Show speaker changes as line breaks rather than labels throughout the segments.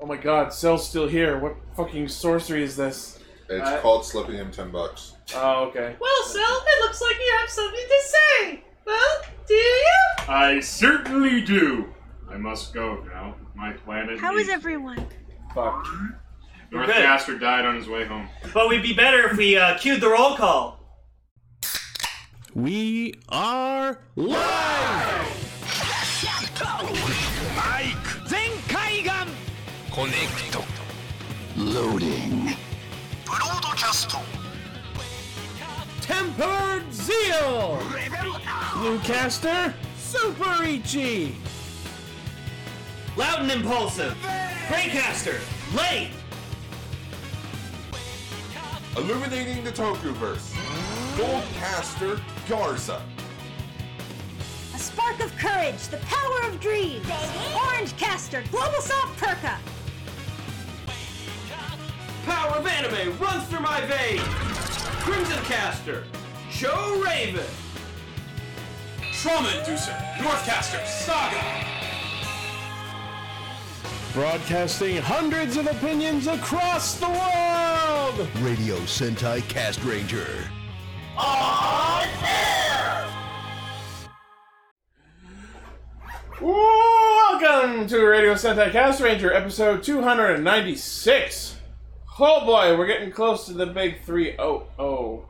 Oh my god, Cell's still here. What fucking sorcery is this?
It's
I-
called slipping him ten bucks.
Oh, okay.
Well, Sel, it looks like you have something to say. Well, do you?
I certainly do. I must go now. My planet.
How is
needs-
everyone?
Fuck.
North
Okay.
Caster died on his way home.
But we'd be better if we uh, cued the roll call.
We are live! Tempered Zeal! Bluecaster, Super Ichi!
Loud and impulsive. Greycaster. Late.
Illuminating the Tokuverse. Goldcaster Garza.
A spark of courage, the power of dreams. Orange Caster, Global Soft Perka.
Power of anime runs through my veins. Crimson Caster, Joe Raven. Trauma Inducer, Northcaster, Saga.
Broadcasting hundreds of opinions across the world!
Radio Sentai Cast Ranger.
Welcome to Radio Sentai Cast Ranger, episode 296. Oh boy, we're getting close to the big 3 0
Uh-oh.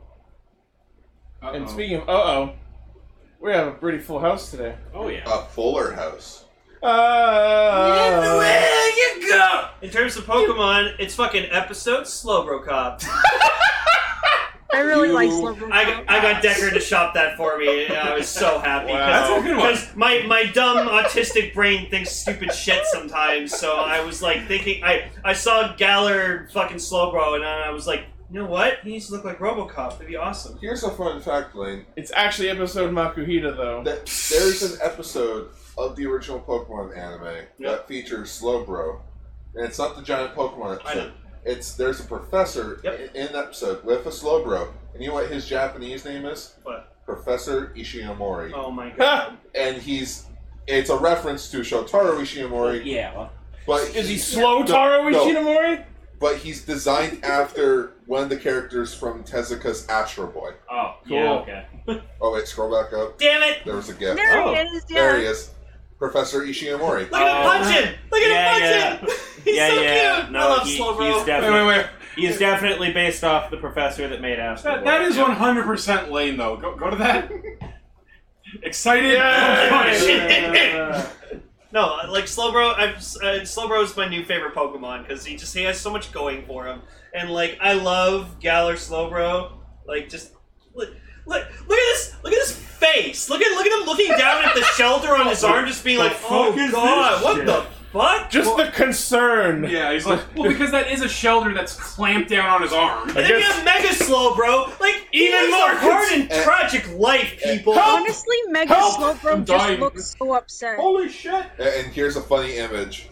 And speaking of uh oh, we have a pretty full house today.
oh yeah.
A Fuller House.
Uh,
There you go. In terms of Pokemon, it's fucking episode Slowbro Cop.
I really
You-
like Slowbro.
I, got- I got Decker to shop that for me, and I was so happy.
That's a good one.
Because my, my dumb autistic brain thinks stupid shit sometimes, so I was like thinking, I, I saw Galler fucking Slowbro, and I was like, you know what? He needs to look like Robocop. That'd be awesome.
Here's a fun fact, Lane.
it's actually episode Makuhita though.
That there's an episode of the original Pokemon anime that features Slowbro, and it's not the giant Pokemon
I know.
episode. It's there's a professor
Yep.
in, in the episode with a Slowbro, and you know what his Japanese name is?
What?
Professor Ishinomori,
Oh my god.
Ha!
and he's it's a reference to Shotaro Ishinomori,
Yeah. well,
but
Is he slow Taro
No.
Ishinomori?
but he's designed after one of the characters from Tezuka's Astro Boy.
Oh,
Cool.
yeah, okay.
Oh wait, scroll back up.
Damn it!
There was a gif.
There
Oh,
it is, yeah.
There he is, Professor Ishinomori.
Look at
Oh.
him punch him! Look at
Yeah,
him punch him! He's
yeah,
so
yeah.
cute!
No,
I love
he,
Slowbro.
He's
Wait,
definitely,
wait, wait.
he's definitely based off the professor that made Astro
That,
Boy.
that is 100% lane though. Go, go to that. Excited. Oh,
No, like Slowbro, I'm, uh, Slowbro is my new favorite Pokemon because he just he has so much going for him, and like I love Galar Slowbro. Like just look, look, look at this, look at this face. Look at look at him looking down at the shelter on his arm, just being
The
like,
fuck
oh
is
god,
this
what
shit?"
the fuck?
Just the concern.
Yeah, he's like, well, because that is a shelter that's clamped down on his arm.
And then we have Mega Slowbro, like he
Even
lives a
more
hard
cons-
and tragic life, people.
Honestly, Mega
Help!
Slowbro
I'm
just
dying.
looks so upset.
Holy shit!
A- And here's a funny image.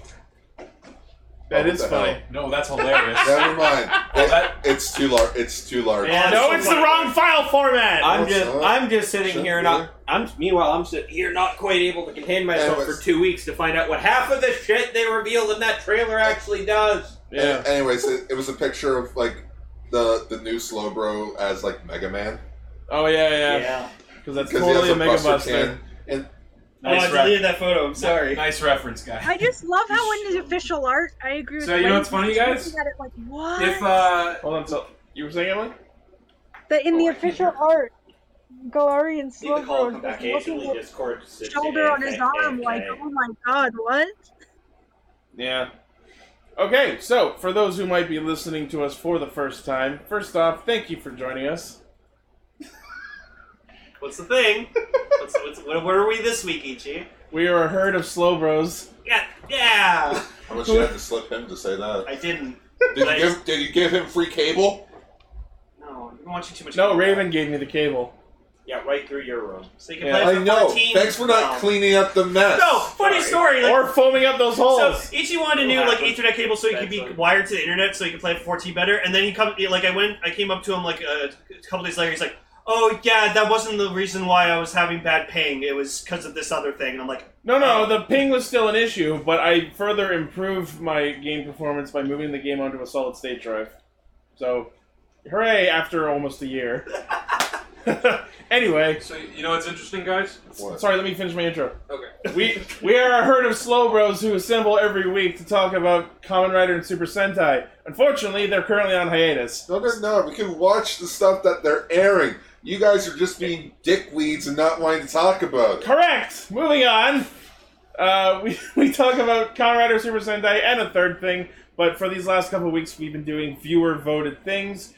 That
Oh,
is
what the
funny.
hell.
No, that's hilarious.
Never mind. It- it's too large. It's too large.
Yeah.
No, it's the wrong file format.
I'm
What's
just,
up?
I'm just sitting
Shut
here,
up,
not. I'm meanwhile, I'm sitting here, not quite able to contain myself
Anyways.
for two weeks to find out what half of the shit they revealed in that trailer actually does.
A- Anyways, it, it was a picture of like the the new Slowbro as like Mega Man
Oh yeah, yeah.
yeah.
Because that's
because
totally
he
a
has a
Mega
Buster,
Buster.
Can. And
oh, I
Nice, re-
deleted that photo. I'm sorry.
nice reference, guy.
I just love how in his official art, I agree with
So, you know
Lane.
what's funny,
He's
guys?
looking at it like, what?
If uh,
Hold on, so you were saying Emily?
That in the official art, Galarian
Need to call
Slowbro
him
is
back.
just
Actually,
looking at
Discord.
his shoulder on his arm like, oh my god, what?
Yeah. Okay, so for those who might be listening to us for the first time, first off, thank you for joining us.
What's the thing? What's, what's, what, what are we this week, Ichi?
We are a herd of slow bros.
Yeah, yeah.
how much you had to slip him to say that?
I didn't.
Did you give Did you give him free cable?
No, you've been watching too much.
No,
Pokemon.
Raven gave me the cable.
Yeah, right through your room.
So you can
Yeah.
play
I
for
know.
14
Thanks for not
now.
cleaning up the mess.
No, funny story. Like,
Or foaming up those
so
holes.
Ichi wanted a new like Ethernet cable so he could be
Excellent.
wired to the internet so he could play for 14 better. And then he come like I went, I came up to him like uh, a couple days later. He's like, oh yeah, that wasn't the reason why I was having bad ping. It was because of this other thing. And I'm like,
No, no, the ping was still an issue, but I further improved my game performance by moving the game onto a solid state drive. So, hooray! After almost a year. anyway,
So you know what's interesting, guys?
sorry. Let me finish my intro.
Okay.
We we are a herd of slow bros who assemble every week to talk about Kamen Rider and Super Sentai. Unfortunately, they're currently on hiatus.
No, no, no. We can watch the stuff that they're airing. You guys are just being dickweeds and not wanting to talk about it.
Correct. Moving on. Uh, we, we talk about Kamen Rider Super Sentai and a third thing, but for these last couple of weeks, we've been doing viewer voted things.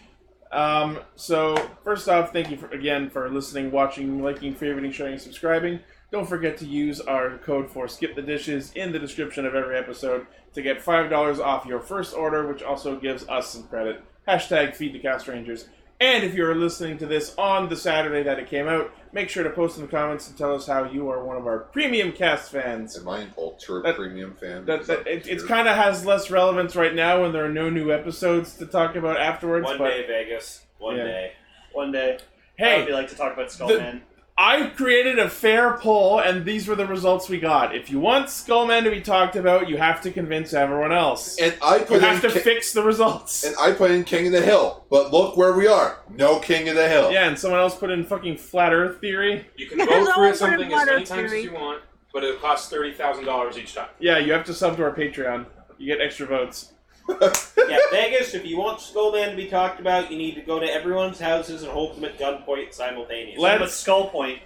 Um, so first off, thank you for, again for listening, watching, liking, favoriting, sharing, and subscribing. Don't forget to use our code for Skip the Dishes in the description of every episode to get five dollars off your first order, which also gives us some credit. Hashtag Feed the Cast Rangers. And if you're listening to this on the Saturday that it came out, make sure to post in the comments and tell us how you are one of our premium cast fans.
Am I an ultra premium fan?
That, that, it it kind of has less relevance right now when there are no new episodes to talk about afterwards.
One
but
day, Vegas. One
Yeah.
day.
one day, I
Hey,
would be like to talk about
the-
Skullman.
I created a fair poll, and these were the results we got. If you want Skullman to be talked about, you have to convince everyone else.
And I
you
put in
have to
Ki-
fix the results.
and I put in King of the Hill, but look where we are. No King of the Hill.
yeah, and someone else put in fucking flat Earth theory.
You can vote
Hello,
for
we're
something as
Water
many times as
Fury.
you want, but it costs thirty thousand dollars each time.
Yeah, you have to sub to our Patreon. You get extra votes.
yeah, Vegas, if you want Skullman to be talked about, you need to go to everyone's houses and hold them at gunpoint simultaneously.
Let-
But Skull Point.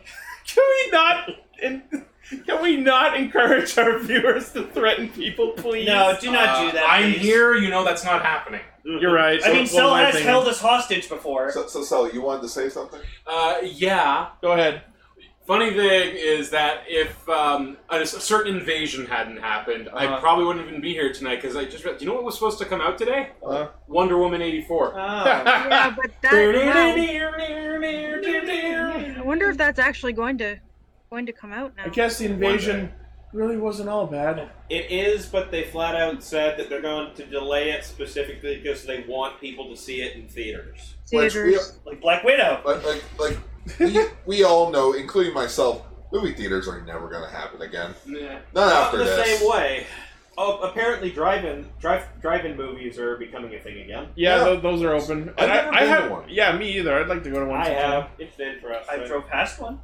Can we not? In- can we not encourage our viewers to threaten people, please?
No, do not
Uh,
do that.
I'm
please.
here. You know that's not happening.
You're right.
I mean,
So- well,
Skull
my
has
thing-
held us hostage before.
So, so, Sally, you wanted to say something?
Uh, yeah.
Go ahead.
Funny thing is that if um, a, s- a certain invasion hadn't happened, I
Uh-huh.
probably wouldn't even be here tonight because I just read. Do you know what was supposed to come out today?
Uh-huh.
Wonder Woman '84.
Oh.
Yeah, but that. wow. I wonder if that's actually going to going to come out now.
I guess the invasion really wasn't all bad.
It is, but they flat out said that they're going to delay it specifically because they want people to see it in theaters.
Which we,
Theaters.
Like Black Widow.
like, like, like we, we all know, including myself, movie theaters are never going to happen again.
Nah.
Not
Not
after
in the
this.
same way. Oh, apparently drive-in drive drive-in movies are becoming a thing again.
Yeah,
Yeah.
tho- those are open.
I've
And I,
never
I
been to
have
one.
Yeah, me either. I'd like to go to one.
I
sometime.
have. It's interesting.
I drove past one,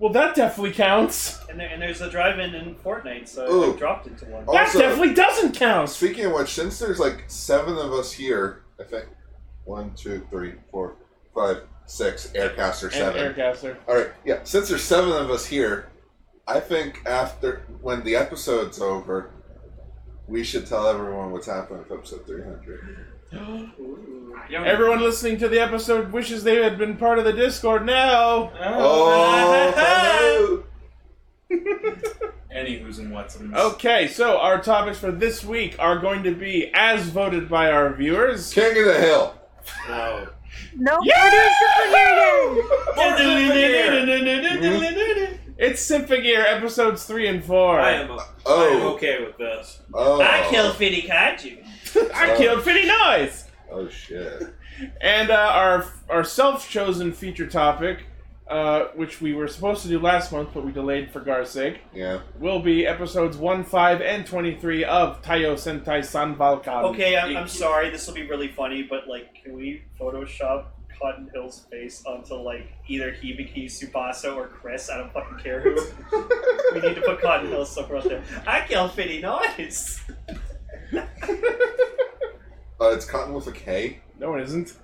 Well, that definitely counts.
and, there, and there's a drive-in in Fortnite, so
Ooh.
I Oh. dropped into one.
That
Also-
definitely doesn't count.
Speaking of which, since there's like seven of us here, I think one, two, three, four, five, six, Aircaster
And
seven.
Aircaster.
All right, yeah. Since there's seven of us here, I think after when the episode's over, we should tell everyone what's happened with episode 300.
Yeah.
Everyone listening to the episode wishes they had been part of the Discord now.
Oh, hello.
Any who's and what's in
Oh.
Okay, so our topics for this week are going to be as voted by our viewers.
King of the Hill.
No.
No,
Yeah!
it is Super Nerd!
It's Symphogear episodes three and four.
I am. I am
Oh,
okay with this.
oh,
I killed Fitty Kaiju.
I killed Finny Noise.
Oh shit.
And uh, our our self-chosen feature topic, uh, which we were supposed to do last month, but we delayed for Gar's sake,
Yeah.
will be episodes 1, 5, and 23 of Taiyo Sentai San Balkan.
Okay, I'm, I'm sorry. This will be really funny, but like, can we Photoshop Cotton Hill's face onto like either Hibiki, Subasa, or Chris? I don't fucking care who. we need to put Cotton Hill somewhere out there. I kill Fitty Noise.
Uh, it's Cotton with a K.
No, it isn't.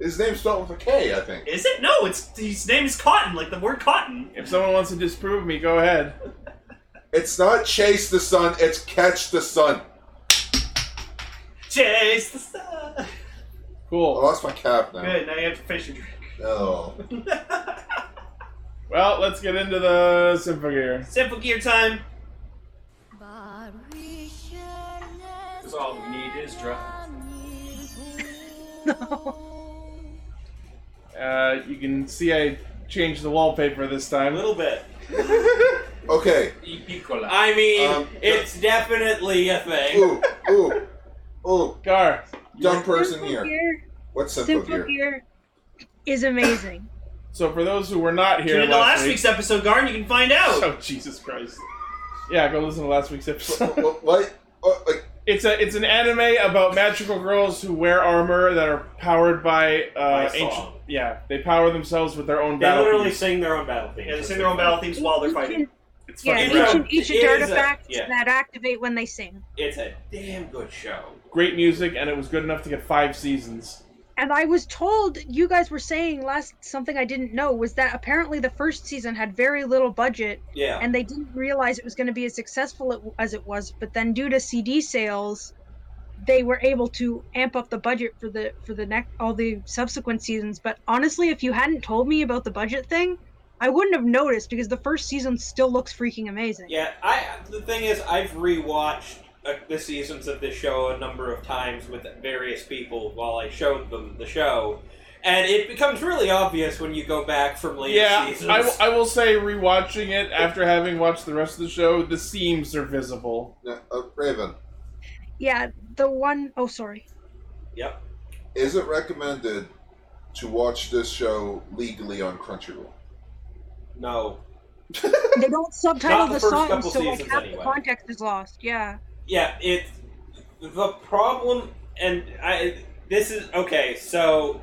His name's spelled with a K, I think.
Is it? No, it's his name is Cotton, like the word cotton.
If someone wants to disprove me, go ahead.
It's not chase the sun. It's catch the sun.
Chase the sun.
I
Cool.
lost my cap now.
Good. Now you have to finish your drink.
Oh.
Well, let's get into the Symphogear.
Simple gear time.
Because all we need is drugs.
Uh, you can see I changed the wallpaper this
A
time.
little bit.
Okay.
E. Piccola.
I mean,
Um,
it's definitely a thing.
Ooh, ooh, ooh.
Gar,
Dumb person
Simple
here.
Gear,
What's simple gear?
Simple Gear is amazing.
So for those who were not here
Tune into last
week-
week's episode, Garn. You can find out.
Oh Jesus Christ! Yeah, go listen to last week's episode.
What? what, oh,
It's a it's an anime about magical girls who wear armor that are powered by uh,
By song.
ancient. Yeah, they power themselves with their own
They
battle.
literally
themes.
sing their own battle themes.
Yeah, they sing their own battle themes while they're fighting.
It's
Yeah,
fucking rad.
ancient, ancient
It is a-
artifacts
yeah.
that activate when they sing.
It's a damn good show.
great music, and it was good enough to get five seasons.
And I was told you guys were saying last something I didn't know was that apparently the first season had very little budget.
Yeah.
And they didn't realize it was going to be as successful it- as it was, but then due to CD sales, they were able to amp up the budget for the for the next all the subsequent seasons. But honestly, if you hadn't told me about the budget thing, I wouldn't have noticed because the first season still looks freaking amazing.
Yeah, I. The thing is, I've rewatched uh, the seasons of this show a number of times with various people while I showed them the show, and it becomes really obvious when you go back from later
Yeah,
seasons.
I, w- I will say rewatching it after having watched the rest of the show, the seams are visible.
No, uh, Raven,
Yeah, the one oh sorry.
yep.
is it recommended to watch this show legally on Crunchyroll?
No.
They don't subtitle
the
the,
first
song,
couple
so like
seasons
half
anyway.
the context is lost. Yeah.
Yeah, it's the problem, and I. This is okay. So,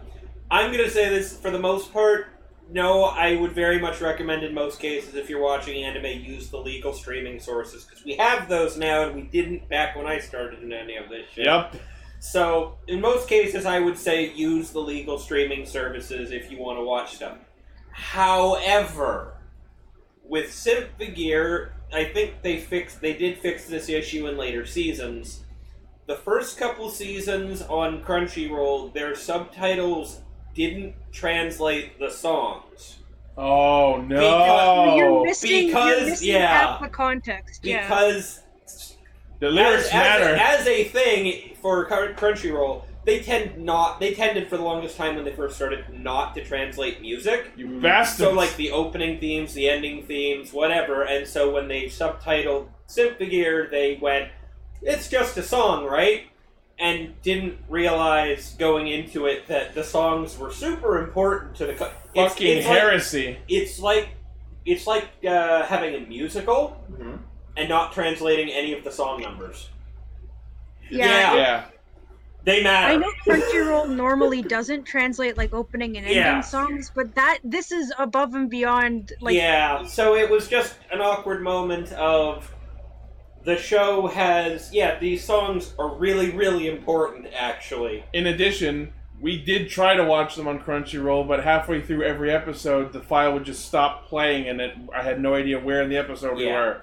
I'm gonna say this for the most part. No, I would very much recommend in most cases if you're watching anime, use the legal streaming sources because we have those now, and we didn't back when I started in any of this shit.
Yep.
So, in most cases, I would say use the legal streaming services if you want to watch stuff. However, with Symphogear, I think they fixed they did fix this issue in later seasons. The first couple seasons on Crunchyroll, their subtitles didn't translate the songs
Oh
Because-
no!
you're missing,
because-
you're missing
yeah.
half the context. Yeah.
because
the lyrics
as, as-
matter.
As, a thing for Cr- Crunchyroll, they tend not. They tended for the longest time when they first started not to translate music.
you bastards!
So like the opening themes, the ending themes, whatever. And so when they subtitled Symphogear, they went, "It's just a song, right?" And didn't realize going into it that the songs were super important to the cu- it's-
fucking
it's like-
heresy.
it's like it's like uh, having a musical
Mm-hmm.
Mhm.
and not translating any of the song numbers.
Yeah.
Yeah.
yeah.
They matter.
I know Crunchyroll normally doesn't translate like opening and ending
Yeah.
songs, but that this is above and beyond. Like,
yeah, so it was just an awkward moment of the show has yeah, these songs are really really important actually.
In addition, we did try to watch them on Crunchyroll, but halfway through every episode, the file would just stop playing, and it, I had no idea where in the episode we
Yeah.
were.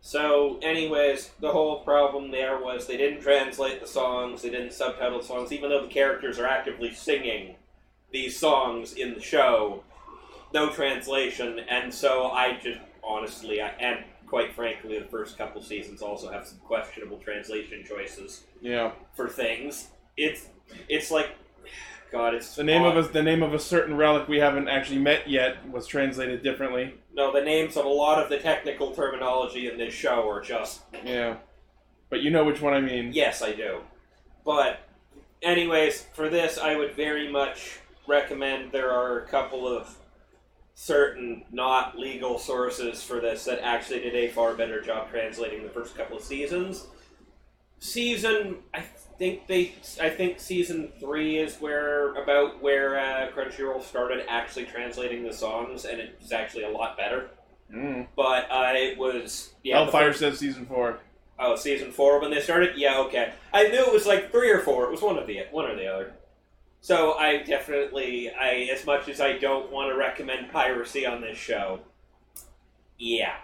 So anyways, the whole problem there was they didn't translate the songs, they didn't subtitle the songs even though the characters are actively singing these songs in the show. No translation, and so I just honestly I, and quite frankly the first couple seasons also have some questionable translation choices.
Yeah.
for things. It's it's like God. It's
The name of a the name of a certain relic we haven't actually met yet was translated differently.
No, the names of a lot of the technical terminology in this show are just
Yeah. But you know which one I mean.
yes, I do. But anyways, for this, I would very much recommend. There are a couple of certain not legal sources for this that actually did a far better job translating the first couple of seasons. Season, I think they, I think season three is where about where uh, Crunchyroll started actually translating the songs, and it's actually a lot better.
Mm.
But uh, it was yeah, the
Hellfire says season four.
Oh, season four when they started. Yeah, okay. I knew it was like three or four. It was one of the one or the other. So I definitely, I as much as I don't want to recommend piracy on this show. Yeah,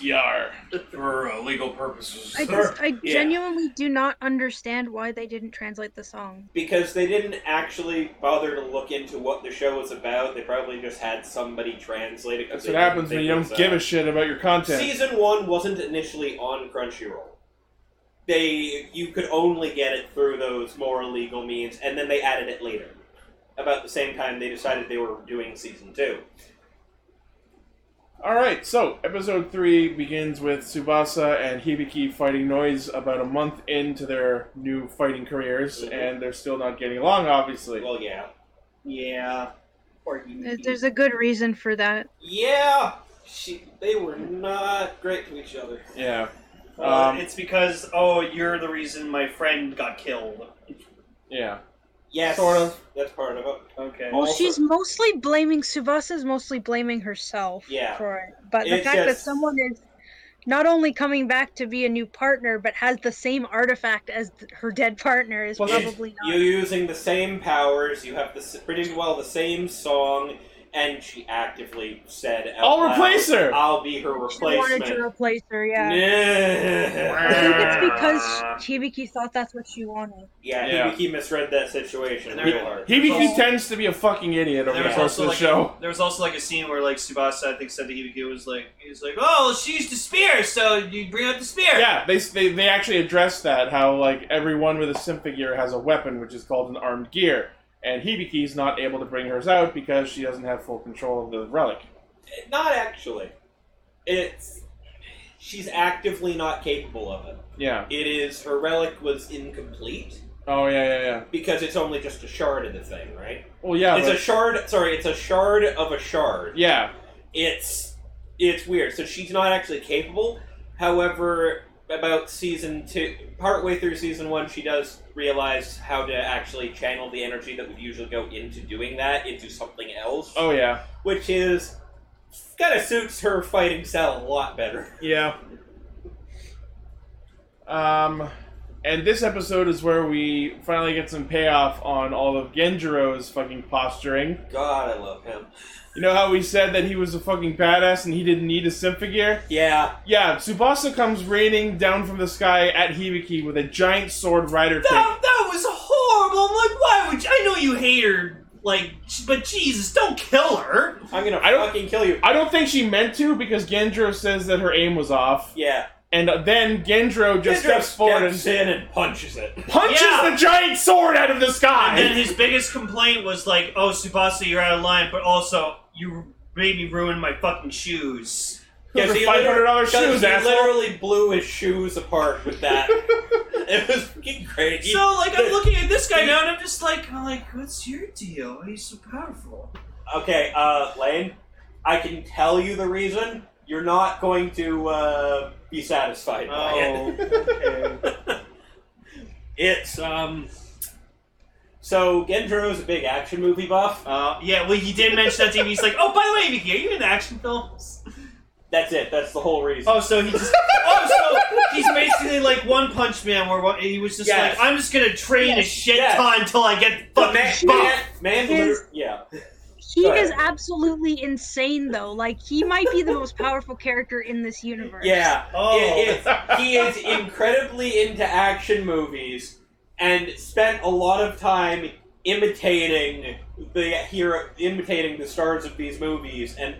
Yar.
for uh, legal purposes.
I just, I
Yeah.
genuinely do not understand why they didn't translate the song.
because they didn't actually bother to look into what the show was about. They probably just had somebody translate it. 'cause
That's
they uh,
what
didn't
happens when
think
you
it
don't
was
give
out.
a shit about your content.
Season one wasn't initially on Crunchyroll. They you could only get it through those more illegal means, and then they added it later. About the same time they decided they were doing season two.
All right, so episode three begins with Tsubasa and Hibiki fighting noise about a month into their new fighting careers,
Mhm.
and they're still not getting along, obviously.
Well, yeah,
Yeah.
Or
There- There's a good reason for that.
yeah, she. They were not great to each other.
Yeah.
Uh,
Um,
it's because oh, you're the reason my friend got killed.
Yeah.
Yes,
Sort of.
That's part of it.
Okay.
Oh,
Well, she's mostly blaming Suvasa's mostly blaming herself
Yeah.
for it. But the
It's
fact that
just-
someone is not only coming back to be a new partner, but has the same artifact as th- her dead partner is
It's-
probably
You're using the same powers. You have the s- pretty well the same song, and she actively said, out
I'll
loud,
replace her.
I'll be
she
her
wanted
replacement."
to replace her. Yeah, I think
yeah,
it's because Hibiki thought that's what she wanted.
Yeah.
Hibiki misread that situation
And
real
there-
hard.
Hibiki tends to be a fucking idiot over
There
the
was
course
also
of the
like
show.
there was also like a scene where like Subasa I think said to Hibiki was like he's like oh she's the spear so you bring out the spear
Yeah, they, they they actually address that how like everyone with a simp figure has a weapon which is called an armed gear, and Hibiki's not able to bring hers out because she doesn't have full control of the relic.
Not actually. It's she's actively not capable of it.
Yeah.
It is her relic was incomplete
Oh yeah yeah yeah.
because it's only just a shard of the thing, right?
Well yeah.
it's
but-
a shard. Sorry, it's a shard of a shard.
yeah.
It's it's weird. So she's not actually capable. However, about season two, partway through season one, she does realize how to actually channel the energy that would usually go into doing that into something else
Oh yeah.
which is kind of suits her fighting style a lot better.
Yeah. Um, and this episode is where we finally get some payoff on all of Genjiro's fucking posturing.
God, I love him.
You know how we said that he was a fucking badass and he didn't need a Sympha gear?
Yeah,
Yeah, Tsubasa comes raining down from the sky at Hibiki with a giant sword rider kick.
that, that was horrible I'm like why would you, I know you hate her like but Jesus don't kill her
I'm gonna
I don't-
fucking kill you.
I don't think she meant to because Genjiro says that her aim was off.
Yeah,
And then Genjiro just
Kendra
steps forward and
in and punches it.
punches
Yeah.
the giant sword out of the sky!
and then his biggest complaint was like oh Subasa you're out of line but also you made me ruin my fucking shoes
Those are $500
literally- 'cause
shoes,
He
asshole.
literally blew his shoes apart with that. it was freaking crazy.
so like I'm looking at this guy now and I'm just like I'm like what's your deal he's so powerful
okay, uh, Lane, I can tell you the reason. You're not going to uh, be satisfied by it.
oh okay.
It's um. So Gendro's a big action movie buff.
Uh, yeah, well, he did mention that to me. He's like, "Oh, by the way, Vicky, are you into action films?"
That's it. That's the whole reason.
Oh, so he just, oh, so he's basically like One Punch Man, where one, he was just
Yes.
like, "I'm just gonna train a
Yes,
shit
yes.
ton until I get fucking
But man,
buff."
man, man
His-
liter- yeah.
He
Sorry.
is absolutely insane, though. Like he might be the most powerful character in this universe.
Yeah.
Oh.
It- it's- he is incredibly into action movies and spent a lot of time imitating the hero, imitating the stars of these movies. And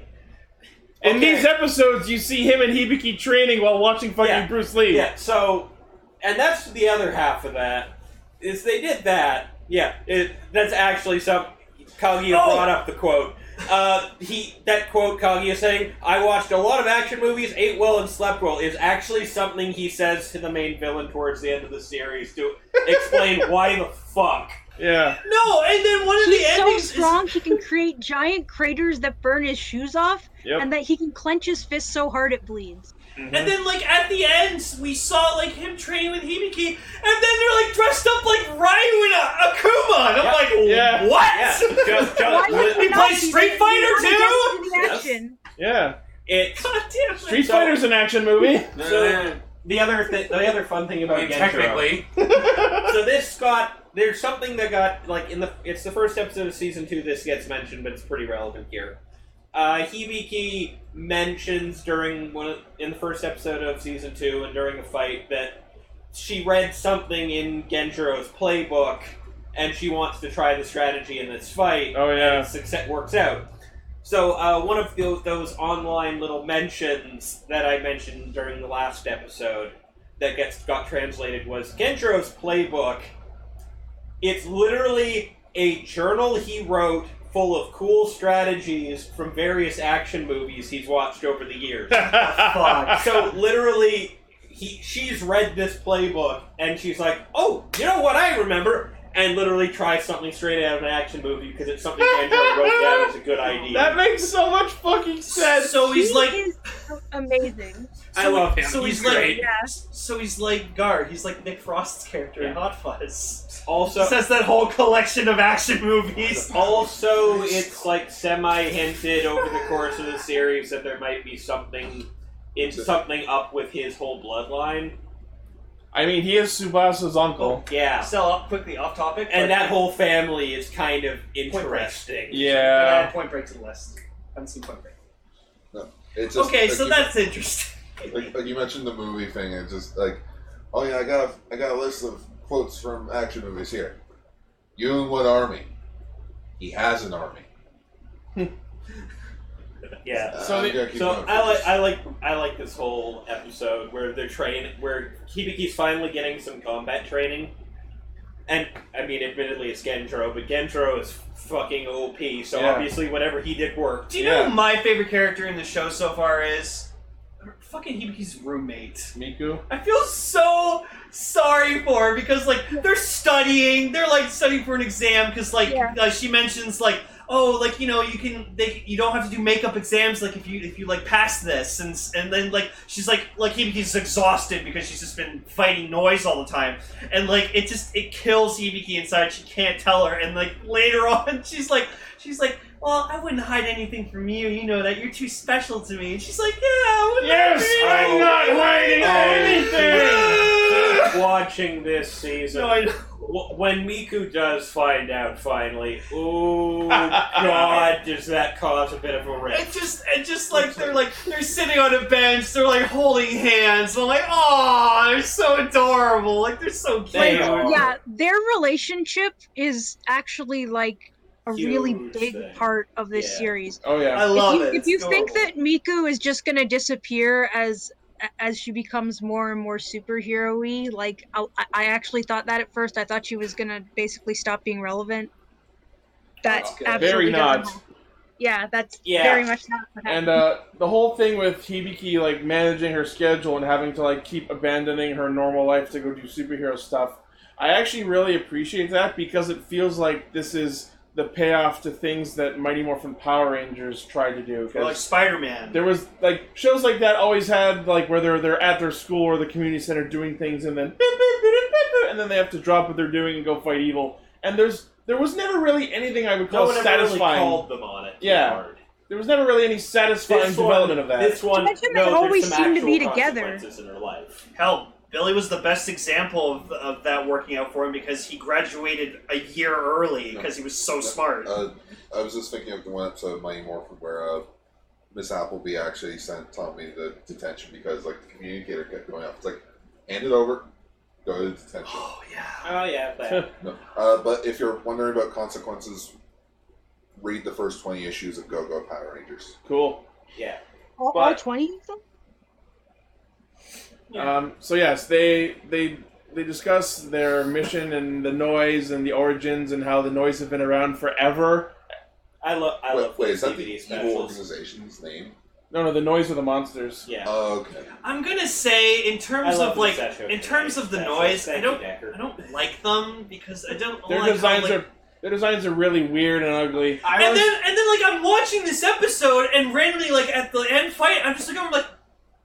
In
Okay.
these episodes, you see him and Hibiki training while watching fucking
Yeah.
Bruce Lee.
yeah, so and that's the other half of that is they did that. Yeah, it, that's actually some. Kaguya
Oh.
brought up the quote. Uh, he that quote Kaguya saying, "I watched a lot of action movies, ate well, and slept well," is actually something he says to the main villain towards the end of the series to explain why the fuck.
Yeah.
No, and then one of the
He's so
endings is
strong he can create giant craters that burn his shoes off,
Yep.
and that he can clench his fist so hard it bleeds.
And then, like at the end, we saw like him training with Hibiki, and then they're like dressed up like Ryu and uh, Akuma, and I'm
Yeah.
like,
Yeah.
what?
Yeah, just,
Why
just,
would
he
not
plays
be?
Street
He
Fighter
wanted
too?
to get into
Yes.
action.
Yeah.
it's
God damn it!
Street
So-
Fighter's an action movie.
So- the other thi- the other fun thing
I
about
mean,
Gentro-
technically,
so this got there's something that got like in the it's the first episode of season two this gets mentioned but it's pretty relevant here uh, hibiki mentions during one of, in the first episode of season two and during a fight that she read something in genjiro's playbook and she wants to try the strategy in this fight
Oh yeah.
uh, success works out. So uh, one of those, those online little mentions that I mentioned during the last episode that gets got translated was Genjiro's playbook. It's literally a journal he wrote full of cool strategies from various action movies he's watched over the years. so literally he she's read this playbook and she's like, "Oh, you know what I remember? and literally try something straight out of an action movie because it's something Andrew wrote down as a good idea.
That makes so much fucking sense.
So he's
He
like,
is amazing.
I love him.
so he's,
He's
like,
great.
so he's like Gar. He's like Nick Frost's character in Hot Fuzz.
Also,
Says that whole collection of action movies.
also it's like semi hinted over the course of the series that there might be something in something up with his whole bloodline.
I mean, he is Subasa's uncle.
Yeah.
Sell up uh, quickly off topic, but-
And that whole family is kind of interesting.
yeah.
Yeah.
uh,
Point Break to the list. I haven't seen Point Break.
It's just,
okay,
like,
so
you-
that's interesting.
like, like you mentioned the movie thing, and just like, oh yeah, I got a, I got a list of quotes from action movies here. You and what army? He has an army.
Yeah.
Uh,
So
I'm
they-
gonna keep
So
going for
I like
this.
I like I like this whole episode where they're training where Hibiki's finally getting some combat training. And I mean admittedly it's Gendro, but Gendro is fucking OP, so
Yeah.
obviously whatever he did worked.
Do you know
Yeah.
who my favorite character in the show so far is? Fucking Hibiki's roommate.
Miku.
I feel so sorry for her because like they're studying, they're like studying for an exam because like
Yeah.
uh, she mentions like oh like you know you can they you don't have to do makeup exams like if you if you like pass this and s- and then like she's like like Hibiki's exhausted because she's just been fighting noise all the time and like it just it kills Hibiki inside she can't tell her and like later on she's like she's like well I wouldn't hide anything from you you know that you're too special to me and she's like yeah I wouldn't
Yes, I'm not hiding anything.
Watching this season,
No, I know.
w- when Miku does find out finally, oh god, does that cause a bit of a
It
rift?
just, it just like they're like they're sitting on a bench, they're like holding hands. I'm like, oh, they're so adorable. Like they're so cute.
They are.
Yeah, their relationship is actually like a really
Huge
big
thing.
part of this
Yeah.
series.
Oh
I
yeah.
love
if you,
it.
If
It's
you think
adorable.
that Miku is just gonna disappear as as she becomes more and more superhero-y, like I, I actually thought that at first. I thought she was gonna basically stop being relevant. That
Okay.
absolutely
Very not.
doesn't happen. Yeah, that's
Yeah.
very much not what
And
happened.
uh, the whole thing with Hibiki like managing her schedule and having to like keep abandoning her normal life to go do superhero stuff, I actually really appreciate that because it feels like this is the payoff to things that Mighty Morphin Power Rangers tried to do. 'cause
Or like Spider Man.
there was like shows like that always had like where they're they're at their school or the community center doing things and then beep, beep, beep, beep, beep, beep, and then they have to drop what they're doing and go fight evil. And there's there was never really anything I would
No
call
one ever really
satisfying.
called them on it.
Yeah.
Hard.
There was never really any satisfying
This
development of
one-
that.
This one,
Imagine they
no, there's
always
some
seem to be
actual
together.
consequences in her life.
Hell, Billy was the best example of, of that working out for him because he graduated a year early because he was so smart.
Uh, I was just thinking of the one episode of Mighty Morphin where uh, Miss Appleby actually sent Tommy to detention because like the communicator kept going off. It's like, hand it over, go to detention.
oh yeah.
Oh yeah, that.
No. Uh, but if you're wondering about consequences, read the first 20 issues of Go Go Power Rangers.
cool.
yeah.
all, all
but-
twenty of them.
Yeah.
Um, so yes, they they they discuss their mission and the noise and the origins and how the noise have been around forever.
I love. I
wait,
love
wait,
these
is that the
DVD
evil
specials.
organization's name?
No, no, the noise of the monsters.
Yeah.
Oh, okay.
I'm gonna say in
I
terms
love
of like
the Sasha
in terms of the
Decker.
noise,
Thank
I don't
you, Decker.
I don't like them because I don't
Their
like how,
designs
like,
are their designs are really weird and ugly.
and then and then like I'm watching this episode and randomly like at the end fight I'm just looking over like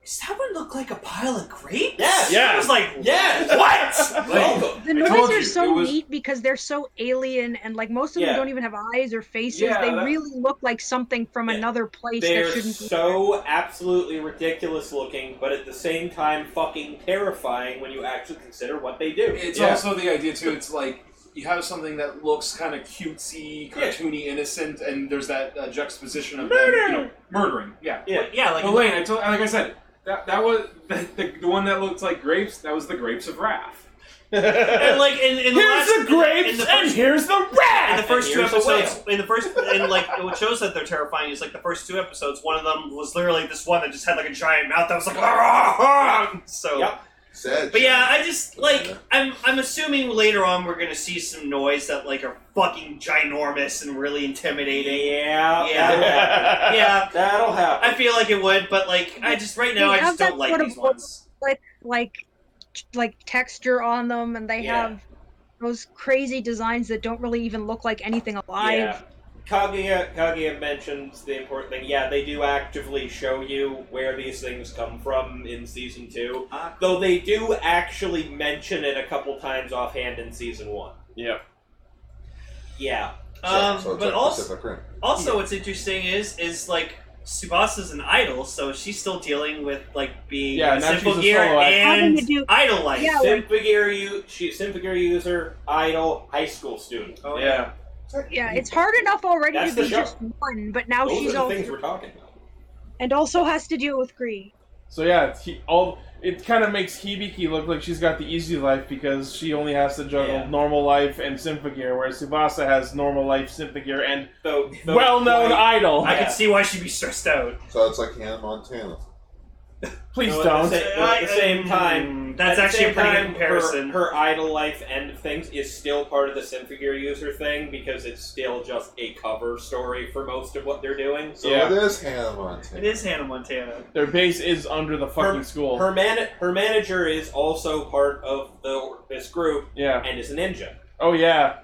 does that one look like a pile of grapes?
Yes.
Yeah.
I was like
Yes.
what?
Welcome.
The
I
noises
told
are
you,
so
it was-
neat because they're so alien, and like most of
Yeah.
them don't even have eyes or faces.
Yeah,
they
that-
really look like something from
Yeah.
another place that
They're
shouldn't be. there.
so absolutely ridiculous looking, but at the same time, fucking terrifying when you actually consider what they do.
It's
Yeah.
also the idea too. It's like you have something that looks kind of cutesy,
Yeah.
cartoony, innocent, and there's that uh, juxtaposition of them, you know, murdering. Yeah.
Yeah.
Yeah,
Oh,
like
Elaine, I told, like I said, that that was the, the, the one that looked like grapes. That was the grapes of wrath.
and
here's
like in, in the last,
the grapes
in the
and
first,
here's the
in the
rat.
first two
here's the whale.
episodes in the first and like what shows that they're terrifying is like the first two episodes. One of them was literally this one that just had like a giant mouth that was like "Argh!" so.
Yep.
Sedge.
But yeah, I just like I'm I'm assuming later on we're gonna see some noise that like are fucking ginormous and really intimidating.
Yeah.
Yeah.
That'll happen.
Yeah,
That'll happen.
I feel like it would, but like I just right now
They
I
have
just
that
don't like
sort of
these ones.
like like texture on them, and they
Yeah.
have those crazy designs that don't really even look like anything alive.
Yeah. Kaguya, Kaguya mentions the important thing. Yeah, they do actively show you where these things come from in season two.
Ah.
Though they do actually mention it a couple times offhand in season one.
Yeah.
Yeah.
Um,
so it's
but
like
also,
Pacific Rim.
also, what's interesting is is like Subasa's an idol, so she's still dealing with like being
Yeah,
a
now she's
simple
a
gear
solo act.
and
Having to do-
idol life.
Yeah, like-
Symphogear, u- she, Symphogear user, idol, high school student.
Oh,
Yeah.
Yeah, it's hard enough already
That's
to
the
be
show.
just one, but now
Those
she's
are the
all
things we're talking about.
and also has to deal with greed.
So yeah, it's he, all it kind of makes Hibiki look like she's got the easy life because she only has to juggle
Yeah.
normal life and Symphogear, whereas Subasa has normal life, Symphogear, and
So, so
well-known
like-
idol.
I
Yeah.
can see why she'd be stressed out.
So it's like Hannah Montana.
Please
No,
don't.
At the, sa- at the same
Mm,
time,
that's
at the
actually a
same
pretty good
time,
comparison.
Her, her idol life end of things is still part of the Symphogear user thing because it's still just a cover story for most of what they're doing.
So
Yeah.
it is Hannah
It
Montana.
is Hannah Montana.
Their base is under the fucking school.
Her man, her manager is also part of the this group
yeah.
and is a ninja.
Oh yeah.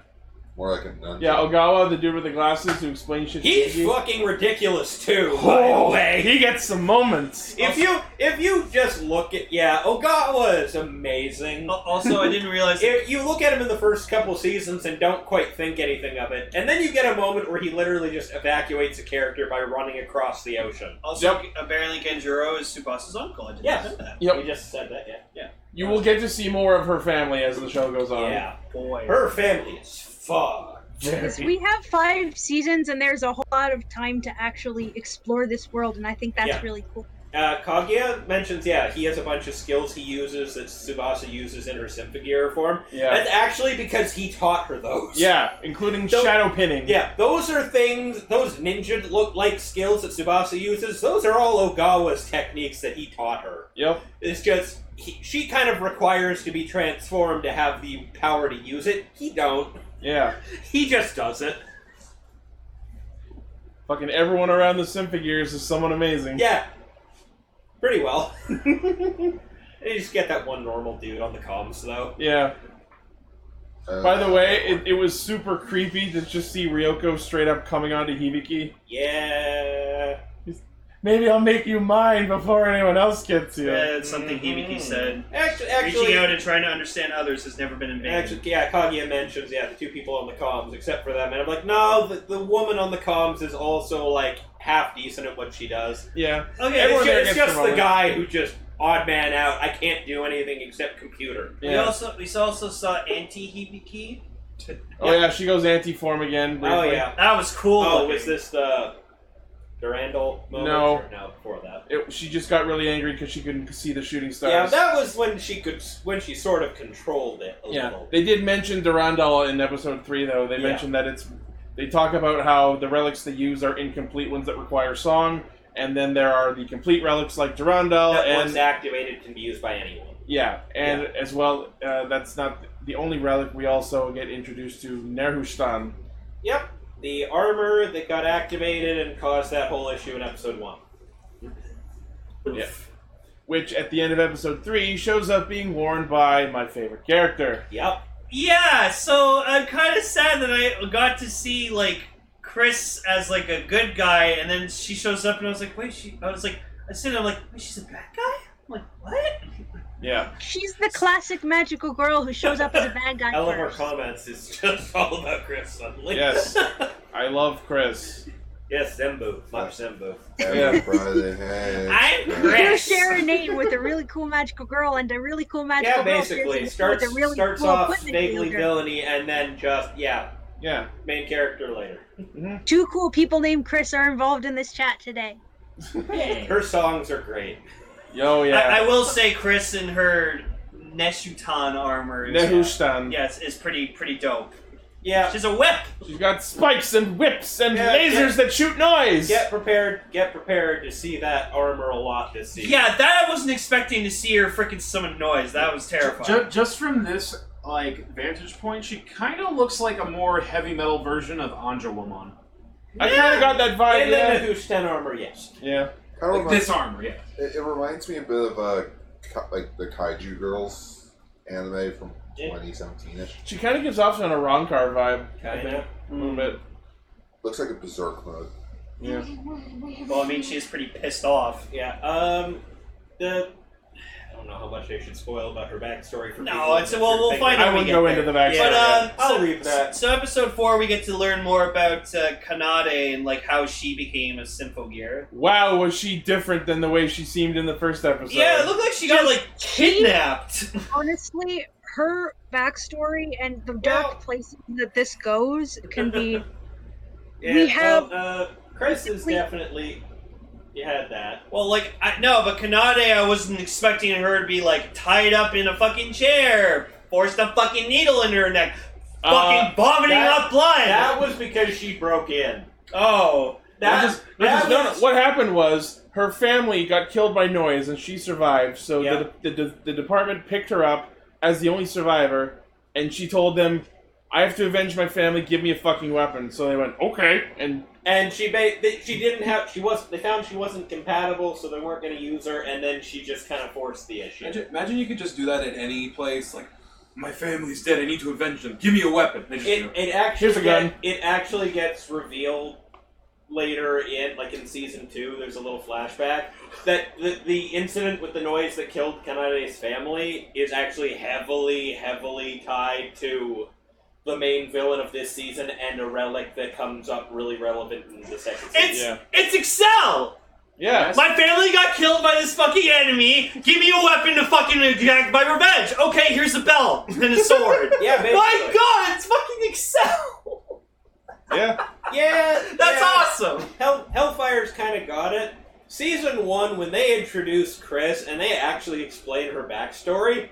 More like a nun.
Yeah. oh, Ogawa, the dude with the glasses who explains shit. to
He's
Hibiki.
fucking ridiculous too. by the
Oh,
way.
he gets some moments.
If you if you just look at yeah, Ogawa is amazing.
Al- Also, I didn't realize.
If you look at him in the first couple seasons and don't quite think anything of it, and then you get a moment where he literally just evacuates a character by running across the ocean.
Also, apparently Genjuro is Subasa's uncle. I didn't
Yes.
know that.
Yep.
We just said that, yeah. Yeah.
You will get to see more of her family as the show goes on.
yeah.
Boy.
Her family is fucked.
Because we have five seasons and there's a whole lot of time to actually explore this world, and I think that's
Yeah.
really cool.
Uh, Kaguya mentions, yeah, he has a bunch of skills he uses that Tsubasa uses in her Symphogear form.
Yeah.
That's actually because he taught her those.
Yeah, including
Don't-
shadow pinning.
Yeah, those are things, those ninja look like skills that Tsubasa uses, those are all Ogawa's techniques that he taught her.
Yep.
It's just he, she kind of requires to be transformed to have the power to use it. He don't.
Yeah.
He just does it.
Fucking everyone around the Symphogears is someone amazing.
Yeah, pretty well. you just get that one normal dude on the comms though.
Yeah.
Uh,
By the way, it, it was super creepy to just see Ryoko straight up coming onto Hibiki.
Yeah.
Maybe I'll make you mine before anyone else gets you.
Yeah, it's something Hibiki said.
Actually,
Reaching
Mm-hmm. actually,
out and trying to understand others has never been in vain.
actually, yeah. Kaguya mentions yeah the two people on the comms, except for them, and I'm like, no, the, the woman on the comms is also like half decent at what she does.
Yeah.
okay,
It's,
Everyone
ju-
there
it's
gets
just the
promoted.
guy who just odd man out. I can't do anything except computer.
We
yeah.
also we also saw anti Hibiki.
Oh yeah, she goes anti-form again. Briefly.
Oh yeah.
That was cool.
Oh,
looking.
was this the Durandal moment?
No.
Or no, before that.
It, she just got really angry because she couldn't see the shooting stars.
Yeah, that was when she could, when she sort of controlled it a
Yeah,
little.
they did mention Durandal in episode three, though. They
Yeah.
mentioned that it's. They talk about how the relics they use are incomplete ones that require song, and then there are the complete relics like Durandal,
that
and
once activated can be used by anyone.
yeah, and as well, uh, that's not the only relic. We also get introduced to Nerhustan.
Yep, the armor that got activated and caused that whole issue in episode one.
Yeah. Which at the end of episode three shows up being worn by my favorite character.
Yep.
Yeah, so I'm kind of sad that I got to see like Chris as like a good guy, and then she shows up, and I was like, wait, she. I was like, I said, I'm like, wait, she's a bad guy. I'm like, what?
Yeah,
She's the classic magical girl who shows up as a bad guy.
I love our
first.
comments. It's just all about Chris suddenly.
Yes. I love Chris.
yes, Zembu. Much Zembu.
Yeah.
Everybody has.
I'm
You
Chris.
share a name with a really cool magical girl and a really cool magical
Yeah,
girl. shares a
basically
name
starts
with a really
starts
cool
off
equipment
vaguely
wielder.
villainy and then just yeah
Yeah,
main character later.
Two cool people named Chris are involved in this chat today.
Her songs are great.
yo yeah.
I, I will say, Chris in her Neshutan armor. Is, uh,
Nerhustan.
Yes, is pretty pretty dope.
Yeah,
She's a whip.
She's got spikes and whips and
Yeah,
lasers
yeah.
that shoot noise.
Get prepared, get prepared to see that armor a lot this season.
Yeah, that I wasn't expecting to see her freaking summon noise. That was terrifying.
Ju- just from this like vantage point, she kind of looks like a more heavy metal version of Anja Woman.
I kind of got that vibe.
And then
Yeah.
the Hushten armor, yes.
yeah.
Oh
Kinda
Like
reminds-
this armor, yeah.
It, it reminds me a bit of uh, ki- like the kaiju girls anime from 2017 ish.
She kind of gives off an Arankar vibe. I
Kinda.
think. A little bit.
Looks like a berserk mode.
Yeah.
Well, I mean, she's pretty pissed off.
Yeah. Um. The. I don't know how much I should spoil about her backstory for people.
No, it's well, we'll
Thank
find
you.
out.
I wouldn't
when we get
go
there.
into the backstory.
But um,
I'll
so,
leave that.
So episode four, we get to learn more about uh, Kanade and like how she became a Symphogear.
Wow, was she different than the way she seemed in the first episode?
Yeah, it looked like she got like kidnapped.
Honestly, her backstory and the dark places that this goes can be.
Yeah,
we have
Well, uh, Chris is definitely. You had that.
Well, like I no, but Kanade, I wasn't expecting her to be like tied up in a fucking chair, forced a fucking needle in her neck, fucking
Uh,
vomiting
that-
up blood.
That was because she broke in.
oh,
That,
Which is- which
that
is not-
was-
what happened was her family got killed by noise and she survived. So
Yeah.
the, the, the, the department picked her up as the only survivor and she told them, I have to avenge my family, give me a fucking weapon. So they went, okay. And
and she ba- they, she didn't have she was they found she wasn't compatible, so they weren't going to use her, and then she just kind of forced the issue.
Imagine, imagine you could just do that at any place. Like, my family's dead. I need to avenge them. Give me a weapon. They just
It,
do.
it actually
Here's a gun.
get- it actually gets revealed later in like in season two. There's a little flashback that the, the incident with the noise that killed Kanade's family is actually heavily heavily tied to the main villain of this season and a relic that comes up really relevant in the second season.
it's
Yeah.
it's Excel.
yeah.
My family got killed by this fucking enemy. Give me a weapon to fucking exact my revenge. Okay, here's a belt and a sword.
yeah, basically.
My God, it's fucking Excel.
Yeah.
Yeah,
That's
yeah.
awesome.
Hell, Hellfire's kind of got it. Season one, when they introduced Chris and they actually explain her backstory,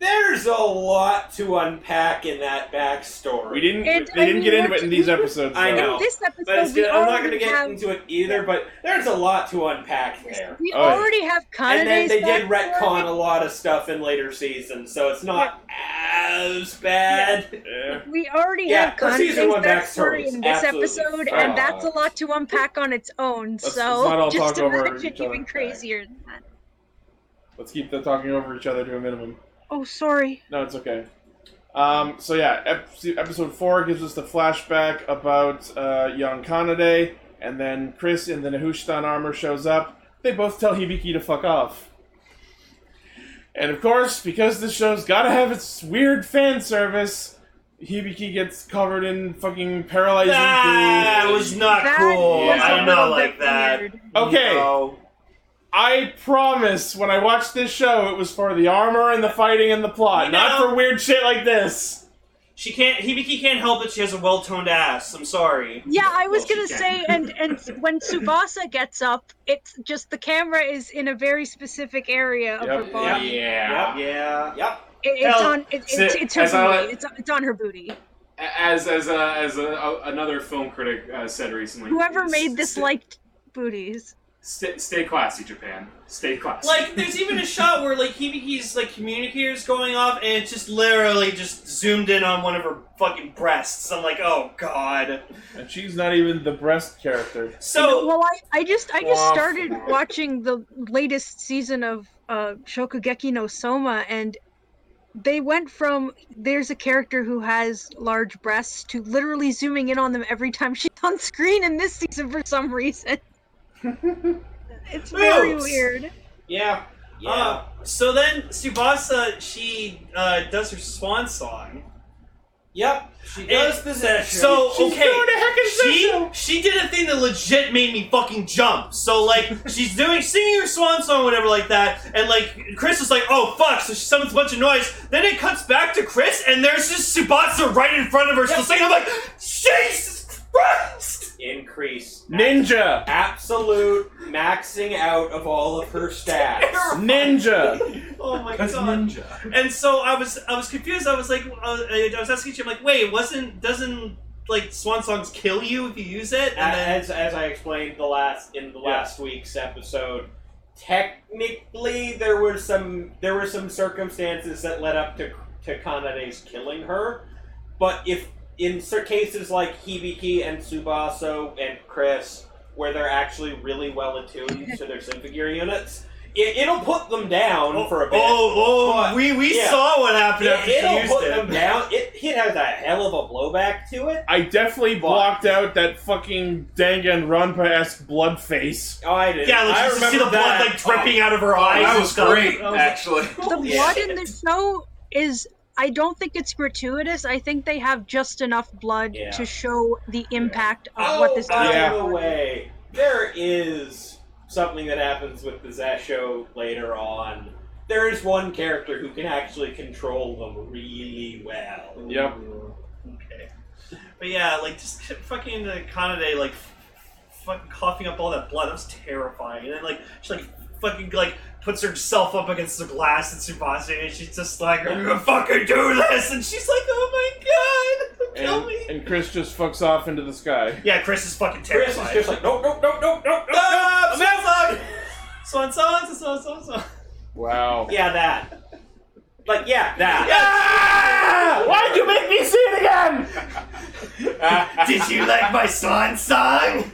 there's a lot to unpack in that backstory.
We didn't,
And,
they
I
didn't
mean,
get into
what
it in
do
these
you-
episodes.
I
though.
know.
in this episode,
but it's
we
good. I'm not going
already
to get
have,
into it either. But there's a lot to unpack there.
We
Oh, yeah.
already have Kanade's
And then they did
backstory.
retcon a lot of stuff in later seasons, so it's not as bad.
Yeah.
We already
Yeah,
have
her
Kanade's
season one backstory
backstory
is
in this
absolutely
episode,
fucked.
and that's a lot to unpack on its own.
Let's- let's not
so
all
just
talk over
imagine
each other.
even crazier than that.
Let's keep the talking over each other to a minimum.
Oh, sorry.
No, it's okay. Um, so yeah, ep- episode four gives us the flashback about uh, young Kanade, and then Chris in the Nehushtan armor shows up. They both tell Hibiki to fuck off. And of course, because this show's gotta have its weird fan service, Hibiki gets covered in fucking paralyzing
That
goo.
was not
That
cool.
was a
I do
little
not
bit
like that.
weird.
Okay,
No.
I promise when I watched this show, it was for the armor and the fighting and the plot,
You
not
know-
for weird shit like this.
She can't. Hibiki can't help it. She has a well-toned ass. I'm sorry.
Yeah, I was
Well,
gonna
she
say, and and when Tsubasa gets up, it's just the camera is in a very specific area of
Yep.
her
Yeah.
body.
Yeah.
Yep.
It, it's
Hell,
on. It, it's,
sit-
it's her
as I
booty.
let-
It's, it's on her booty.
As as a, as a, a, another film critic uh, said recently,
Whoever
s-
made this
st-
liked booties.
st- stay classy, Japan. Stay classy.
Like, there's even a shot where like Hibiki's like communicator's going off, and it's just literally just zoomed in on one of her fucking breasts. I'm like, oh god.
And she's not even the breast character.
So
well, I, I just I just
Wow.
started watching the latest season of uh, Shokugeki no Soma, and they went from there's a character who has large breasts to literally zooming in on them every time she's on screen in this season for some reason. it's very
Oops.
weird.
Yeah. Yeah.
Uh, so then Tsubasa she uh, does her swan song.
yep. She does
And-
possess.
So okay, she
session.
she did a thing that legit made me fucking jump. So like she's doing singing her swan song, whatever, like that, and like Chris was like, "Oh fuck!" So she summons a bunch of noise. Then it cuts back to Chris, and there's just Subasa right in front of her, still
Yep.
singing. I'm like, Jesus Christ!
increase.
Ninja!
absolute maxing out of all of her stats.
Ninja!
Oh my
uh,
That's
god!
ninja.
And so I was I was confused. I was like, I was, I was asking you, I'm like, wait, wasn't doesn't like swan songs kill you if you use it? And then
as, as I explained the last in the
Yeah.
last week's episode, technically there were some there were some circumstances that led up to to Kanade's killing her, but if in cer- cases like Hibiki and Subaso and Chris, where they're actually really well attuned to their Symphogear units, It, it'll put them down for a bit.
oh,
but-
we- we
yeah.
saw what happened
It,
after she
it'll
used
put
it.
them down. It, it has a hell of a blowback to it.
I definitely blocked out that fucking Danganronpa esque blood face.
Oh, I did.
Yeah, like,
I
you just see the
remember
blood,
that.
like, dripping
Oh.
out of her eyes
that
and
was
stuff.
great,
I was like,
actually.
Oh,
The blood in the show is. I don't think it's gratuitous. I think they have just enough blood
Yeah.
to show the impact of
oh,
Uh, what this.
by
is.
the way, there is something that happens with the Zasho later on. There is one character who can actually control them really well.
Yep.
Okay. But yeah, like just fucking uh, Kanade like f- fucking coughing up all that blood. That was terrifying. And then like she like fucking like puts herself up against the glass and Subase and she's just like, I'm gonna fucking do this. And she's like, oh my god, kill
And,
me.
and Chris just fucks off into the sky.
Yeah, Chris is fucking
Chris
terrified.
is just like, nope, nope, nope, nope, nope, nope.
Ah, Swan song, swan song, swan song, swan.
Wow.
Yeah, that. Like, yeah, that.
Ah! Why'd you make me see it again?
Did you like my swan song?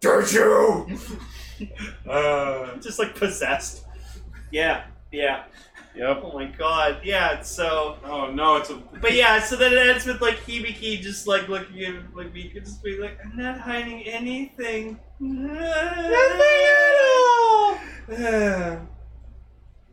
Don't you? Uh, just like possessed.
Yeah, yeah.
Yep.
Oh my god, yeah, so.
Oh no, it's a.
But yeah, so then it ends with like Hibiki just like looking at him, like Mika just being like, I'm not hiding anything. Nothing at all!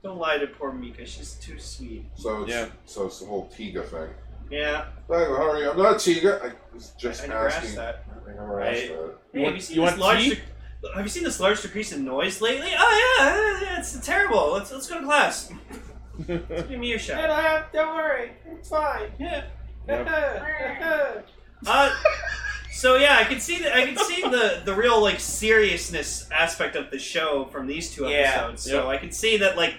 Don't lie to poor Mika, she's too sweet.
So it's,
Yeah.
so it's the whole Tiga thing.
Yeah,
Like, how are you? I'm not Tiga. I was just
I never asked
asking.
that.
I never
I-
asked that.
Hey,
You
have
want-
you seen
you
this
want
large?
tea?
dec- have you seen this large decrease in noise lately? Oh yeah, yeah, yeah, it's terrible. Let's let's go to class. Let's give me a shot.
don't worry, it's fine.
Yeah. Uh, so yeah, I can see that. I can see the the real like seriousness aspect of the show from these two
Yeah.
episodes. So I can see that like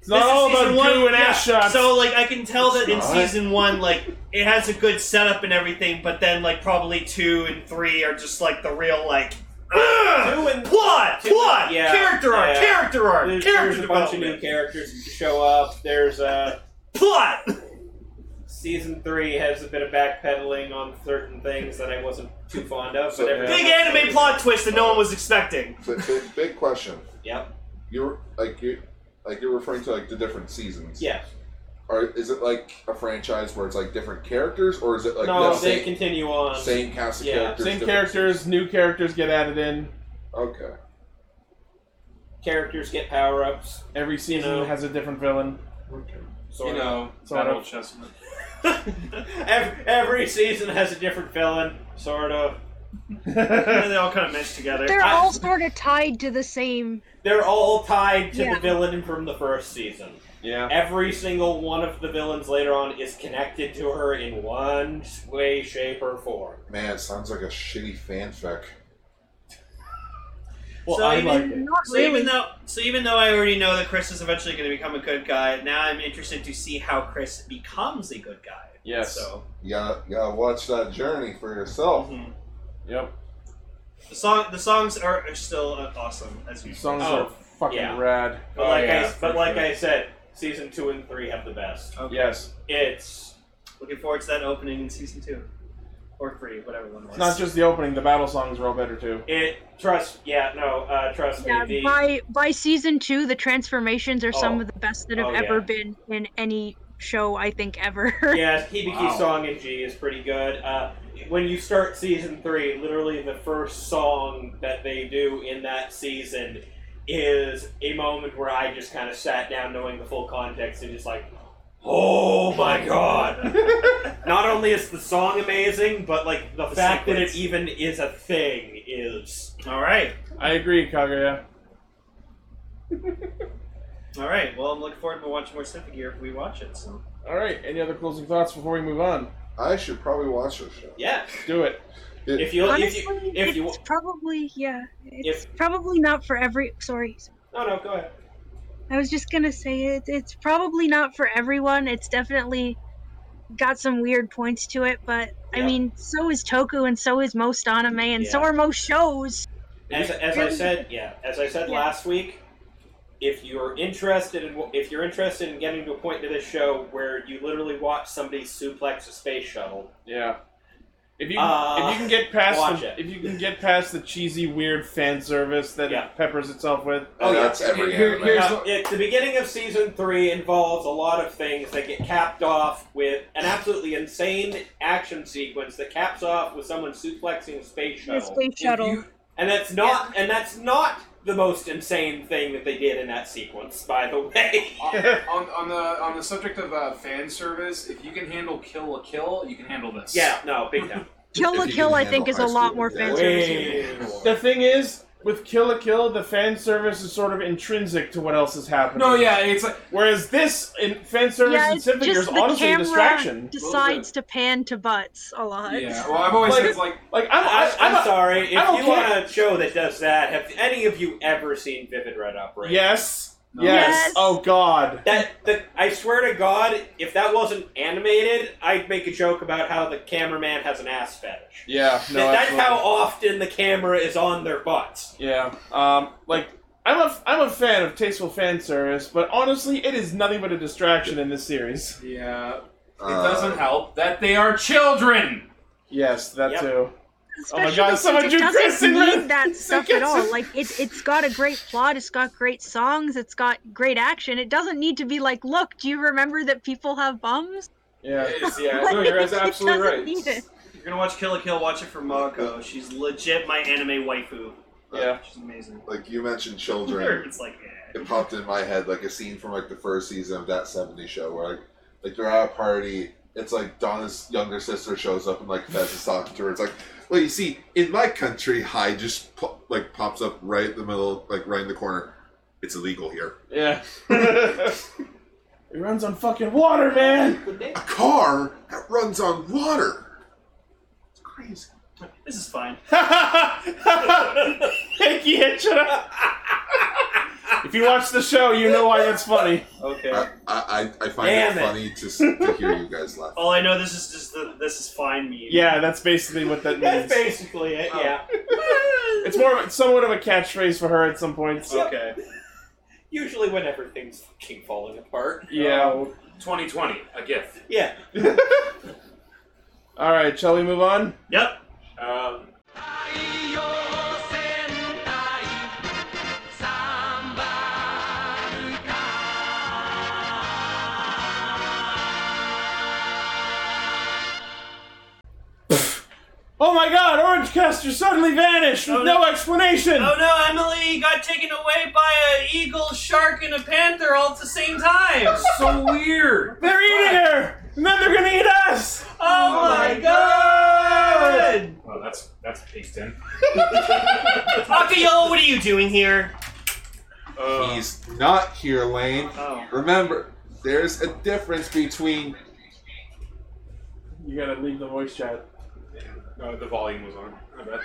It's not
this is
all
season
about
one-
goo and ass
yeah,
shots.
So like I can tell
It's
that in
not.
season one, like it has a good setup and everything, but then like probably two and three are just like the real like. "Ugh!
Two and-
plot,
two-
plot,
yeah,
character arc,
yeah.
character arc,
There's,
character
there's a bunch of new
development,
characters who show up. There's uh,
plot.
season three has a bit of backpedaling on certain things that I wasn't too fond of,
So-
but everything
Big
else-
anime plot twist that no one was expecting.
So, big, big question.
Yep.
You're like you, like you're referring to like the different seasons.
Yeah.
Or is it like a franchise where it's like different characters, or is it like
no,
the
they
same,
continue on.
same cast of
Yeah,
characters?
Same
different
characters, new characters get added in.
seasons? Okay.
Characters get power ups.
Every season
know.
has a different villain.
Okay.
Sort
You
of.
know,
Sort
that
of.
old chestnut.
every, every season has a different villain, sort of.
And they all kind of mesh together.
They're
I-
all sort of tied to the same.
They're all tied to
Yeah.
the villain from the first season.
yeah.
Every single one of the villains later on is connected to her in one way, shape, or form.
Man, it sounds like a shitty fanfic.
Well,
So
I
even-
like it.
Not
So
really.
even though, so even though I already know that Chris is eventually going to become a good guy, now I'm interested to see how Chris becomes a good guy.
Yes.
So
You gotta, you gotta watch that journey for yourself.
mhm.
Yep.
the song, the songs are, are still uh, awesome as usual.
Songs
Oh,
are fucking
yeah.
rad.
But
Oh,
like
yeah,
I,
for
but like
sure.
I said, season two and three have the best.
Okay.
Yes.
It's
Looking forward to that opening in season two or three, whatever one was.
It's not just the opening, the battle songs are all better too.
it. Trust. Yeah. No. Uh, trust
Yeah,
me. The,
by by season two, the transformations are some
Oh.
of the best that have
Oh,
ever
yeah.
been in any show I think ever.
Yes, Hibiki
Wow.
song in G is pretty good. Uh, when you start season three, literally the first song that they do in that season is a moment where I just kind of sat down, knowing the full context, and just like, oh my god! Not only is the song amazing, but like the,
The
fact
sequence.
that it even is a thing is
All right,
I agree, Kaguya.
all right. Well, I'm looking forward to watching more Symphony Gear if we watch it. So
Alright, any other closing thoughts before we move on?
I should probably watch this show.
yeah.
Do it.
If you if
Honestly,
you if you
it's probably yeah, it's probably not for every. Sorry,
no no go ahead.
I was just gonna say it. It's probably not for everyone. It's definitely got some weird points to it, but I
Yeah.
mean, so is Toku, and so is most anime, and so
Yeah.
are most shows.
As, as I said, yeah, as I said
Yeah.
last week, if you're interested in if you're interested in getting to a point to this show where you literally watch somebody suplex a space shuttle,
Yeah. If you
Uh,
if you can get past
watch
the,
it.
if you can get past the cheesy weird fan service that
Yeah.
it peppers itself with,
Oh, yeah. That's every
Here-
anime.
here's the- it- the beginning of season three involves a lot of things that get capped off with an absolutely insane action sequence that caps off with someone suplexing a space
The
shuttle.
space shuttle.
And that's not and that's not the most insane thing that they did in that sequence, by the way.
on, on the on the subject of uh, fan service, if you can handle Kill a Kill, you can handle this.
yeah, no, big time.
Kill a
If you
Kill,
can
I think,
handle
is a
high
lot
school,
more
yeah.
fan service.
the thing is, with Kill a Kill, the fan service is sort of intrinsic to what else is happening.
No, yeah, it's like
Whereas this in fan service
Yeah,
in
it's
Symphony
just
is
the
honestly a
camera
distraction. Oh
decides to pan to butts a lot.
yeah. Well, I've always
Like-
said it's like
Like I'm, I,
I,
I'm,
am sorry. If
I don't
you
care.
want a show that does that, have any of you ever seen Vivid Red Operate?
yes,
No.
yes,
Yes.
Oh God.
That the, I swear to God, if that wasn't animated, I'd make a joke about how the cameraman has an ass fetish.
Yeah. No.
That- that's
absolutely.
how often the camera is on their butts.
Yeah. Um. Like. I'm a, I'm a fan of tasteful fan service, but honestly, it is nothing but a distraction in this series.
yeah. It
Uh,
doesn't help that they are children.
Yes, that
Yep.
too. Oh my
Especially
God,
since
someone
it
drew
doesn't
Chris in
need
red.
that stuff at all.
Yes.
Like it, it's got a great plot. It's got great songs. It's got great action. It doesn't need to be like, look, do you remember that people have bums?
Yeah.
It's- yeah,
Like,
no, you're
it
absolutely
doesn't
right.
need it.
If you're gonna watch Kill a Kill, watch it for Mako. She's legit my anime waifu.
Yeah.
She's amazing.
Like you mentioned, children.
It's like, eh.
it popped in my head like a scene from like the first season of that 70s show where like, like they're at a party it's like donna's younger sister shows up and like Fez is talking to her it's like well you see in my country high just po- like pops up right in the middle like right in the corner it's illegal here
Yeah. it runs on fucking water, man.
a car that runs on water it's crazy
this is fine.
Thank you, Hitchera. if you watch the show, you know why that's funny.
Okay.
I, I, I I find
Damn
it
it.
funny to, s- to hear you guys laugh
All I know, this is just the this is fine meme.
Yeah, that's basically what that
That's
means.
basically it.
Oh.
Yeah.
It's more of a, somewhat of a catchphrase for her at some points.
Okay.
Usually, when everything's fucking falling apart.
Yeah.
2020, a gift.
Yeah.
All right, shall we move on?
Yep.
Um,
Oh my God! Orange Caster suddenly vanished with
Oh,
no explanation.
Oh no, Emily got taken away by an eagle, shark, and a panther all at the same time. Oh,
So weird.
They're eating her, and then they're gonna eat us.
Oh, my god!
Oh, that's that's paced in.
Akayo, what are you doing here?
Oh.
he's not here lane
Oh.
remember there's a difference between
You gotta leave the voice chat.
No, the volume was on. I bet.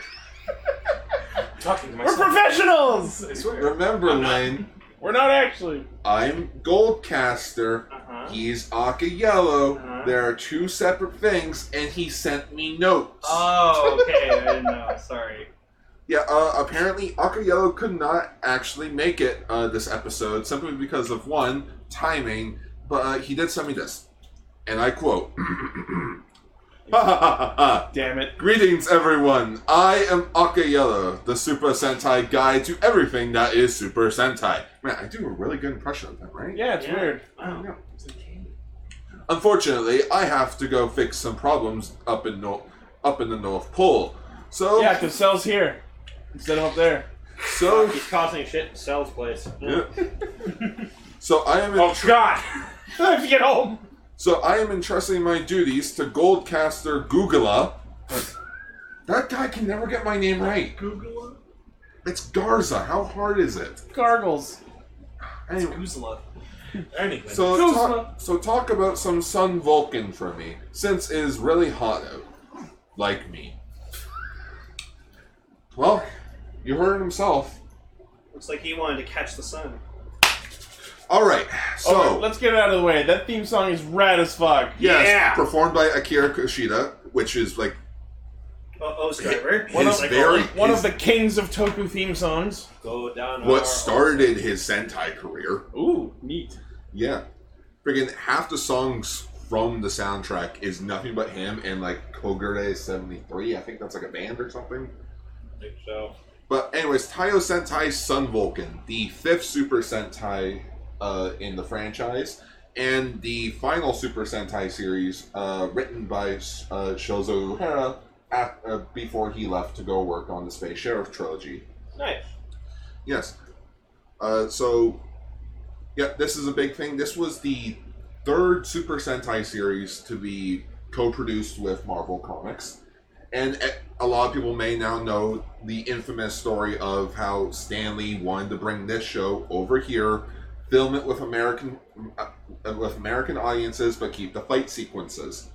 Talking to
We're
myself.
professionals.
I swear.
remember lane
We're not actually.
I'm Goldcaster.
Uh-huh.
He's Aka Yellow.
Uh-huh.
There are two separate things, and he sent me notes.
Uh.
Oh, okay, I didn't know. Sorry.
yeah, uh, apparently Aka Yellow could not actually make it uh, this episode simply because of one timing, but uh, he did send me this, and I quote.
Damn it.
Greetings, everyone. I am Aka Yellow, the Super Sentai guide to everything that is Super Sentai. Man, I do a really good impression of him, right?
Yeah, it's
Yeah.
weird.
Wow.
Unfortunately, I have to go fix some problems up in nor- up in the North Pole. So
Yeah, because Cell's here instead of up there.
so
he's causing shit in Cell's place.
so I am
Oh God! I have to get home.
so I am entrusting my duties to Goldcaster Googla. that guy can never get my name right.
Googla?
It's Garza. How hard is it?
Gargles.
Anyway,
Goozla.
Anyway.
so
Googla.
talk, so talk about some Sun Vulcan for me, since it is really hot out, like me. Well, you heard himself.
Looks like he wanted to catch the sun.
All right, so.
Okay, let's get it out of the way. That theme song is rad as fuck.
Yes,
Yeah.
performed by Akira Kushida, which is like
Oh, oh Skyver.
One
of-
It's like,
very-
One
Is-
of the kings of Toku theme songs.
Go down. our-
what started his Sentai career.
Ooh, neat.
Yeah. Friggin' half the songs from the soundtrack is nothing but him and like Kogure seventy three. I think that's like a band or something.
I think so.
But anyways, Taiyo Sentai Sun Vulcan, the fifth Super Sentai uh, in the franchise, and the final Super Sentai series uh, written by uh, Shozo Uhura at, uh, before he left to go work on the Space Sheriff trilogy.
Nice.
Yes. Uh, so, yeah, this is a big thing. This was the third Super Sentai series to be co-produced with Marvel Comics, and eh, a lot of people may now know the infamous story of how Stanley wanted to bring this show over here, film it with American uh, with American audiences, but keep the fight sequences.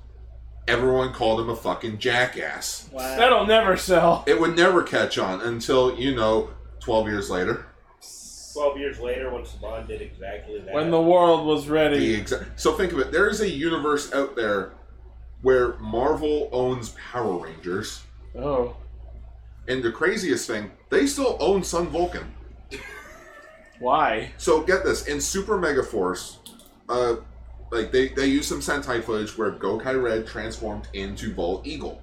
Everyone called him a fucking jackass.
That'll never sell.
It would never catch on until you know, twelve years later.
Twelve years later, when Saban did exactly that.
When the world was
The
ready.
exact. So think of it. There is a universe out there where Marvel owns Power Rangers,
Oh,
and the craziest thing, they still own Sun Vulcan.
why?
So get this in Super Mega Force, uh, like they they use some Sentai footage where Gokai Red transformed into Vol Eagle.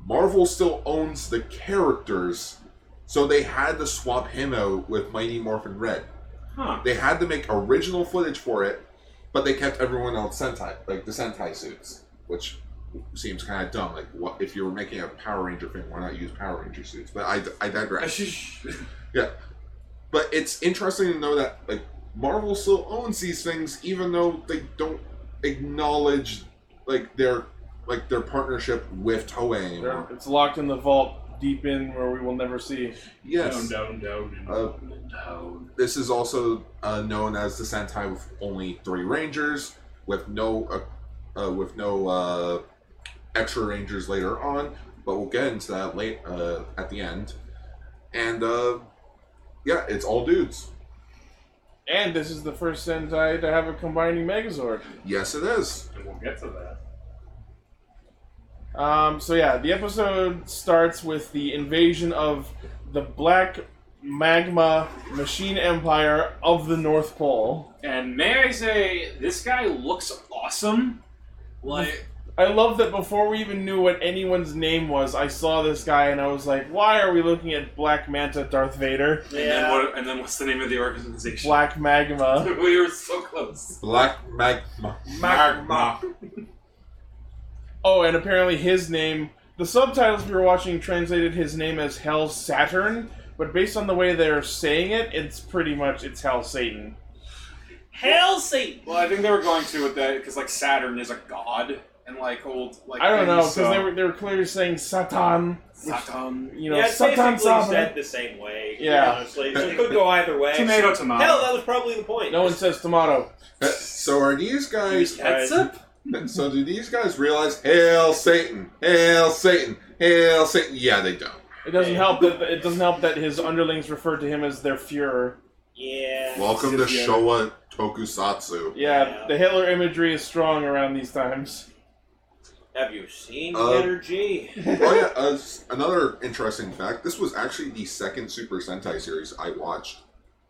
Marvel still owns the characters, so they had to swap him out with Mighty Morphin Red.
Huh.
They had to make original footage for it, but they kept everyone else Sentai, like the Sentai suits, which seems kind of dumb. Like, what if you were making a Power Ranger thing? Why not use Power Ranger suits? But I, I digress. yeah, but it's interesting to know that like Marvel still owns these things, even though they don't acknowledge like their like their partnership with Toei
They're-
anymore.
It's locked in the vault deep in where we will never see.
Yes.
Down, down, down,
Uh,
and down.
This is also uh, known as the Sentai with only three rangers, with no uh, uh, with no uh, extra rangers later on. But we'll get into that late uh, at the end. And uh, yeah, it's all dudes.
And this is the first Sentai to have a combining Megazord.
Yes, it is.
And we'll get to that.
Um, so yeah, the episode starts with the invasion of the Black Magma Machine Empire of the North Pole.
And may I say, this guy looks awesome. Like,
I love that before we even knew what anyone's name was, I saw this guy and I was like, why are we looking at Black Manta Darth Vader?
Yeah.
And then what? And then what's the name of the organization?
Black Magma.
we were so close.
Black magma.
Magma. Oh, and apparently his name, the subtitles we were watching translated his name as Hell Saturn, but based on the way they're saying it, it's pretty much it's Hell Satan.
Hell Satan.
well, I think they were going to with that because like Saturn is a god and like old like.
I don't know
things,
because they were they were clearly saying Satan,
so- Saturn.
you know,
yeah, it's
Satan,
basically
Satan.
said the same way.
Yeah.
Yeah, honestly, so it could go either way.
Tomato,
So-
tomato.
Hell, that was probably the point.
No one says tomato.
Uh, So are these guys?
Ketchup?
So do these guys realize? Hail Satan! Hail Satan! Hail Satan! Yeah, they don't.
It doesn't help that it doesn't help that his underlings refer to him as their Führer.
Yeah.
Welcome to
Yeah.
Showa Tokusatsu.
Yeah,
Yeah.
the Hitler imagery is strong around these times.
Have you seen
Uh,
Energy?
oh yeah, uh, s- another interesting fact. This was actually the second Super Sentai series I watched.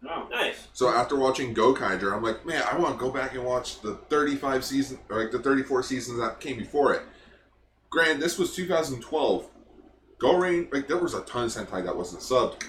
No.
Nice.
So after watching Gokaiger, I'm like, man, I want to go back and watch the 35 season, or like the 34 seasons that came before it. Granted, this was 2012. Go Rain, like there was a ton of Sentai that wasn't subbed.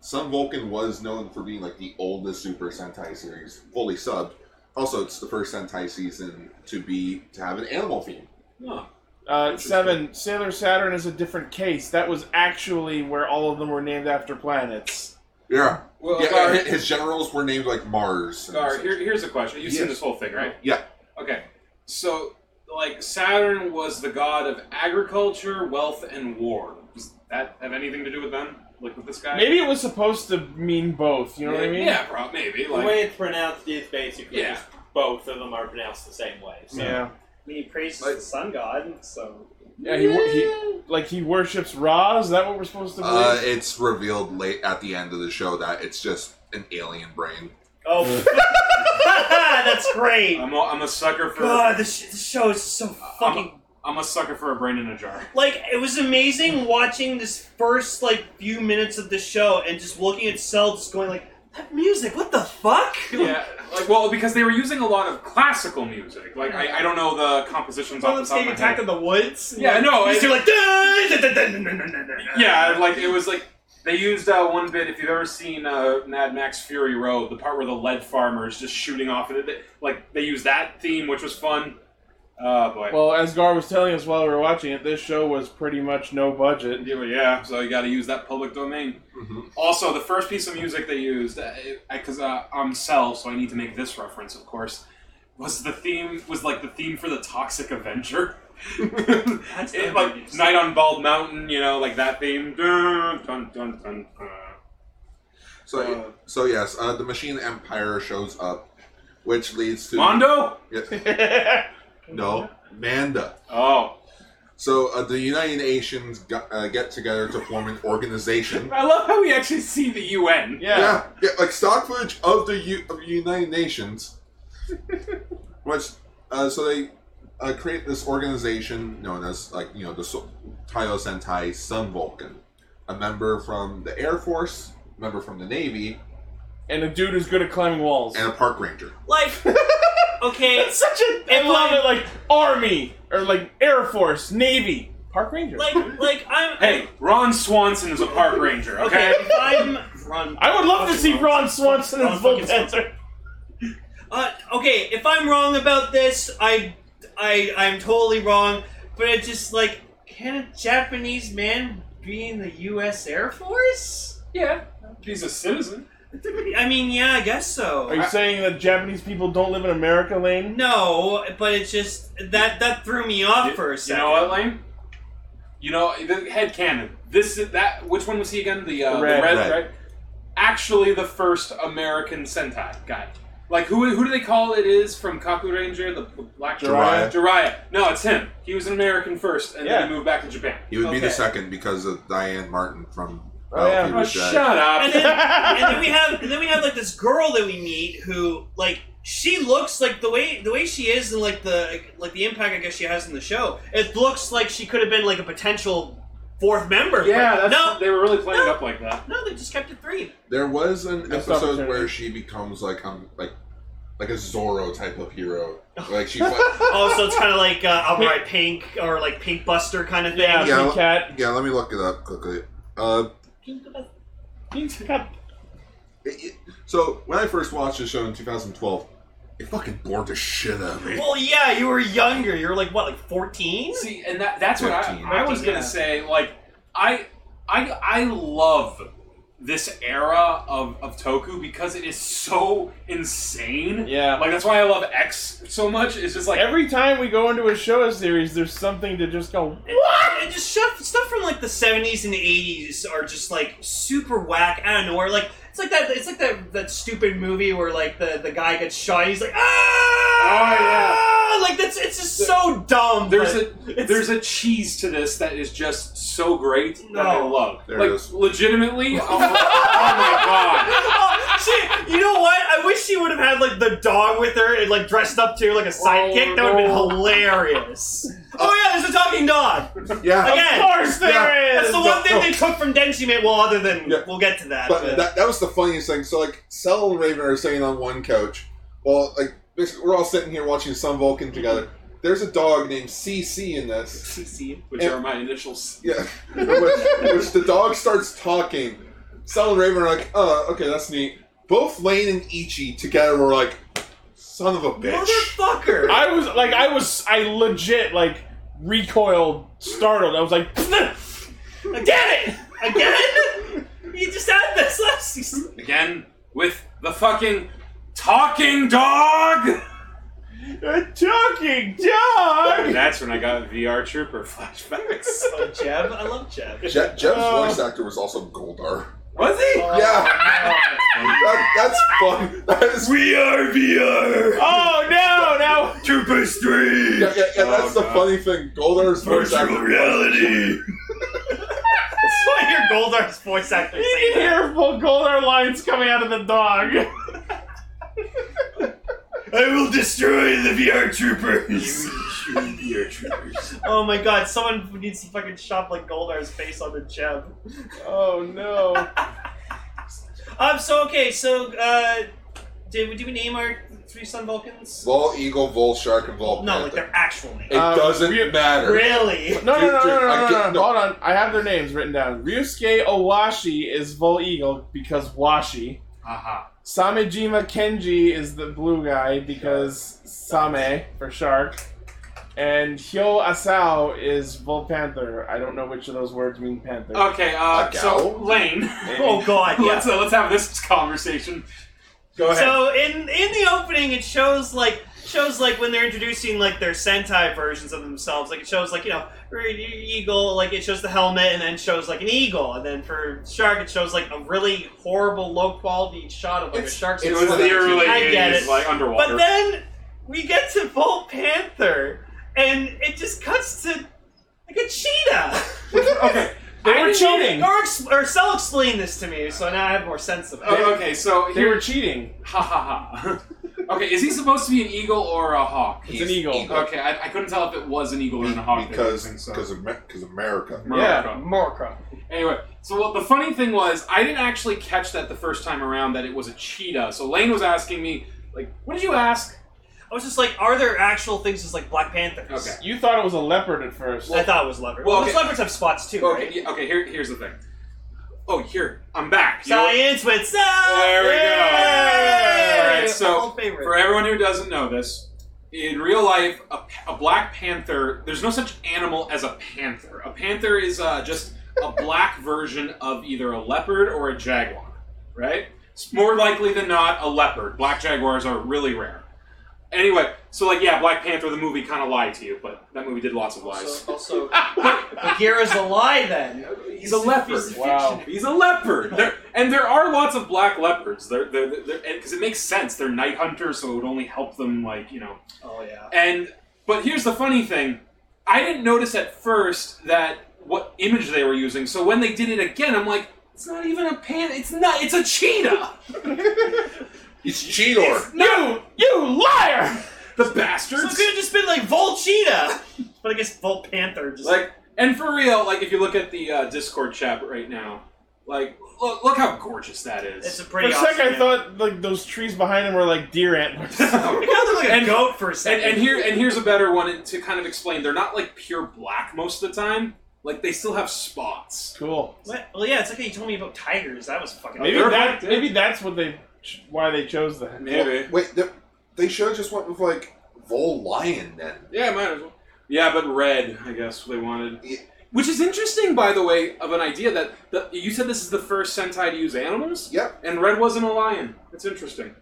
Sun Vulcan was known for being like the oldest Super Sentai series fully subbed. Also, it's the first Sentai season to be to have an animal theme.
No.
Uh, seven, Sailor Saturn is a different case. That was actually where all of them were named after planets.
Yeah,
Well,
yeah,
Gar,
hi- his generals were named like Mars. and
Gar
such.
here, here's a question. You've seen
Yes.
this whole thing, right?
Yeah.
Okay. So, like, Saturn was the god of agriculture, wealth, and war. Does that have anything to do with them? Like with this guy?
Maybe it was supposed to mean both, you know what I mean?
Yeah, probably. Maybe.
The
Like,
way it's pronounced is basically
Yeah.
just both of them are pronounced the same way. So.
Yeah.
I mean, he praises
Like-
the sun god, so
Yeah, he, wor- he like he worships Ra, is that what we're supposed to believe?
Uh, it's revealed late at the end of the show that it's just an alien brain.
oh, that's great.
I'm a, I'm a sucker for.
God, this, sh- this show is so fucking
I'm a sucker for a brain in a jar.
like it was amazing watching this first like few minutes of the show and just looking at Cell just going like that music what the fuck
Yeah, Like, well, because they were using a lot of classical music. Like, I, I don't know the compositions
Well,
off
it's
the top of
like
my
Attack
head.
of the Woods.
Yeah, no,
You're
it-
like. "Dun, dun, dun, dun, dun, dun, dun, dun."
Yeah, like it was like they used uh, one bit. If you've ever seen uh, Mad Max Fury Road, the part where the lead farmer is just shooting off, and it, like they used that theme, which was fun. Uh, boy.
Well, as Gar was telling us while we were watching it, this show was pretty much no budget.
Yeah, well, yeah, so you got to use that public domain. Also, the first piece of music they used, because uh, I'm Cell, so I need to make this reference, of course, was the theme was like the theme for the Toxic Avenger.
That's not
It, like
good.
Night on Bald Mountain, you know, like that theme. Dun, dun, dun, dun, dun.
So, so yes, uh, the Machine Empire shows up, which leads to
Mondo?
Yeah. no, Manda.
Oh.
So uh, the United Nations got, uh, get together to form an organization.
I love how we actually see the UN.
Yeah.
yeah, yeah, like stock footage of the U- of United Nations. Which, uh, so they uh, create this organization known as like you know the so- Taio Sentai Sun Vulcan, a member from the Air Force, a member from the Navy,
And a dude who's good at climbing walls.
and a park ranger.
Like, okay,
It's such a. I
And
love
like-
it. Like Army or like Air Force, Navy, Park Ranger.
like, like I'm.
Hey, Ron Swanson is a park ranger, okay?
okay, if I'm Ron.
I would love to see Ron Swanson
Ron
as
fucking
Volpetzer.
Uh, okay, if I'm wrong about this, I, I, I'm totally wrong. But it's just like, can a Japanese man be in the U.S. Air Force?
yeah. He's a citizen.
I mean, yeah, I guess so.
Are you saying that Japanese people don't live in America, Lane?
No, but it's just that that threw me off for a
You
second.
know what, Lane? You know, the head cannon. This is that. Which one was he again? The, uh,
The red.
Red.
right? Actually, the first American Sentai guy. Like who? Who do they call it? Is from Kaku Ranger, the the Black
Jiraiya.
Jiraiya. No, it's him. He was an American first, and
Yeah.
then he moved back to Japan.
He would be the
Okay.
second because of Diane Martin from
Oh, yeah.
Battlefield
Oh,
Jack.
shut
And
up!
then, and then we have and then we have like this girl that we meet who like she looks like the way the way she is and like the like the impact I guess she has in the show. It looks like she could have been like a potential fourth member.
yeah,
but
that's,
no,
they were really playing it
No.
up like that.
No, they just kept it three.
There was an
Missed
episode
opportunity.
where she becomes like um like like a Zorro type of hero. Like she fought-
Oh, so it's kind of like uh, outright pink or like Pink Buster kind of thing.
Yeah,
Yeah.
Pink Cat.
Yeah, let me look it up quickly. Uh,
Pink Cat.
it- it- so when I first watched the show in 2012, it fucking bored the shit out of me.
Well, yeah, you were younger. You were like what, like fourteen?
See, and that, that's what
Fifteen.
I, I was
Yeah.
gonna say. Like, I, I, I love this era of, of Toku because it is so insane.
Yeah.
Like that's why I love X so much. It's just like
Every time we go into a show series, there's something to just go.
What? And just stuff, stuff from like the seventies and eighties are just like super whack out of nowhere. Like it's like that. It's like that that stupid movie where like the the guy gets shot. and He's like
Oh,
ah. Like that's it's just so dumb.
there's
but
a
it's-
there's a cheese to this that is just so great that I
No.
love.
There
like
it is.
legitimately. oh, my- oh my god.
Oh, she, you know what? I wish she would have had like the dog with her and like dressed up too, like a sidekick. that would have
Oh,
no.
been hilarious. oh yeah, there's a talking dog.
yeah,
Of
Again,
course there is.
Yeah.
that's the one thing
No.
they took from Denshimate. Well, other than
Yeah.
we'll get to that.
but that, that was the funniest thing. So like, Cell and Raven are sitting on one couch. Well, like basically, we're all sitting here watching Sun Vulcan together. There's a dog named CC in this.
CC.
Which
And-
are my initials.
Yeah, which, which the dog starts talking. Cell and Raven are like, "Uh, okay, that's neat." Both Lane and Ichi together were like, "Son of a bitch."
Motherfucker!
I was like, I was, I legit like recoiled, startled. I was like,
Again! Again? you just had this last season.
Again with the fucking talking dog.
a talking dog.
That's when I got VR Trooper flashbacks.
Oh, Jeb. I love Jeb.
Je- Jeb's
Oh.
voice actor was also Goldar.
Was he?
yeah, that, that's fun. That is
We are VR.
Oh no, now
Troopers three.
yeah, yeah, yeah, that's
Oh,
the
God.
funny thing. Goldar's voice actor.
reality.
That's why your Goldar's voice actor
you can
saying
hear full Goldar lines coming out of the dog.
I will destroy the VR troopers. You VR troopers.
that. Oh my god, someone needs to fucking shop like Goldar's face on the Jeb.
Oh no.
Um, so okay, so, uh, did we, did we name our three Sun Vulcans?
Vol Eagle, Vol Shark, and Vol
No,
Panther.
like their actual name.
It doesn't matter.
Really?
No, no, no, no, no, no, no,
I get-
no. Hold on. I have their names written down. Ryusuke Owashi is Vol Eagle because Washi.
Aha.
Samejima Kenji is the blue guy because Same for shark. And Hyo Asao is Vol Panther. I don't know which of those words mean panther.
Okay, uh, so Lane.
Oh God, yeah.
let's uh, let's have this conversation. Go ahead.
So in in the opening, it shows like shows like when they're introducing like their Sentai versions of themselves. Like it shows like you know re- eagle, like it shows the helmet, and then shows like an eagle, and then for shark, it shows like a really horrible low quality shot of like a shark's.
it was the early
I get
80s,
it.
like underwater.
But then we get to Volt Panther, and it just cuts to like a cheetah.
okay, they
I
were
didn't even-
cheating.
Or, ex- or Cell explained this to me, so now I have more sense of it.
Oh, okay, so
They were cheating.
Ha ha ha. okay, is he supposed to be an eagle or a hawk?
It's an eagle.
Okay, I, I couldn't tell if it was an eagle or a hawk. they were
because
using,
because
so-
because America.
Yeah.
Morcrow.
Anyway, so well, the funny thing was, I didn't actually catch that the first time around that it was a cheetah. So Lane was asking me, like, what did you ask?
I was just like, are there actual things just like Black Panthers?
Okay.
You thought it was a leopard at first.
I thought it was leopard.
Well,
Well,
okay.
those leopards have spots too,
Okay,
right?
yeah, okay here, here's the thing. Oh, here, I'm back. You know what?
Science with science.
There we go. All right, so
Old favorite.
for everyone who doesn't know this, in real life, a, pa- a black panther, there's no such animal as a panther. A panther is uh, just a black version of either a leopard or a jaguar, right? It's more likely than not a leopard. Black jaguars are really rare. Anyway, so like yeah, Black Panther the movie kind of lied to you, but that movie did lots of lies.
Also, also Bagheera's a lie then.
He's a leopard.
He's a
Wow.
He's a leopard. There, and there are lots of black leopards. They're because it makes sense. They're night hunters, so it would only help them like you know.
Oh yeah.
And but here's the funny thing: I didn't notice at first that what image they were using. So when they did it again, I'm like, it's not even a pan. It's not. It's a cheetah.
It's Cheetor.
You, you liar!
The
So it
bastards.
could have just been like Volt Cheetah, but I guess Volt Panther just
Like and for real, like if you look at the uh, Discord chat right now, like look look how gorgeous that is.
it's a
For
pretty.
a sec,
awesome
I thought like those trees behind him were like deer antlers.
It kind of looked like a
And-
goat for a
And,
second.
and here and here's a better one to kind of explain. They're not like pure black most of the time. Like they still have spots.
cool.
What? Well, yeah, it's like how you told me about tigers. That was fucking.
Maybe
they're
that.
black, too.
Maybe that's what they. ch- Why they chose that.
Maybe.
Wait, they, they should have just went with like Vol Lion then.
Yeah, might as well. Yeah, but red, I guess they wanted.
Yeah.
Which is interesting, by the way, of an idea that the, you said this is the first Sentai to use animals,
Yep.
and red wasn't a lion. That's interesting.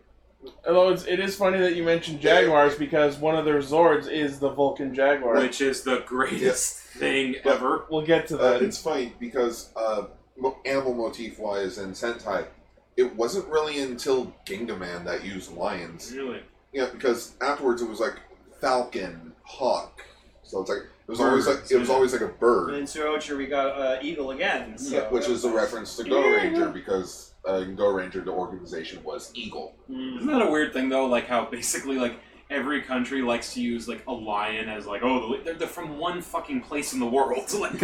Although it's, it is funny that you mentioned jaguars because one of their zords is the Vulcan jaguar.
Which is the greatest thing
But-
ever.
We'll get to
Uh,
that.
it's funny because uh, mo- animal motif wise and Sentai, it wasn't really until Gingaman that used lions.
Really.
Yeah, because afterwards it was like falcon, hawk. So it's like it was always like it was always like a
And
bird,
then Surocher, we got uh, eagle again. So.
yeah, which is a reference to Go Ranger because uh, in Go Ranger the organization was eagle.
Mm.
Isn't that a weird thing though? Like how basically like every country likes to use like a lion as like oh the, they're, they're from one fucking place in the world. Like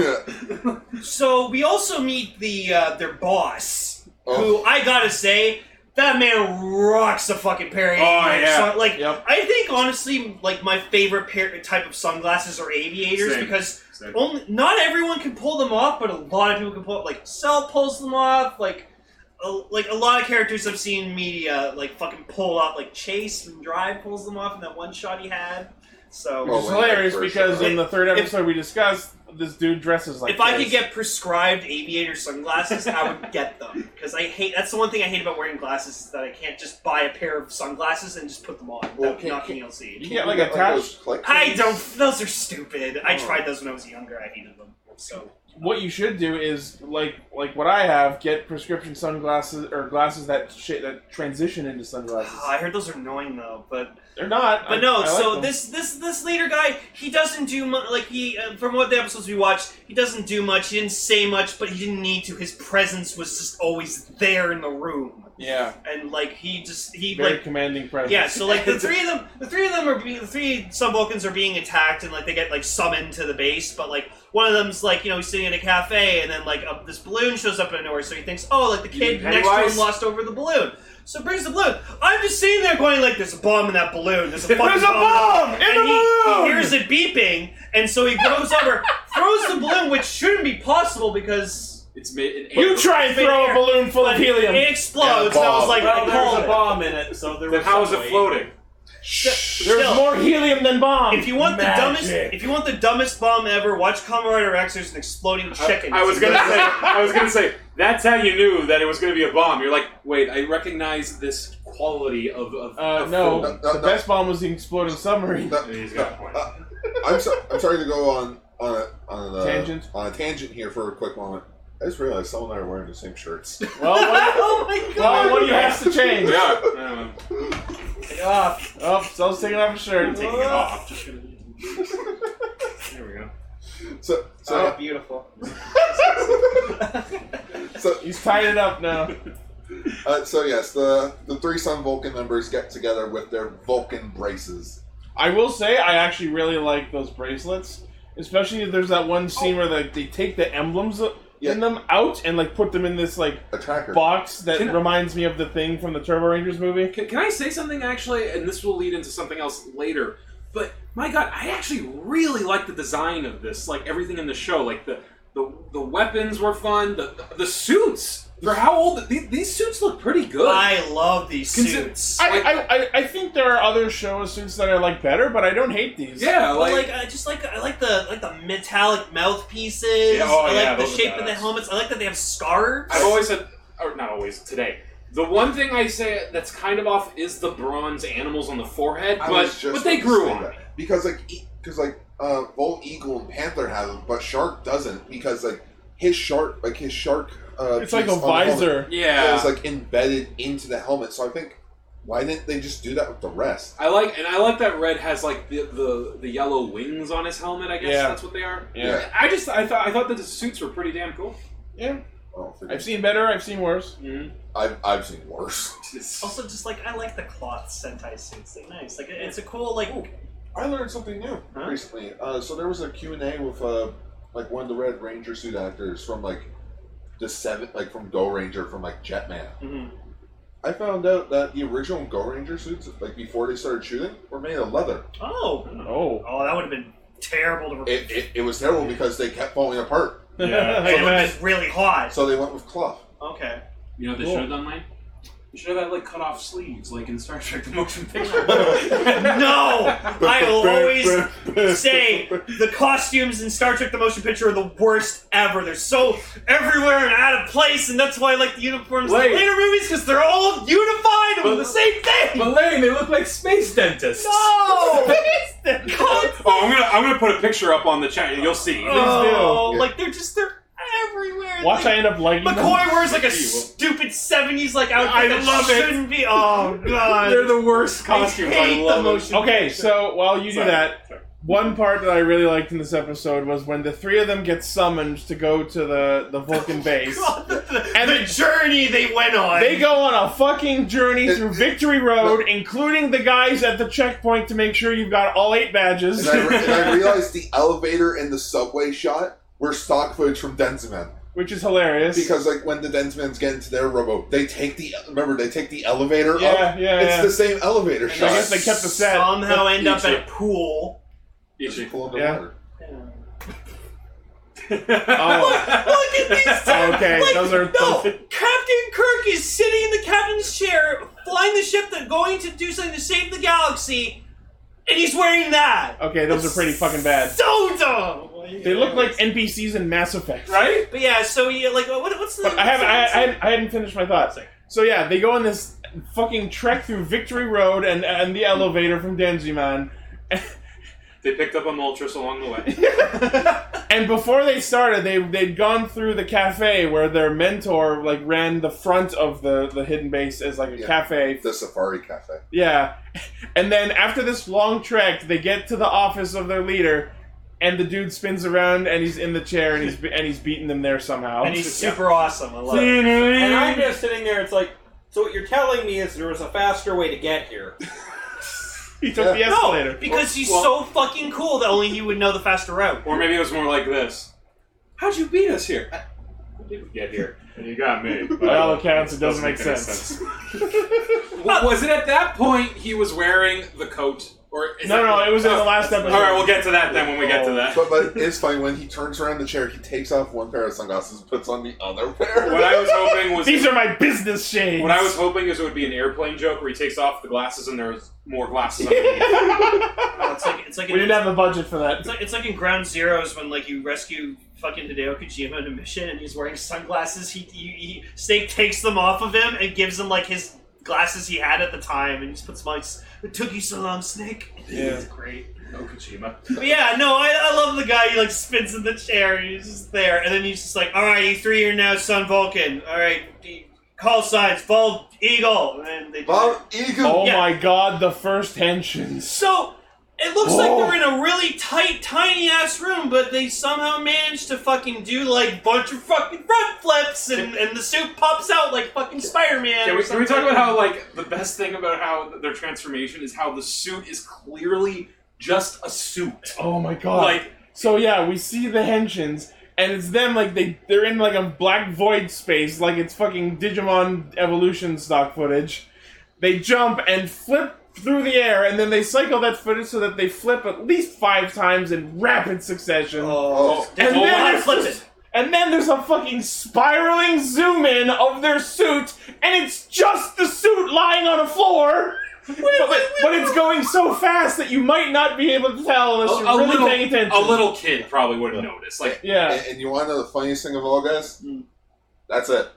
So we also meet the uh, their boss,
oh,
who I gotta say that man rocks the fucking pair. of
Oh,
like,
yeah.
sun- like
Yep.
I think honestly, like my favorite pair type of sunglasses are aviators
Same.
because only not everyone can pull them off, but a lot of people can pull. Like Cell pulls them off. Like a, like a lot of characters I've seen in media like fucking pull off. Like Chase and Drive pulls them off in that one shot he had.
Which
So
is
Well, when they
hilarious
first
because
showed
in the third
If-
episode we discussed this dude dresses like.
if I
this.
could get prescribed aviator sunglasses, I would get them because I hate. That's the one thing I hate about wearing glasses is that I can't just buy a pair of sunglasses and just put them on.
Well,
that would
can-
knock
can-
me LC.
you get like
Like those
attached.
click
I
things?
don't. Those are stupid. I
Oh.
tried those when I was younger. I hated them. So
What you should do is like like what I have: get prescription sunglasses or glasses that shit that transition into sunglasses.
Ah, I heard those are annoying though, but
They're not. I-
but no.
I like
so
them.
this this this leader guy, he doesn't do much. Like he, uh, from what the episodes we watched, he doesn't do much. He didn't say much, but he didn't need to. His presence was just always there in the room,
Yeah,
and like he just he
very
like
commanding presence.
Yeah, so like the three of them, the three of them are being, the three sub Vulcans are being attacked, and like they get like summoned to the base. But like one of them's like you know he's sitting in a cafe, and then like a, this balloon shows up out of nowhere, so he thinks, oh, like the
You
kid
mean
next to him
Pennywise?
lost over the balloon. So brings the balloon. I'm just sitting there going like, "There's a bomb in that balloon. There's a fucking
There's a bomb in
and
the
he,
balloon!"
He hears it beeping, and so he goes over, throws the balloon, which shouldn't be possible because
it's made. In
You try and
it's made
throw
air,
a balloon full of
but
helium.
It explodes. and I was like,
well,
I
there
called
was
it.
a bomb in it, so there
Then
was.
how is
some way.
it floating?
There's
Still.
more helium than bomb.
If you want the dumbest,
Magic.
if you want the dumbest bomb ever, watch Kamen Rider X. There's an exploding chicken.
I was gonna say. I was gonna say that's how you knew that it was gonna be a bomb. You're like, wait, I recognize this quality of. of,
Uh,
of
no,
food.
the best bomb was the exploding submarine.
No,
He's got a point.
I'm, so, I'm sorry to go on on a, on a
Tangent?
on a tangent here for a quick moment. I just realized someone and I are wearing the same shirts.
Well, what,
oh my god!
well, what do you have to change?
Yeah. yeah.
Ah,
Oh, someone's taking off a
I'm
shirt.
taking it off. Just gonna- there we go.
So
Oh,
so,
beautiful.
so
He's tied it up now.
uh, so yes, the the three Sun Vulcan members get together with their Vulcan braces.
I will say, I actually really like those bracelets. Especially if there's that one scene where like, they take the emblems
Yeah.
in them out and like put them in this like
A tracker.
box that
Can I-
reminds me of the thing from the Turbo Rangers movie.
Can, can I say something actually, and this will lead into something else later? But my God, I actually really like the design of this, like everything in the show, like the the, the weapons were fun, the the suits for how old these, these suits look pretty good.
I love these
Consi-
suits.
I, I, I, I think there are other show suits that I like better, but I don't hate these.
yeah,
But
like,
like, I just like I like the like the metallic mouthpieces.
Yeah, oh,
I like
yeah,
the
those are
shape of the
badass.
helmets. I like that they have scarves.
I've always said, or not always today. The one thing I say that's kind of off is the bronze animals on the forehead,
I
but
was just
but they
about to
grew
say
on.
that.
me.
because like because like uh, Volt Eagle and Panther have them, but Shark doesn't because like his shark like his shark. Uh,
It's like
piece
a
on the helmet
visor.
Yeah,
is like embedded into the helmet. So I think why didn't they just do that with the rest?
I like and I like that red has like the the, the yellow wings on his helmet. I guess
Yeah.
that's what they are.
Yeah.
I just I thought I thought that the suits were pretty damn cool.
Yeah.
Oh, forget-
I've seen better, I've seen worse.
Mm-hmm.
I've, I've seen worse.
also just like I like the cloth Sentai suits. They're nice. Like it's a cool like.
I learned something new
Huh?
recently. Uh, so there was a Q and A with uh, like one of the Red Ranger suit actors from like the seven, like from Go Ranger from like Jetman.
Mhm.
I found out that the original Go Ranger suits, like before they started shooting, were made of leather.
Oh.
Oh.
Oh, that would have been terrible to.
It, it, it was terrible because they kept falling apart.
Yeah.
it was really hot.
So they went with cloth.
Okay.
You know what they
Cool.
should have done, Lane? You should have had like cut off sleeves, like in Star Trek: The Motion Picture.
No, I will always say the costumes in Star Trek: The Motion Picture are the worst ever. They're so everywhere and out of place, and that's why I like the uniforms in
Wait.
the later movies because they're all unified and
But-
the same thing.
but Lane, they look like space dentists.
no, God,
Oh, I'm gonna I'm gonna put a picture up on the chat. You'll see.
oh,
do.
like they're just they're everywhere.
Watch I
like,
end up liking them.
McCoy wears like a
Evil.
stupid '70s like
I
outfit that
love it.
shouldn't be. Oh God,
They're the worst costumes. I,
hate the
love
motion
Okay, so while you
it.
do that,
Sorry.
one part that I really liked in this episode was when the three of them get summoned to go to the, the Vulcan base.
God, the,
And
the journey they went on.
They go on a fucking journey through Victory Road, including the guys at the checkpoint to make sure you've got all eight badges.
And I, re- and I realized the elevator and the subway shot were stock footage from Denziman.
which is hilarious.
Because like when the Densmans get into their rowboat, they take the remember they take the elevator
yeah,
up.
yeah,
It's
yeah.
the same elevator
I
shot.
guess they kept the set.
Somehow end up at a
Egypt.
pool.
Just
Itchy.
pull in the
Yeah.
water.
Oh,
Look at these two.
okay,
Like,
those are
No, Captain Kirk is sitting in the captain's chair, flying the ship that going to do something to save the galaxy, and he's wearing that.
okay. Those are pretty fucking bad.
So dumb.
They look like NPCs in Mass Effect.
Right?
But yeah, so he like what, what's the?
But I haven't. I, I, hadn't- I hadn't finished my thoughts. So yeah, they go on this fucking trek through Victory Road and and the elevator from Denziman.
They picked up a Moltres along the way.
And before they started, they they'd gone through the cafe where their mentor like ran the front of the the hidden base as like a
Yeah.
cafe.
The Safari Cafe.
Yeah. And then after this long trek, they get to the office of their leader. And the dude spins around, and he's in the chair, and he's be- and he's beating them there somehow.
and he's super awesome. I love it.
And
and
I'm just sitting there. It's like, so what you're telling me is there was a faster way to get here.
he took the
Yeah.
escalator.
No, because he's
Well-
so fucking cool that only he would know the faster route.
Or maybe it was more like this. How'd you beat us here? I- did we get here?
And you got me.
By all accounts, it doesn't make
any
sense.
Well, was it at that point he was wearing the coat? Or is
No,
that- Oh.
no, it was in the last episode.
All right, we'll get to that then when we get to that.
But, but it's funny when he turns around the chair, he takes off one pair of sunglasses, and puts on the other pair.
What I was hoping was
These are my business shades.
What I was hoping is it would be an airplane joke where he takes off the glasses and there's more glasses.
it's like it's like
We didn't have the budget for that.
It's like it's like in Ground Zeroes when like you rescue fucking Hideo Kojima in a mission and he's wearing sunglasses. He, he, he Snake takes them off of him and gives him like his glasses he had at the time and he just puts them on. He's, It took you so long, Snake.
Yeah.
it's great.
Oh, Kojima.
But yeah, no, I, I love the guy. He like spins in the chair. And he's just there, and then he's just like, "All right, you three are now Sun Vulcan. All right, the call signs, Bald Eagle." And then they
Bald Eagle.
Oh
Yeah.
my god, the first tensions.
So it looks like they're in a really tight, tiny ass room, but they somehow managed to fucking do like bunch of fucking front flips, and, and the suit pops out like fucking Spider Man.
Can we, can we talk about how like the best thing about how their transformation is how the suit is clearly just a suit.
Oh my god.
Like-
so yeah, we see the henshins, and it's them like they they're in like a black void space, like it's fucking Digimon evolution stock footage. They jump and flip through the air, and then they cycle that footage so that they flip at least five times in rapid succession.
Oh,
and then
Oh, I
there's-
flipped it.
And then there's a fucking spiraling zoom in of their suit, and it's just the suit lying on a floor. but, but it's going so fast that you might not be able to tell unless
A,
you're
a
really
little,
paying attention.
a little kid probably would have noticed. Like
Yeah. Mm.
And, and you want to know the funniest thing of all, guys? That's it.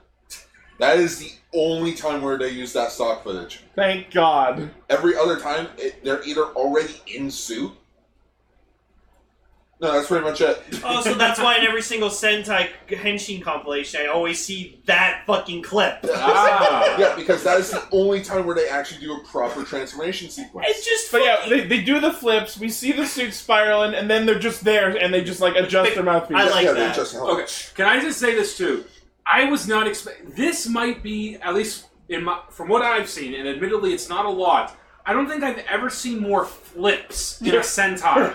That is the only time where they use that stock footage.
Thank God.
Every other time, it, they're either already in suit. No, that's pretty much it.
Oh, so that's why in every single Sentai Henshin compilation, I always see that fucking clip.
Ah.
yeah, because that is the only time where they actually do a proper transformation sequence.
It's just
But yeah, they, they do the flips. We see the suit spiraling, and then they're just there, and they just like adjust their mouthpiece.
Yeah, yeah, they're Just,
Okay, can I just say this too? I was not expect. This might be at least in my from what I've seen, and admittedly, it's not a lot. I don't think I've ever seen more flips in a Sentai.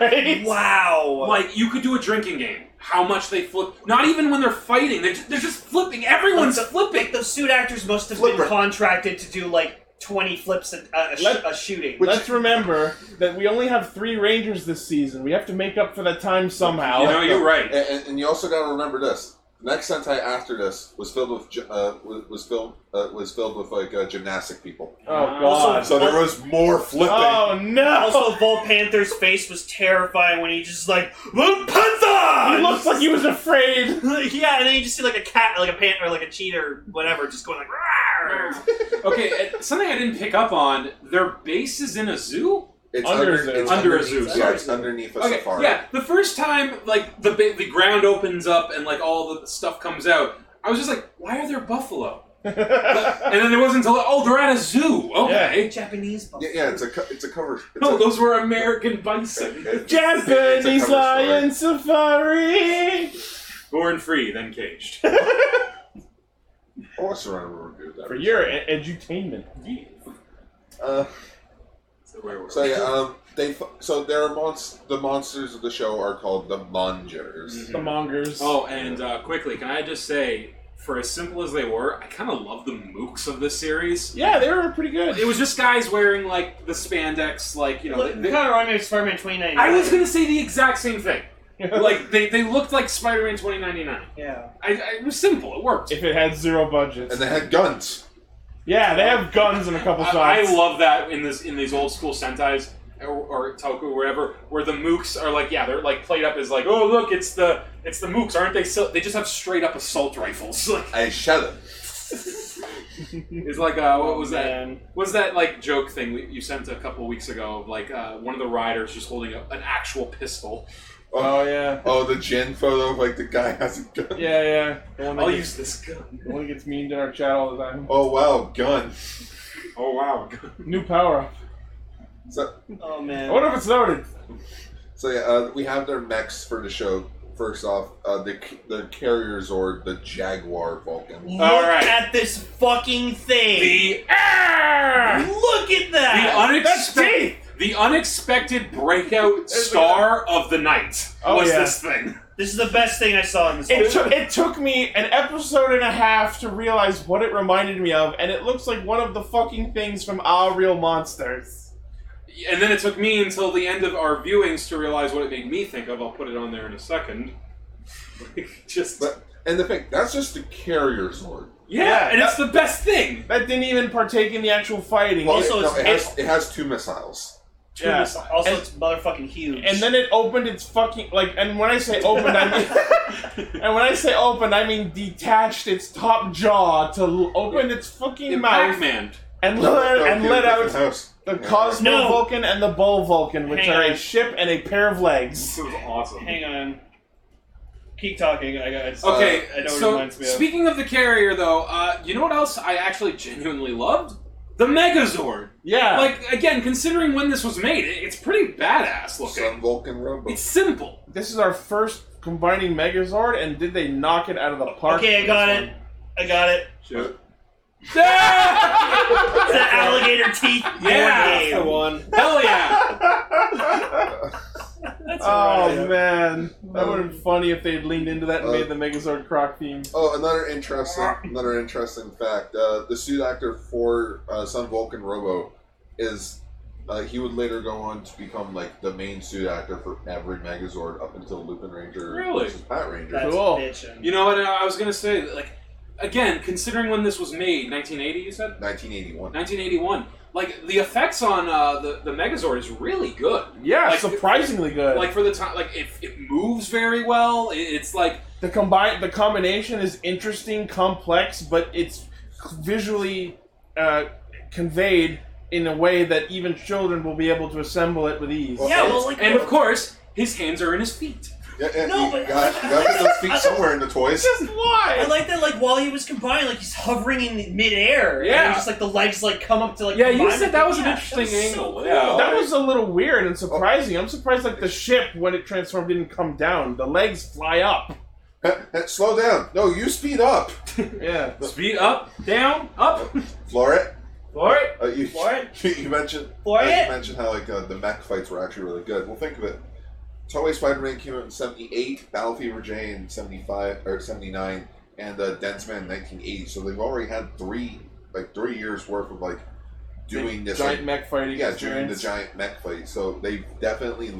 Right?
Wow.
Like you could do a drinking game. How much they flip? Not even when they're fighting. They're just, they're just flipping. Everyone's
Like the-
flipping.
Like the suit actors must have been contracted to do like twenty flips a, a, a, sh-
Let-
a shooting.
Let's remember that we only have three Rangers this season. We have to make up for that time somehow.
And, and, and you also got to remember this: the next Sentai after this was filled with gy- uh, was was filled uh, was filled with like uh, gymnastic people.
Oh, God.
So there was more flipping.
Oh no!
Also, Vol Panther's face was terrifying when he just like Vol Panther.
He looks like he was afraid.
yeah, and then you just see like a cat, like a pant, or like a cheetah, or whatever, just going like. "Rawr."
okay, and something I didn't pick up on. Their base is in a zoo.
It's
Under
under,
a zoo.
It's
Under a
underneath-
zoo,
Yeah,
sorry.
it's underneath a
Okay,
safari.
yeah. The first time, like the ba- the ground opens up and like all the stuff comes out, I was just like, why are there buffalo? and then it wasn't until oh, they're at a zoo. Okay.
Japanese. buff-
Yeah, yeah, it's a co- it's a cover. It's
No,
a,
those were American bison.
it-
Japanese
cover
lion safari.
Born free, then caged.
I watched the Running River Review that.
For your e- edutainment.
Uh,
So where were
so
we?
yeah, um, they fu- so there are monst- the monsters of the show are called the Mongers.
The mongers.
Oh, and uh, quickly, can I just say, for as simple as they were, I kind of love the mooks of this series.
Yeah, they were pretty good.
It was just guys wearing like the spandex, like you know.
Look,
they-
they
they-
kind of remind me of Spider-Man 2099.
I was gonna say the exact same thing. like they, they looked like Spider-Man 2099.
Yeah.
I, I, it was simple. It worked.
If it had zero budget.
And they had guns.
Yeah, they have guns in a couple shots.
I, I love that in this in these old school Sentai's or, or Toku wherever where the mooks are like yeah they're like played up as like oh look it's the it's the mooks aren't they so they just have straight up assault rifles like
I shut it.
it's like uh, what was that
man.
was that like joke thing that you sent a couple weeks ago of like uh, one of the riders just holding a, an actual pistol
Oh yeah.
Oh, the gin photo of like the guy has a gun.
Yeah, yeah. The one that
I'll
gets-
use this gun
The one that gets memed in our chat all the time.
Oh wow, gun.
oh wow
New power up.
So
Oh
I
man.
wonder if it's loaded.
so yeah, uh, we have their mechs for the show. First off, uh, the the carrier Zord, the Jaguar Vulcan.
Look
All right.
at this fucking thing.
the air
Look at
the
that.
unexpected The unexpected breakout star of the night
Oh,
was
yeah.
this thing.
This is the best thing I saw in this.
It,
whole
took it took me an episode and a half to realize what it reminded me of, and it looks like one of the fucking things from Our Real Monsters.
And then it took me until the end of our viewings to realize what it made me think of. I'll put it on there in a second. just
but, and the thing that's just the carrier sword.
Yeah, and it's the best thing.
That didn't even partake in the actual fighting.
Well,
It-
it, no, it has, it has two missiles.
two missiles. Also, it's motherfucking huge.
And then it opened its fucking like. And when I say opened, I mean, and when I say opened, I mean detached its top jaw to l- open its fucking mouth
Pac-Man.
and let
No,
and
the
let
American
out
house.
the
Yeah.
Cosmo
No.
Vulcan and the Bull Vulcan, which
Hang
are
on.
a ship and a pair of legs.
It was awesome.
Hang on. Keep talking. I got. it's-
Okay,
I know what it
so
reminds me of.
speaking of the carrier, though, uh, you know what else I actually genuinely loved? The Megazord.
Yeah,
Like again, considering when this was made, it, it's pretty badass looking.
Sun Vulcan robot.
It's simple.
this is our first combining Megazord, and did they knock it out of the park?
okay, I got it. I got it.
Yeah!
It's that alligator teeth board
Yeah.
The
game.
one.
Hell yeah!
That's
Oh
alright.
man, that would have been funny if they had leaned into that and
Uh,
made the Megazord Croc theme.
Oh, another interesting, another interesting fact. Uh, the suit actor for uh, Sun Vulcan Robo is uh, he would later go on to become like the main suit actor for every Megazord up until Lupin Ranger
Really?
versus Pat Ranger.
That's
Cool.
bitchin'.
You know what I was gonna say? Like, again, considering when this was made, 1980, you said
1981.
1981. Like the effects on uh, the the Megazord is really good.
Yeah,
Like-
surprisingly good.
Like for the time, like it, it moves very well. It, it's like
the combine the combination is interesting, complex, but it's visually uh, conveyed in a way that even children will be able to assemble it with ease.
Well,
Yeah, well, like,
and of course his hands are in his feet.
Yeah, and
No,
you
but-
got, you got to put those feet somewhere in the toys.
Just
I
why?
like that, like while he was combining, like he's hovering in midair.
Yeah.
and just like the legs like come up to like.
Yeah, you
combine
said
with
that
the-
was an
yeah,
interesting
that was so
angle,
cool.
yeah.
That was a little weird and surprising. I'm surprised like the ship when it transformed didn't come down. The legs fly up.
Slow down. No, you speed up.
Yeah.
Speed up, down, up.
Floret.
All right,
Uh, you,
Floret?
you mentioned
Floret?
uh, you mentioned how like uh, the mech fights were actually really good. Well, think of it. Toei Spider-Man came out in '78, Battle Fever Jane '75 or '79, and uh, Densman in 1980. So they've already had three like three years worth of like doing this.
giant
like,
mech fighting.
yeah, doing
experience.
the giant mech fight. So they've definitely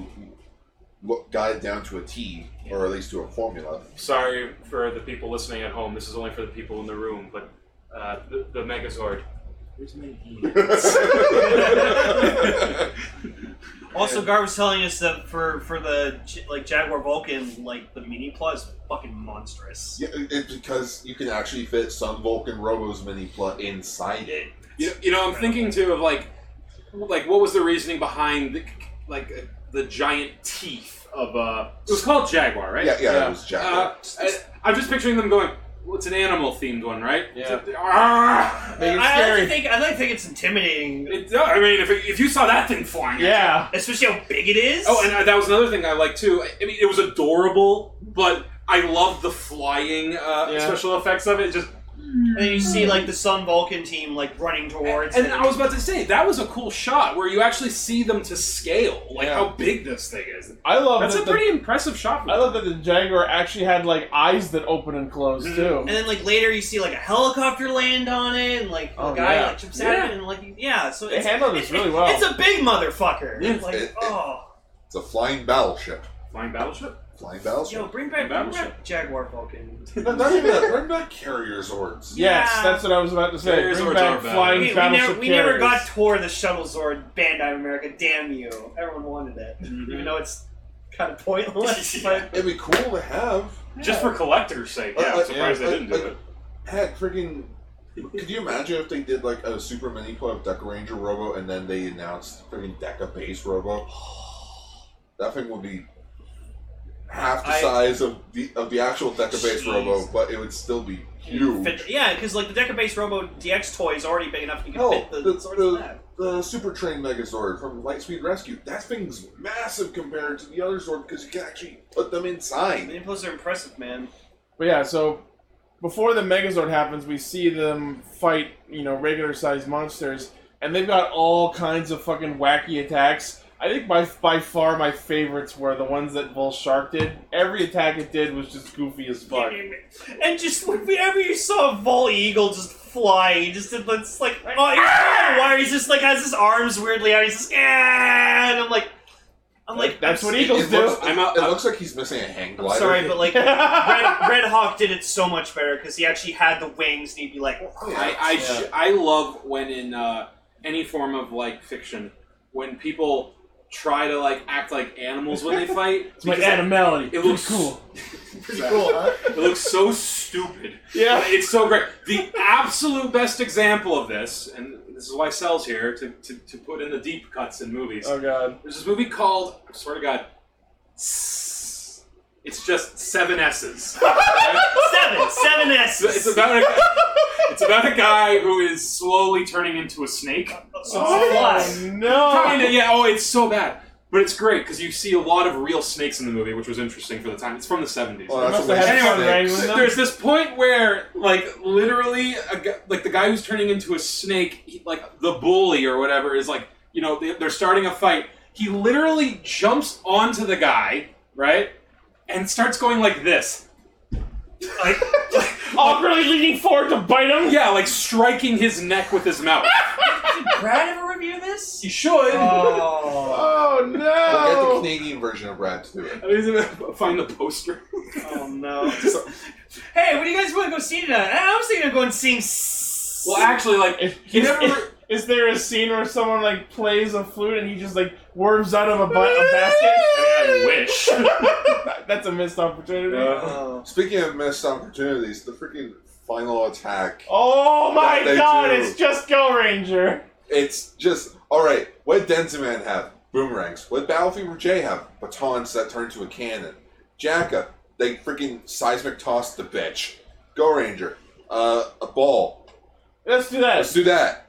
look, got it down to a T, or at least to a formula.
Sorry for the people listening at home. This is only for the people in the room, but uh, the, the Megazord. Where's my
Also, Gar was telling us that for for the J- like Jaguar Vulcan, like the mini plot is fucking monstrous.
Yeah, it, it- because you can actually fit Sun Vulcan Robo's mini plot inside it.
You, you know, I'm thinking too of like, like what was the reasoning behind the, like uh, the giant teeth of uh? It was called Jaguar, right?
Yeah, yeah,
Yeah.
it was
Uh,
Jack.
I, I'm just picturing them going. Well, it's an animal themed one, right?
Yeah.
Arrgh!
Make it
I like
scary.
to think I like to think it's intimidating,
It- no, I mean, if, if you saw that thing flying, at you-
yeah.
especially how big it is.
Oh, and uh, that was another thing I liked too. I I mean, it was adorable, but I loved the flying uh,
Yeah.
special effects of it. Just
And then you see like the Sun Vulcan team like running towards.
and
it.
I was about to say that was a cool shot where you actually see them to scale, like
Yeah.
how big this thing is.
I love
That's
that
a
Oh, the-
pretty impressive shot. for
I
them.
love that the Jaguar actually had like eyes that open and close
Mm.
too.
And then like later you see like a helicopter land on it and like
Oh,
a guy
yeah.
like jumps out
Yeah.
of it and like he- yeah, so
They
it's,
handled this
it-
really
it-
well.
It's a big motherfucker.
Yeah.
Like
It- it-
oh
It's a flying battleship.
flying battleship.
Flying
yo,
battleship.
bring back, bring
Battleship.
back Jaguar Vulcan.
No, not even that. Bring back carrier zords.
Yes,
Yeah.
that's what I was about to say.
Carriers
Bring
or
back
Tar Bag?
flying
We, we never,
battleship
we never
carriers.
got Tor the Shuttle Zord Bandai of America. Damn you! Everyone wanted it,
Mm-hmm.
even
Mm-hmm.
though it's kind of pointless. But
It'd be cool to have.
Just for collectors' sake, yeah.
Uh, uh,
I'm surprised
yeah,
they didn't
uh,
do
uh,
it.
Heck, freaking. Could you imagine if they did like a super mini play of Deca Ranger Robo and then they announced freaking Deca Base Robo? That thing would be half the
I-
size of the of the actual Deca Base
Jeez.
Robo, but it would still be huge.
Fit- yeah, because like the Deca Base Robo DX toy is already big enough you can
No,
fit the,
the-
Zords
the-
in that.
the Super Train Megazord from Lightspeed Rescue. That thing's massive compared to the other Zord because you can actually put them
The
inside.
impulses are impressive, man.
But yeah, so before the Megazord happens, we see them fight, you know, regular sized monsters, and they've got all kinds of fucking wacky attacks. I think by by far my favorites were the ones that Bull Shark did. Every attack it did was just goofy as fuck.
And just whenever you saw a Vol Eagle just fly, he just did this like oh, he's flying wire. He's just like has his arms weirdly out. He's just "Ah," and I'm like, I'm like
That's what
I'm-
eagles
it
do.
Looks,
I'm out-
it
I'm-
looks like he's missing a hang
I'm
glider.
sorry, but like Red, Red Hawk did it so much better because he actually had the wings, and he'd be like,
Oh,
I I, sh- I love when in uh, any form of like fiction, when people try to like act like animals when they fight.
It's my
because, like,
animality.
it looks
cool.
Pretty cool, It looks so stupid.
Yeah.
It's so great. The absolute best example of this, and this is why Cell's here to, to, to put in the deep cuts in movies.
Oh god.
There's this movie called, I swear to God, S- it's just seven S's.
seven, seven S's.
It's about a guy, it's about a guy who is slowly turning into a snake.
So
Oh.
it's a lot.
no.
Kinda, yeah. Oh, it's so bad, but it's great because you see a lot of real snakes in the movie, which was interesting for the time. It's from the seventies.
Well, Oh, that's
Must have
a
had fun
waste of
wrangling
snakes.
them.
There's this point where, like, literally, a gu- like the guy who's turning into a snake, he, like the bully or whatever, is like, you know, they, they're starting a fight. He literally jumps onto the guy, right, and starts going like this.
Like,
Awkwardly leaning forward to bite him.
Yeah, like striking his neck with his mouth.
did Brad ever review this?
He should.
Oh,
Oh
We'll get the
no.
Canadian version of Brad to do it.
I mean, find the poster.
oh no. hey, what do you guys want to go see tonight? I was thinking of going seeing.
Well, actually, like
If-
he
if-
never.
Is there a scene where someone like plays a flute and he just like worms out of a, bu- a basket?
I wish. Uh-huh.
That's a missed opportunity.
Oh.
Speaking of missed opportunities, the freaking final attack.
oh my
Yeah, they
god,
do.
it's just Go Ranger.
It's just all right. What did Denziman have? Boomerangs. What did Battlefield J have? Batons that turn to a cannon. Jacka. They freaking seismic tossed the bitch. Go Ranger. Uh, a ball.
Let's do that.
Let's do that.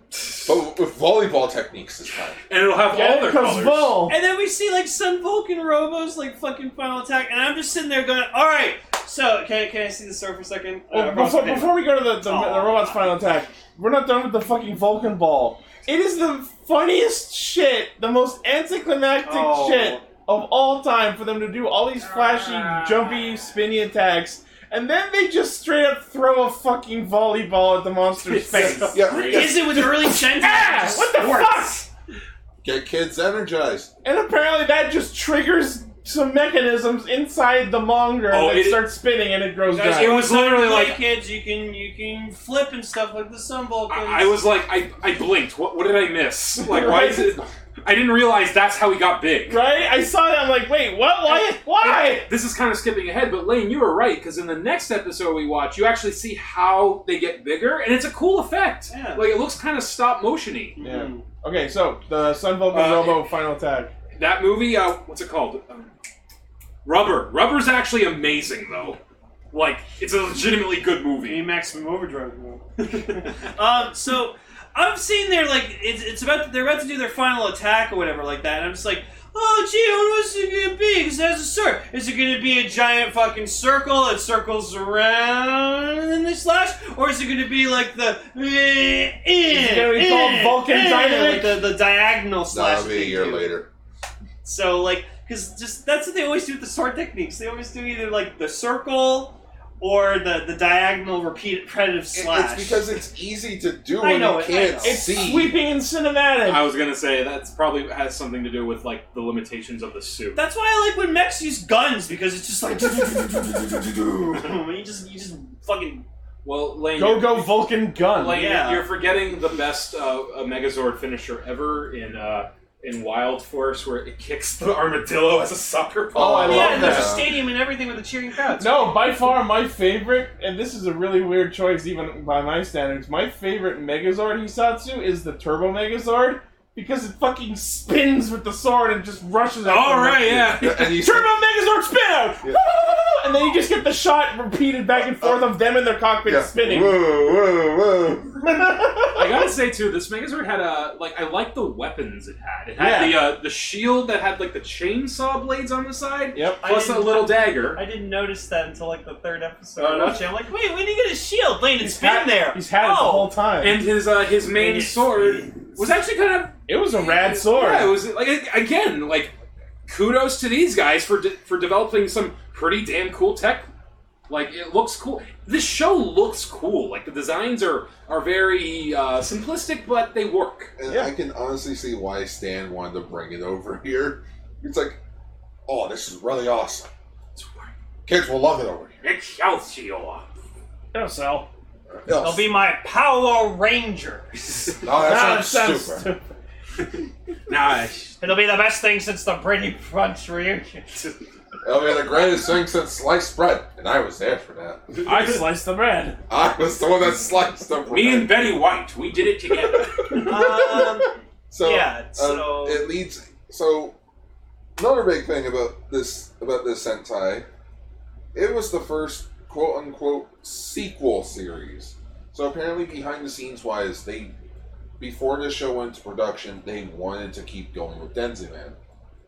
But with volleyball techniques this time.
and it'll have all
Yeah,
their
because
colors.
Vol.
And then we see like Sun Vulcan Robo's like fucking final attack, and I'm just sitting there going, "All right, so can, can I see the sword for a second?
Well, Oh,
Uh, Oh.
before,
Robot's-
before we go to the, the,
Aw.
the robot's final attack, we're not done with the fucking Vulcan ball. It is the funniest shit, the most anticlimactic
Oh.
shit of all time for them to do all these flashy, jumpy, spinny attacks, and then they just straight up throw a fucking volleyball at the monster's face.
Yeah.
Is it with early Sentai?
Ah, what the fuck?
Get kids energized.
And apparently that just triggers some mechanisms inside the monger
Oh,
that
it-
starts spinning and it grows
Guys,
down.
it was literally
Play
like kids. You can you can flip and stuff like the Sun Vulcans.
I, I was like, I, I blinked. What, what did I miss? Like, why is it? I didn't realize that's how he got big.
right? I saw that. I'm like, wait, what? Why? Why?
This is kind of skipping ahead, but Lane, you were right because in the next episode we watch, you actually see how they get bigger, and it's a cool effect.
Yeah.
Like it looks kind of stop motiony.
Yeah. Okay, so the Sun Vulcan
Uh,
Robo final attack.
That movie, uh, what's it called? Um, Rubber. Rubber's actually amazing though. Like it's a legitimately good movie.
maximum overdrive. um, so I'm sitting there like it's, it's about they're about to do their final attack or whatever like that, and I'm just like, oh gee, what is it gonna be? Because has a sword. Is it gonna be a giant fucking circle that circles around and then they slash, or is it gonna be like the eh,
it gonna be
eh,
called
eh,
Vulcan
eh,
Dynamic?
like the, the diagonal slash?
That'll be a
thing,
year
too.
later.
So like, because just that's what they always do with the sword techniques. They always do either like the circle. Or the, the diagonal repeat repetitive
It-
slash.
It's because it's easy to do
I
when
know
you
it, I
can't
know.
It's
see.
sweeping and cinematic.
I was gonna say that's probably has something to do with like the limitations of the suit.
That's why I like when mechs use guns because it's just like you just you just fucking
Well, Lane,
go
you're-
go Vulcan gun.
Like
Yeah.
you're forgetting the best uh, uh, Megazord finisher ever in uh, in Wild Force, where it kicks the armadillo as a soccer
Oh,
ball.
I
yeah.
love
And there's a
that.
stadium and everything with a cheering crowd.
no, by far my favorite, and this is a really weird choice even by my standards. My favorite Megazord Hisatsu is the Turbo Megazord because it fucking spins with the sword and just rushes out.
All
the
right,
monster.
yeah.
And you
Turbo Megazord spin out,
Yeah. Uh,
and then you just get the shot repeated back and forth of them in their cockpit
yeah.
spinning.
Whoa, whoa, whoa.
I
I gotta say too, this Megazord had a like. I like the weapons it had. It had
Yeah.
the uh, the shield that had like the chainsaw blades on the side.
Yep.
Plus
I
that
didn't-
little dagger.
I didn't notice that until like the third episode.
Oh, no?
Watching, I'm like, wait, when did he get his shield? Wait, it's been
had-
there.
He's had it the
Oh.
whole time.
And his uh, his main
Yes.
sword was actually kind of
it was a rad sword.
Yeah, it was like a- again like kudos to these guys for de- for developing some pretty damn cool tech. Like it looks cool. This show looks cool. Like the designs are are very uh, simplistic, but they work.
And
Yeah.
I can honestly see why Stan wanted to bring it over here. It's like, oh, this is really awesome. Kids will love it over here.
Excelsior!
It'll sell.
They'll be my Power Rangers.
no, that
Ah,
sounds
that sounds
stupid.
stupid.
Nice.
It'll be the best thing since the Brady Crunch reunion.
It'll be the greatest thing since sliced bread, and I was there for that.
I sliced the bread.
I was the one that sliced the bread.
Me and Betty White, we did it together.
um,
So
Yeah,
um,
so-
it leads. So another big thing about this about this Sentai, it was the first quote unquote sequel series. So apparently, behind the scenes wise, they before this show went to production, they wanted to keep going with Denziman,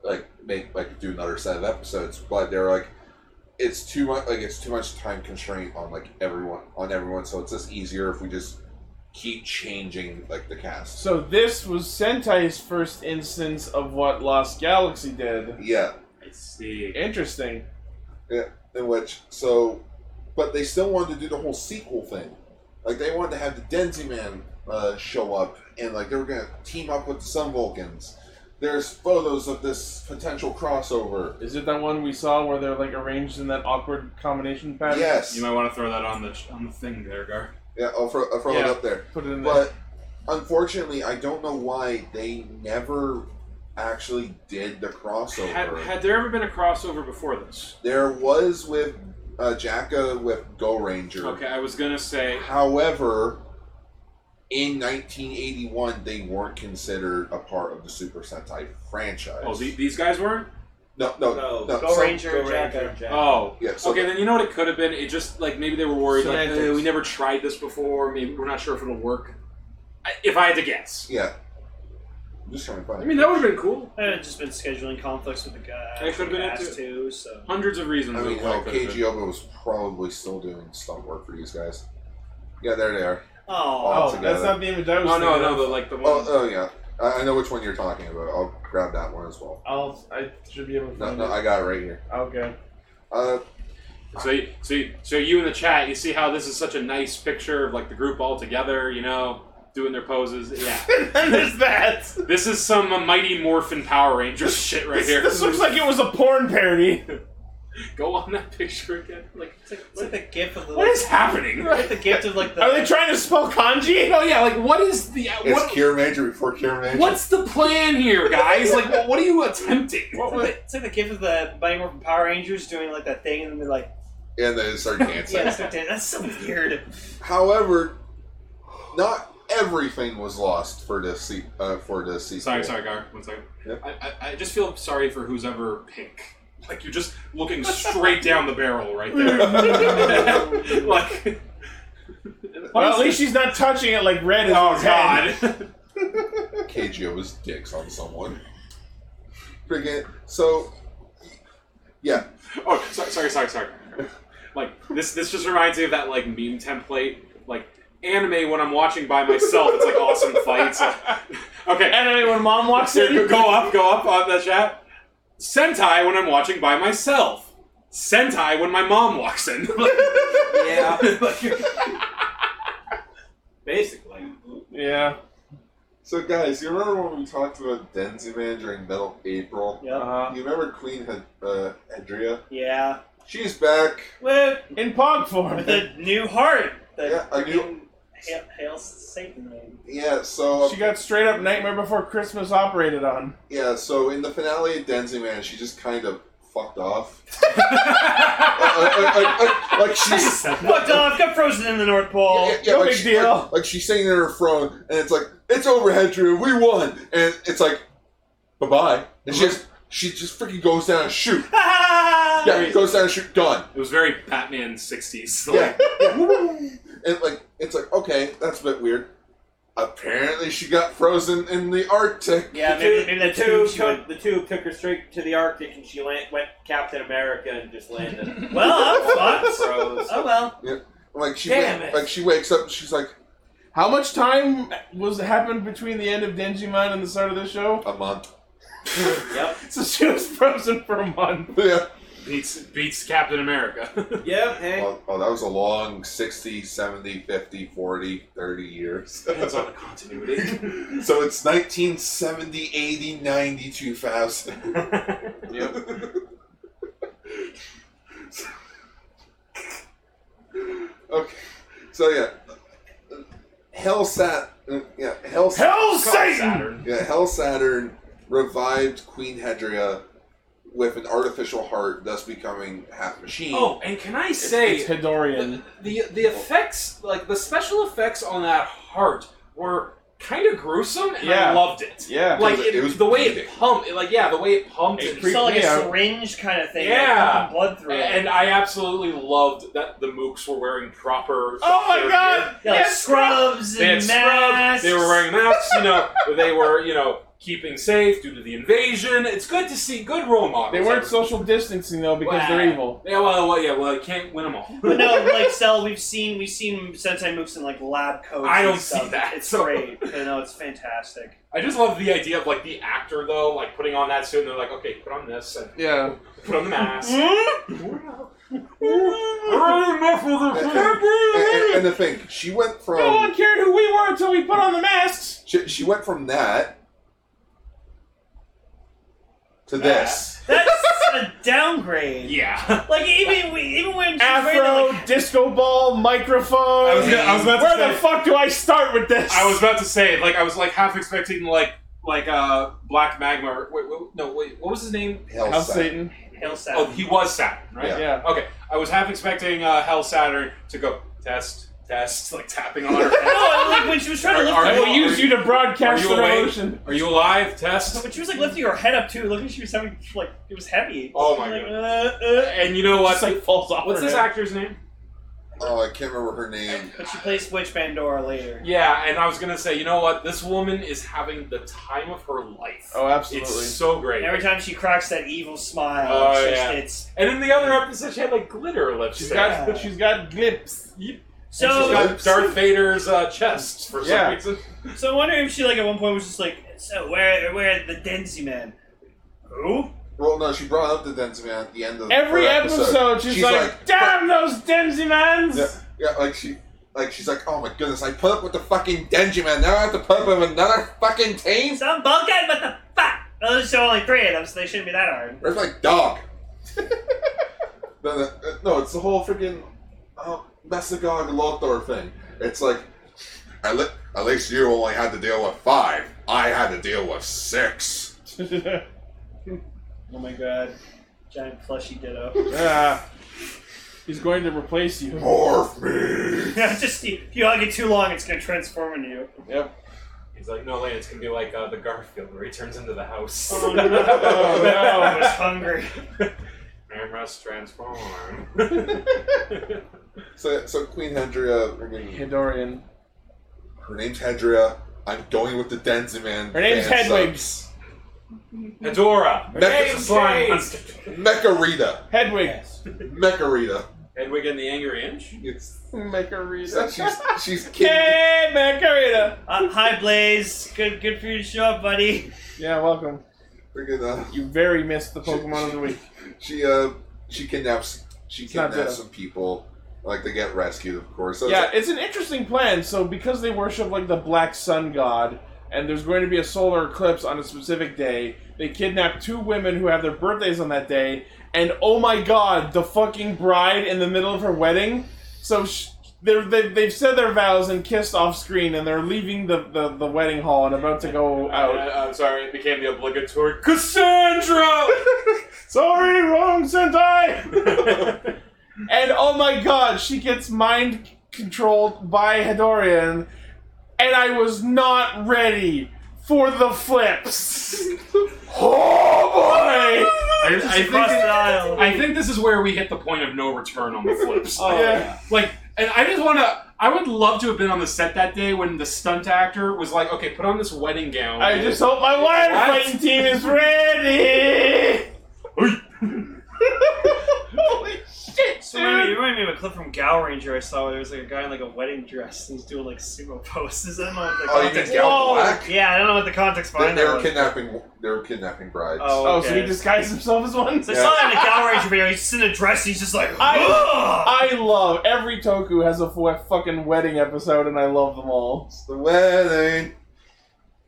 like make like do another set of episodes, but they're like. It's too much. Like it's too much time constraint on like everyone on everyone. So it's just easier if we just keep changing like the cast.
So this was Sentai's first instance of what Lost Galaxy did.
Yeah,
I see.
Interesting.
in which so, but they still wanted to do the whole sequel thing. Like they wanted to have the Denzi Man uh, show up, and like they were gonna team up with the Sun Vulcans. There's photos of this potential crossover.
Is it that one we saw where they're like arranged in that awkward combination pattern?
Yes,
You might want to throw that on the on the thing there, Gar.
yeah, I'll throw, I'll throw it
Yeah.
up there.
Put it in there.
But unfortunately, I don't know why they never actually did the crossover.
Had, had there ever been a crossover before this?
there was with uh, Jacka with Go Ranger.
Okay, I was gonna say
However, in 1981, they weren't considered a part of the Super Sentai franchise.
Oh, the, these guys weren't?
no, no, no.
Go
so-
Ranger,
Go
Jack.
Ranger Jack.
Oh.
Yeah, so
okay, then you know what it could have been? It just, like, maybe they were worried, like,
Semantics.
eh, we never tried this before, maybe we're not sure if it'll work. I, if I had to guess.
Yeah. I'm just trying to find
I
it.
mean, that would have been cool.
I had just been scheduling conflicts with the guy.
It could've been it,
asked to, so.
Hundreds of reasons.
I mean,
it probably
hell,
could have been.
KGOBA was probably still doing stunt work for these guys. Yeah, there they are.
Oh,
all
oh,
together.
that's not the image I was
Oh, no,
thinking
no,
of.
the, like, the one.
Oh, oh yeah. I, I know which one you're talking about. I'll grab that one as well.
I'll, I should be able to
No,
find
no,
it.
I got it right here.
Okay.
Uh,
So, you, so, you, so you in the chat, you see how this is such a nice picture of, like, the group all together, you know, doing their poses. Yeah.
and there's that.
this is some uh, Mighty Morphin Power Rangers shit right
this,
here.
This looks like it was a porn parody.
Go on that picture again. Like, it's like,
It's like the gift of the.
what is happening?
It's like the gift of like the.
Are they trying to spell kanji?
No, Oh, yeah, like, what is the...
it's
what-
Cure Major before Cure Major.
What's the plan here, guys? Like, what are you attempting?
It's like, the, it's like the gift of the Mighty Morphin Power Rangers doing like that thing, and they're like,
And then it started dancing.
"Yeah, it's not dead." that's so weird."
However, not everything was lost for this se- uh, for this season.
Sorry, sorry, Gar. One second.
Yep.
I, I, I just feel sorry for who's ever pink. Like, you're just looking straight down the barrel right there. like,
Well, at least she's not touching it like red is
oh,
his head.
God.
KGO was dicks on someone. Freaking so, yeah,
Oh, sorry, sorry, sorry, sorry. Like, this, this just reminds me of that, like, meme template. Like, anime when I'm watching by myself, it's like awesome fights. okay,
And then when mom walks
Here, go-
in,
go up, go up on the chat. Sentai when I'm watching by myself. Sentai when my mom walks in.
Yeah. Basically.
yeah.
so guys, you remember when we talked about Denziman during Metal April?
Yep.
Uh,
You remember Queen Hed- uh, Hedria?
yeah.
She's back.
With,
in pog form.
with a new heart. The
Yeah, a new-
freaking Hail, Hail Satan. man.
Yeah, so
She got straight up Nightmare Before Christmas operated on.
yeah, so in the finale of Denziman, she just kind of fucked off. like, like, like, like, like she's
Fucked off. Got frozen in the North Pole.
Yeah, yeah,
no
like
big
she-
deal.
Like, like she's sitting in her throne, and it's like it's over, Hedria. We won, and it's like bye bye. And she just she just freaking goes down and shoot.
Ah!
Yeah, goes down and shoot. Done.
It was very Batman 60s.
Yeah, yeah. and like it's like okay, that's a bit weird. Apparently, she got frozen in the Arctic.
Yeah,
The
maybe,
tube-
the,
the
tube
tube she
took,
went-
the tube took her straight to the Arctic, and she land, went Captain America and just landed.
Well, I'm fucked.
Froze.
Oh well.
Like she,
Damn
wa-
it.
like she wakes up and she's like
How much time was happened between the end of Denjimon and the start of the show?
a month.
Yep.
So she was frozen for a month.
Yeah.
Beats beats Captain America.
Yep. Hey.
Well, oh, that was a long 60, 70, 50, 40, 30 years.
Depends on the continuity.
so it's 1970, 80, 90, 2000.
Yep.
Okay. So yeah. Hell Sat. uh, Yeah, Hell
Hell Satan!
Saturn.
Yeah, Hell Saturn revived Queen Hedria with an artificial heart, thus becoming half machine.
Oh, and can I say
It's Hidorian.
the the effects, like the special effects on that heart, were kind of gruesome, and
Yeah.
I loved it.
Yeah.
Like
It was-
it,
it was
the way it
bleeding.
pumped, it, like yeah, the way it pumped,
It
and,
creeped
saw like
me
a
out.
syringe kind of thing.
Yeah.
like, pumping blood through it.
and I absolutely loved that the mooks were wearing proper.
Oh my
their
god!
Yeah, like
Yes,
scrubs
They had
and masks.
scrubs. They were wearing masks. You know, they were you know keeping safe due to the invasion. It's good to see good role models.
They weren't social distancing though because
Wow.
they're evil.
Yeah, well, well, yeah, well, you can't win them all.
But no, like Cell, we've seen we've seen Sentai Mooks in like lab coats.
I
and
don't
stuff.
see that,
It's
so-
great. You know, it's fantastic.
I just love the idea of like the actor though, like putting on that suit, and they're like, okay, put on this and
Yeah.
put on the mask.
And, and, and the thing, she went from
No one cared who we were until we put on the masks.
She, she went from that to this.
That's a downgrade.
yeah.
Like even we, even when she's wearing,
Afro,
like,
disco ball, microphone.
I was gonna- I was about to
Where the
say-
fuck do I start with this?
I was about to say, like, I was like half expecting like like uh Black Magma. Or, wait, wait, no, wait, what was his name?
Hell,
Hell
Satan.
Satan.
Hail Satan.
Oh, he was Saturn, right?
Yeah.
Yeah.
Okay, I was half expecting uh, Hell Saturn to go test test, like tapping on her. head.
no, like when she was trying to lift,
Are
I
her,
will
you-
use you to
Are
broadcast
you
the
awake?
revolution.
Are you alive? Test.
when she was like lifting her head up too, looking she was having like it was heavy.
Oh my
like,
God.
Uh, uh,
And you know what?
Just like falls off.
What's
her
this
head.
actor's name?
Oh, I can't remember her name.
but she plays Witch Pandora later.
Yeah, and I was gonna say, you know what? This woman is having the time of her life.
Oh, absolutely.
it's so great.
Every time she cracks that evil smile,
Oh,
it's, just,
yeah.
it's
and in the other episode, she had like glitter lipstick.
She's got
Yeah.
she's got glips.
She's
so.
got Darth Vader's uh, chest for some
Yeah.
reason.
So I wonder if she like at one point was just like, so where where are the Denzi men? Who?
Well, no, she brought up the Denzi man at the end of
Every
her
episode, she's, like, "Damn those Denzimans!"
yeah, yeah, like she, like she's like, oh my goodness, I put up with the fucking Denji man. Now I have to put up with another fucking team.
Some Balkan, what the fuck? Oh, there's only three of them, so they shouldn't be that hard.
It's like dog. no, no, no, it's the whole freaking um, Mesogog Lothar thing. It's like, at, le- at least you only had to deal with five. I had to deal with six.
Oh my god. Giant plushy ditto.
Yeah. Uh, He's going to replace you.
Morph me.
yeah, just if you hug it too long, it's gonna transform into you.
Yep.
He's like, no, Lane, it's gonna be like uh, the Garfield where he turns into the house.
Oh no, I was hungry.
Amras transform.
So, so Queen Hendria, her, name,
Hidorian.
her name's Hendria. I'm going with the Denziman.
Her name's
fan
Hedwig.
sub.
Hedora.
Mecha
name's
Slime.
Kate.
Mecha
Hedwig.
Mecarita.
Hedwig and the Angry Inch.
It's so she's
Macarita.
she's king.
Hey, Macarita.
Uh, hi Blaze, good good for you to show up, buddy.
Yeah, welcome.
Freaking, uh,
You very missed the Pokemon of the week.
she uh she kidnaps she
It's not
kidnaps
the-
some people. Like they get rescued, of course. So it's
Yeah,
like-
it's an interesting plan. So because they worship like the black sun god, and there's going to be a solar eclipse on a specific day, they kidnap two women who have their birthdays on that day, and oh my god, the fucking bride in the middle of her wedding. So sh- they're, they've, they've said their vows and kissed off screen, and they're leaving the, the, the wedding hall and about to go out.
I, am Uh, sorry, it became the obligatory Cassandra.
Sorry, wrong Sentai! and oh my god, she gets mind controlled by Hedorian, and I was not ready for the flips. oh boy!
I, I
Across the
think
aisle.
I think this is where we hit the point of no return on the flips.
Oh, yeah.
Like And I just want to. I would love to have been on the set that day when the stunt actor was like, "Okay, put on this wedding gown."
I just hope my wire
What?
fighting team is ready. Holy shit,
So remind me,
dude!
you remind me of a clip from Gal Ranger I saw where there was like a guy in like a wedding dress and he's doing like sumo poses. I don't know what the
Oh, you mean
context.
Gal
Whoa!
Black?
Yeah, I don't know what the context
They,
behind
they
that
were
was.
kidnapping. They were kidnapping brides.
Oh,
Oh, so
okay.
he disguised himself as one.
So I saw that in a Gal Ranger video. He's just in a dress. He's just like, "Ugh!"
I I love every Toku has a fu- fucking wedding episode, and I love them all.
It's the wedding.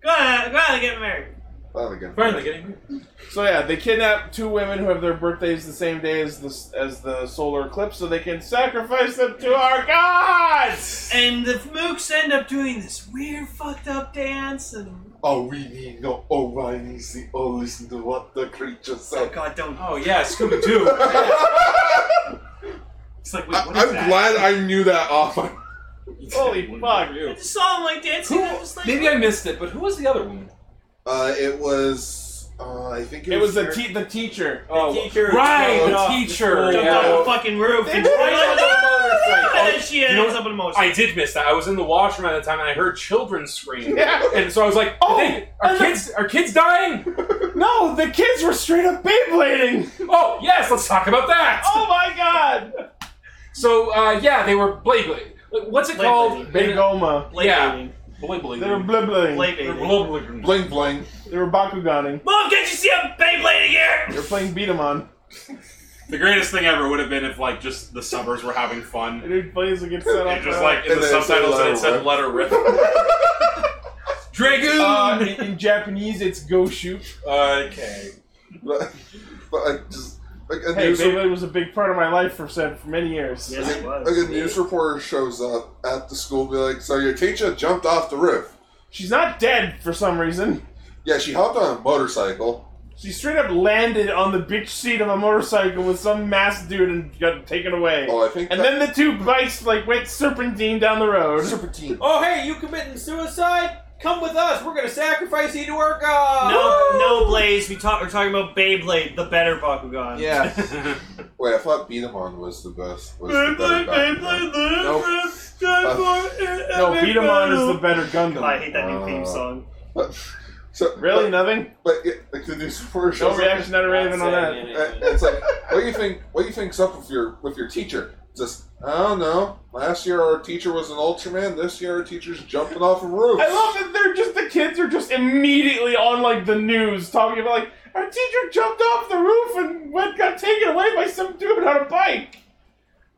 go out, go out and get married.
Oh, again.
Finally getting.
So yeah, they kidnap two women who have their birthdays the same day as the as the solar eclipse, so they can sacrifice them to our gods.
And the mooks end up doing this weird fucked up dance and
Oh, we need no Orion's the oh listen to what the creature
oh
said.
god, don't.
Oh yeah, Scooby Doo. it's like, wait,
I-
what is
I'm
that?
glad I knew that off. my-
Holy fuck.
I just saw him like dancing.
Who,
and I was like,
maybe I missed it, but who was the other woman?
Uh, it was. Uh, I think it,
It was the
your-
te- the teacher. Oh.
The teacher
right,
jumped
the
off
teacher.
school
jumped
yeah.
off the fucking roof.
They
and
were
she's like,
on the
"No!" And then she
You know
ends
what?
up in a motion.
I did miss that. I was in the washroom at the time, and I heard children scream.
Yeah.
And so I was like,
Oh,
"Oh, they, are
and the-
kids? Are kids dying?
No, the kids were straight up Beyblading.
Oh yes, let's talk about that."
Oh my god.
So uh, yeah, they were blade blade. Like, what's it
Blade
called?
Begoma.
Blade
Yeah.
baiting.
Blade blade.
They were blibbling.
Blade
They were
baiting.
blade blading.
bling bling.
They were Bakuganing.
Mom, can't you see a Beyblade
They
here?
were playing beat 'em on.
The greatest thing ever would have been if like just the suburbs were having
The
fun.
dude plays and gets set up.
And just
for-
like in
And
the
then it said
subtitles,
let
it
her
said
rip.
"Let her rip." Dragoon.
Uh, in, in Japanese, it's go shoot.
Uh, okay.
but but, like just like a
Hey,
news
Beyblade was a big part of my life for said for many years.
Yes, it was.
like a news reporter shows up at the school, be like, "So your teacher jumped off the roof?
She's not dead for some reason.
Yeah, she hopped on a motorcycle.
She straight up landed on the bitch seat of a motorcycle with some masked dude and got taken away.
Oh, I think
and
that-
then the two bikes like went serpentine down the road.
serpentine.
Oh, hey, you committing suicide? Come with us. We're going to sacrifice you to our god.
No, no, Blaze. We talk. We're talking about Beyblade, the better Bakugan.
Yeah.
Wait, I thought Beat 'em on was the best. Was the better
Beyblade,
back then.
Beyblade, the
Nope. Uh,
best Beyblade
No,
ever.
beat 'em on is the better Gundam.
I hate that new theme
Uh,
song.
So
Really,
but,
nothing?
but yeah, like the news reporter shows
No
up.
reaction, not a raven on that.
Saying
and- and
anything.
Uh, it's like, what do you think? What do you think's up with your with your teacher? Just I don't know. Last year our teacher was an Ultraman. This year our teacher's jumping off a roof.
I love that they're just the kids are just immediately on like the news talking about like our teacher jumped off the roof and went got taken away by some dude on a bike.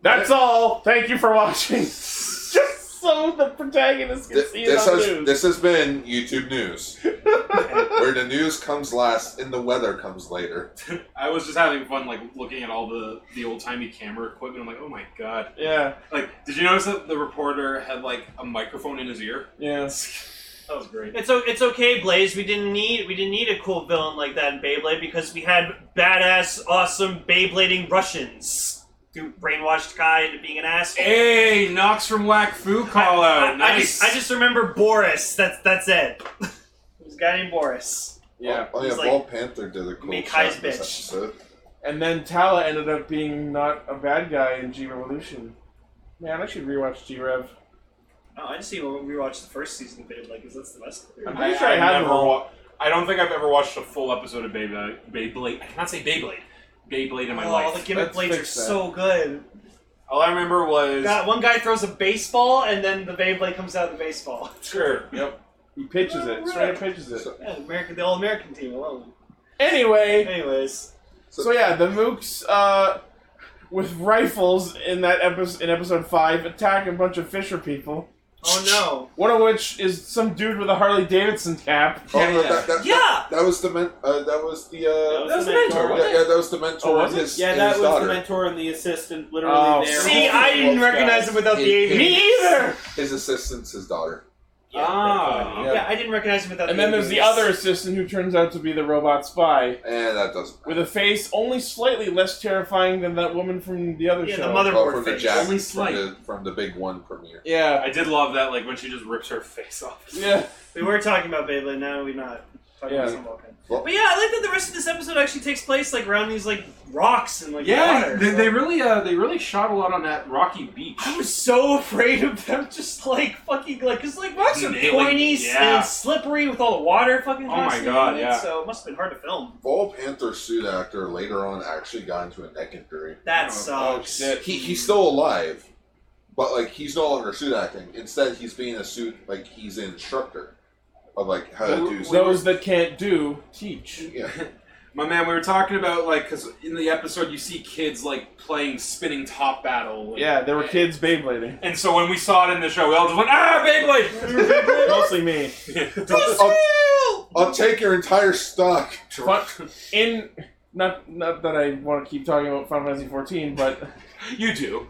That's all. Thank you for watching. just so the protagonist can
Th-
see
this
it on
has
news.
this has been YouTube news, where the news comes last and the weather comes later.
I was just having fun, like looking at all the the old timey camera equipment. I'm like, oh my god!
yeah,
Like, did you notice that the reporter had like a microphone in his ear?
yeah.
That was great.
It's, o- it's okay, Blaze. We didn't need we didn't need a cool villain like that in Beyblade because we had badass, awesome Beyblading Russians who brainwashed Kai into being an asshole.
Hey, Knox from Whack Foo call
I-
out.
I, I
nice.
just I just remember Boris. That's that's it. There's a guy named Boris.
yeah.
Oh, yeah,
It's like-
Bald Panther did a cool
Make
shot
Kai's
in this
bitch.
episode.
And then Tala ended up being not a bad guy in G Revolution. Man, I should rewatch G Rev.
Oh, I just even rewatched the first season of Beyblade because that's the best.
I'm pretty sure I have
never
them all.
wa- I don't think I've ever watched a full episode of Beyblade. Beyblade. I cannot say Beyblade. Beyblade in my
oh,
life.
the gimmick
Let's
blades are
fix that.
so good.
All I remember was
That one guy throws a baseball and then the Beyblade comes out of the baseball.
sure. Yep.
He pitches it. Straight up pitches it.
So-
Yeah, American, the all American team alone.
Anyway,
Anyways,
So yeah, the mooks uh, with rifles in that episode in episode five attack a bunch of fisher people.
oh
One of which is some dude with a Harley Davidson cap.
Oh,
Yeah,
no,
yeah.
That, that,
no. Yeah.
that was the men- uh, that was the uh,
That was the
mentor. yeah,
mentor, wasn't
yeah,
it?
that was the mentor.
Oh, was
and
it?
his,
Yeah,
and
that
his
was
daughter.
the mentor and the assistant, literally
Oh,
there.
See, I didn't
Wolf
recognize
guys.
him without the
It-
AV.
it-
Me either.
His assistant's his daughter.
Yeah,
Ah.
definitely.
Yeah, I didn't recognize him without.
And
the
then there's the other assistant who turns out to be the robot spy
And that doesn't.
with a face only slightly less terrifying than that woman from the other
Yeah, the
show.
mother-
Well, from the
face.
Jack,
Only
from
slight.
the, from the big one premiere.
yeah,
I did love that, like when she just rips her face off.
yeah.
We were talking about Beyblade. Now we're not. Talking about some Vulcan. But yeah, I like that the rest of this episode actually takes place like around these like rocks and like
yeah,
water.
they, they really uh, they really shot a lot on that rocky beach.
I was so afraid of them just like fucking like because like rocks are
Nailing-
pointy
yeah.
and slippery with all the water fucking.
Oh my
constantly
God,
in it,
yeah.
So it must have been hard to film.
Ball Panther suit actor later on actually got into a neck injury.
Oh,
That sucks.
He, he's still alive, but like he's no longer suit acting. Instead, he's being a suit like he's an instructor of like how to do.
Those that can't do, teach.
Yeah.
My man, we were talking about like because in the episode you see kids like playing spinning top battle. and-
Yeah, there were kids Beyblading.
And so when we saw it in the show, we all just went ah Beyblade.
Mostly me.
I'll, I'll take your entire stock.
Fun- in not not that I want to keep talking about Final Fantasy 14, but
you do.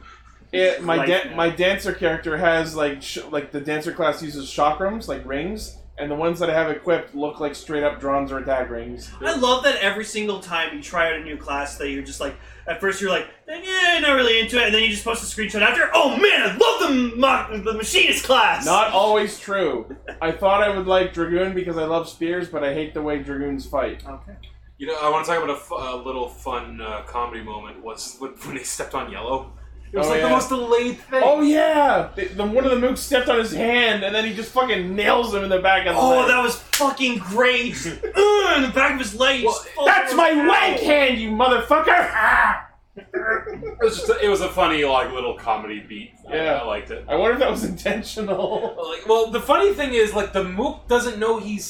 It, my
Life
da-
now.
my dancer character has like sh- like the dancer class uses chakrams like rings, and the ones that I have equipped look like straight up drons or attack rings.
I love that every single time you try out a new class that you're just like, at first you're like, "Eh, yeah, not really into it, and then you just post a screenshot after, oh man, I love the, ma- the machinist class!
Not always true. I thought I would like dragoon because I love spears, but I hate the way dragoons fight.
Okay.
You know, I want to talk about a fu- a little fun uh, comedy moment was when, when they stepped on yellow. It was
Oh,
like
yeah.
the most delayed thing.
Oh yeah, the, the, one of the mooks stepped on his hand, and then he just fucking nails him in the back of the
Oh,
leg.
that was fucking great! Ugh, in the back of his leg. just full-
That's my
Ow.
wank hand, you motherfucker! Ah!
It was just a, it was a funny like little comedy beat. I-
Yeah.
I, liked it.
I wonder if that was intentional.
Like, well, the funny thing is like the mook doesn't know he's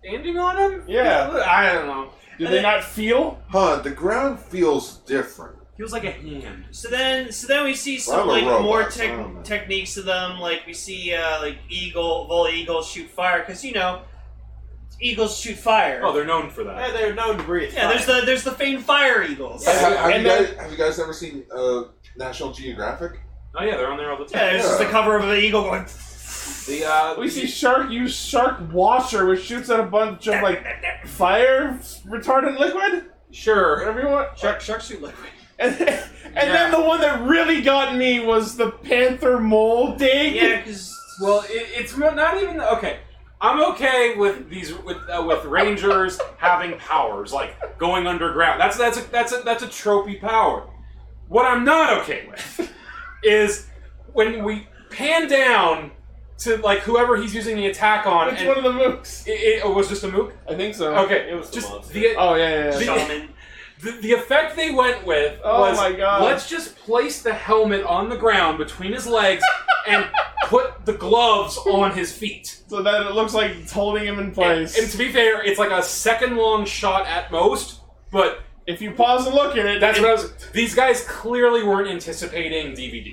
standing on him.
Yeah.
I don't know.
Did they not feel?
Huh? The ground feels different.
He was like a hand.
So then, so then we see some
Well, I'm
like
a
more
robot,
tech
I don't know.
techniques of them. Like we see uh, like eagle, vol eagles shoot fire because you know eagles shoot fire.
Oh, they're known for that.
Yeah, they're known to breathe.
yeah, there's the there's the famed fire eagles.
Have, have
And
you
then-
guys, have you guys ever seen uh, National Geographic?
Oh yeah, they're on there all the time.
Yeah, there's just the
Yeah.
cover of an eagle going.
The uh,
We see shark use shark washer, which shoots out a bunch of like fire retardant liquid,
sure.
whatever you want.
Shark, shark shoot liquid.
And, and then the one that really got me was the panther mole dig.
Yeah, because
Well, it, it's mo- not even okay. I'm okay with these with uh, with rangers having powers like going underground. That's that's a, that's a, that's a tropey power. What I'm not okay with is when we pan down to like whoever he's using the attack on.
Which
and
one Uh, of the mooks?
it, it was just a mook.
I think so.
Okay,
It was the
just
monster.
the
Oh yeah, yeah. yeah.
shaman.
The, the effect they went with
Oh
was
my God.
let's just place the helmet on the ground between his legs and put the gloves on his feet.
So that it looks like it's holding him in
And,
place.
and to be fair, it's like a second long shot at most, but
if you pause and look at it,
that's
it-
what I was. These guys clearly weren't anticipating DVD.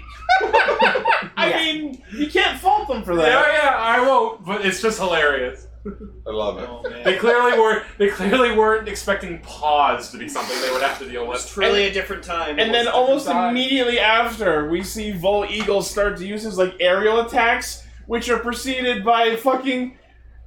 I mean, you can't fault them for
Yeah,
that.
yeah, I won't, but it's just hilarious.
I love it.
Oh man,
They clearly weren't. They clearly weren't expecting pause to be something they would have to deal
it's
with.
truly a different time.
And then almost
Inside.
immediately after, we see Vol Eagle start to use his like aerial attacks, which are preceded by fucking.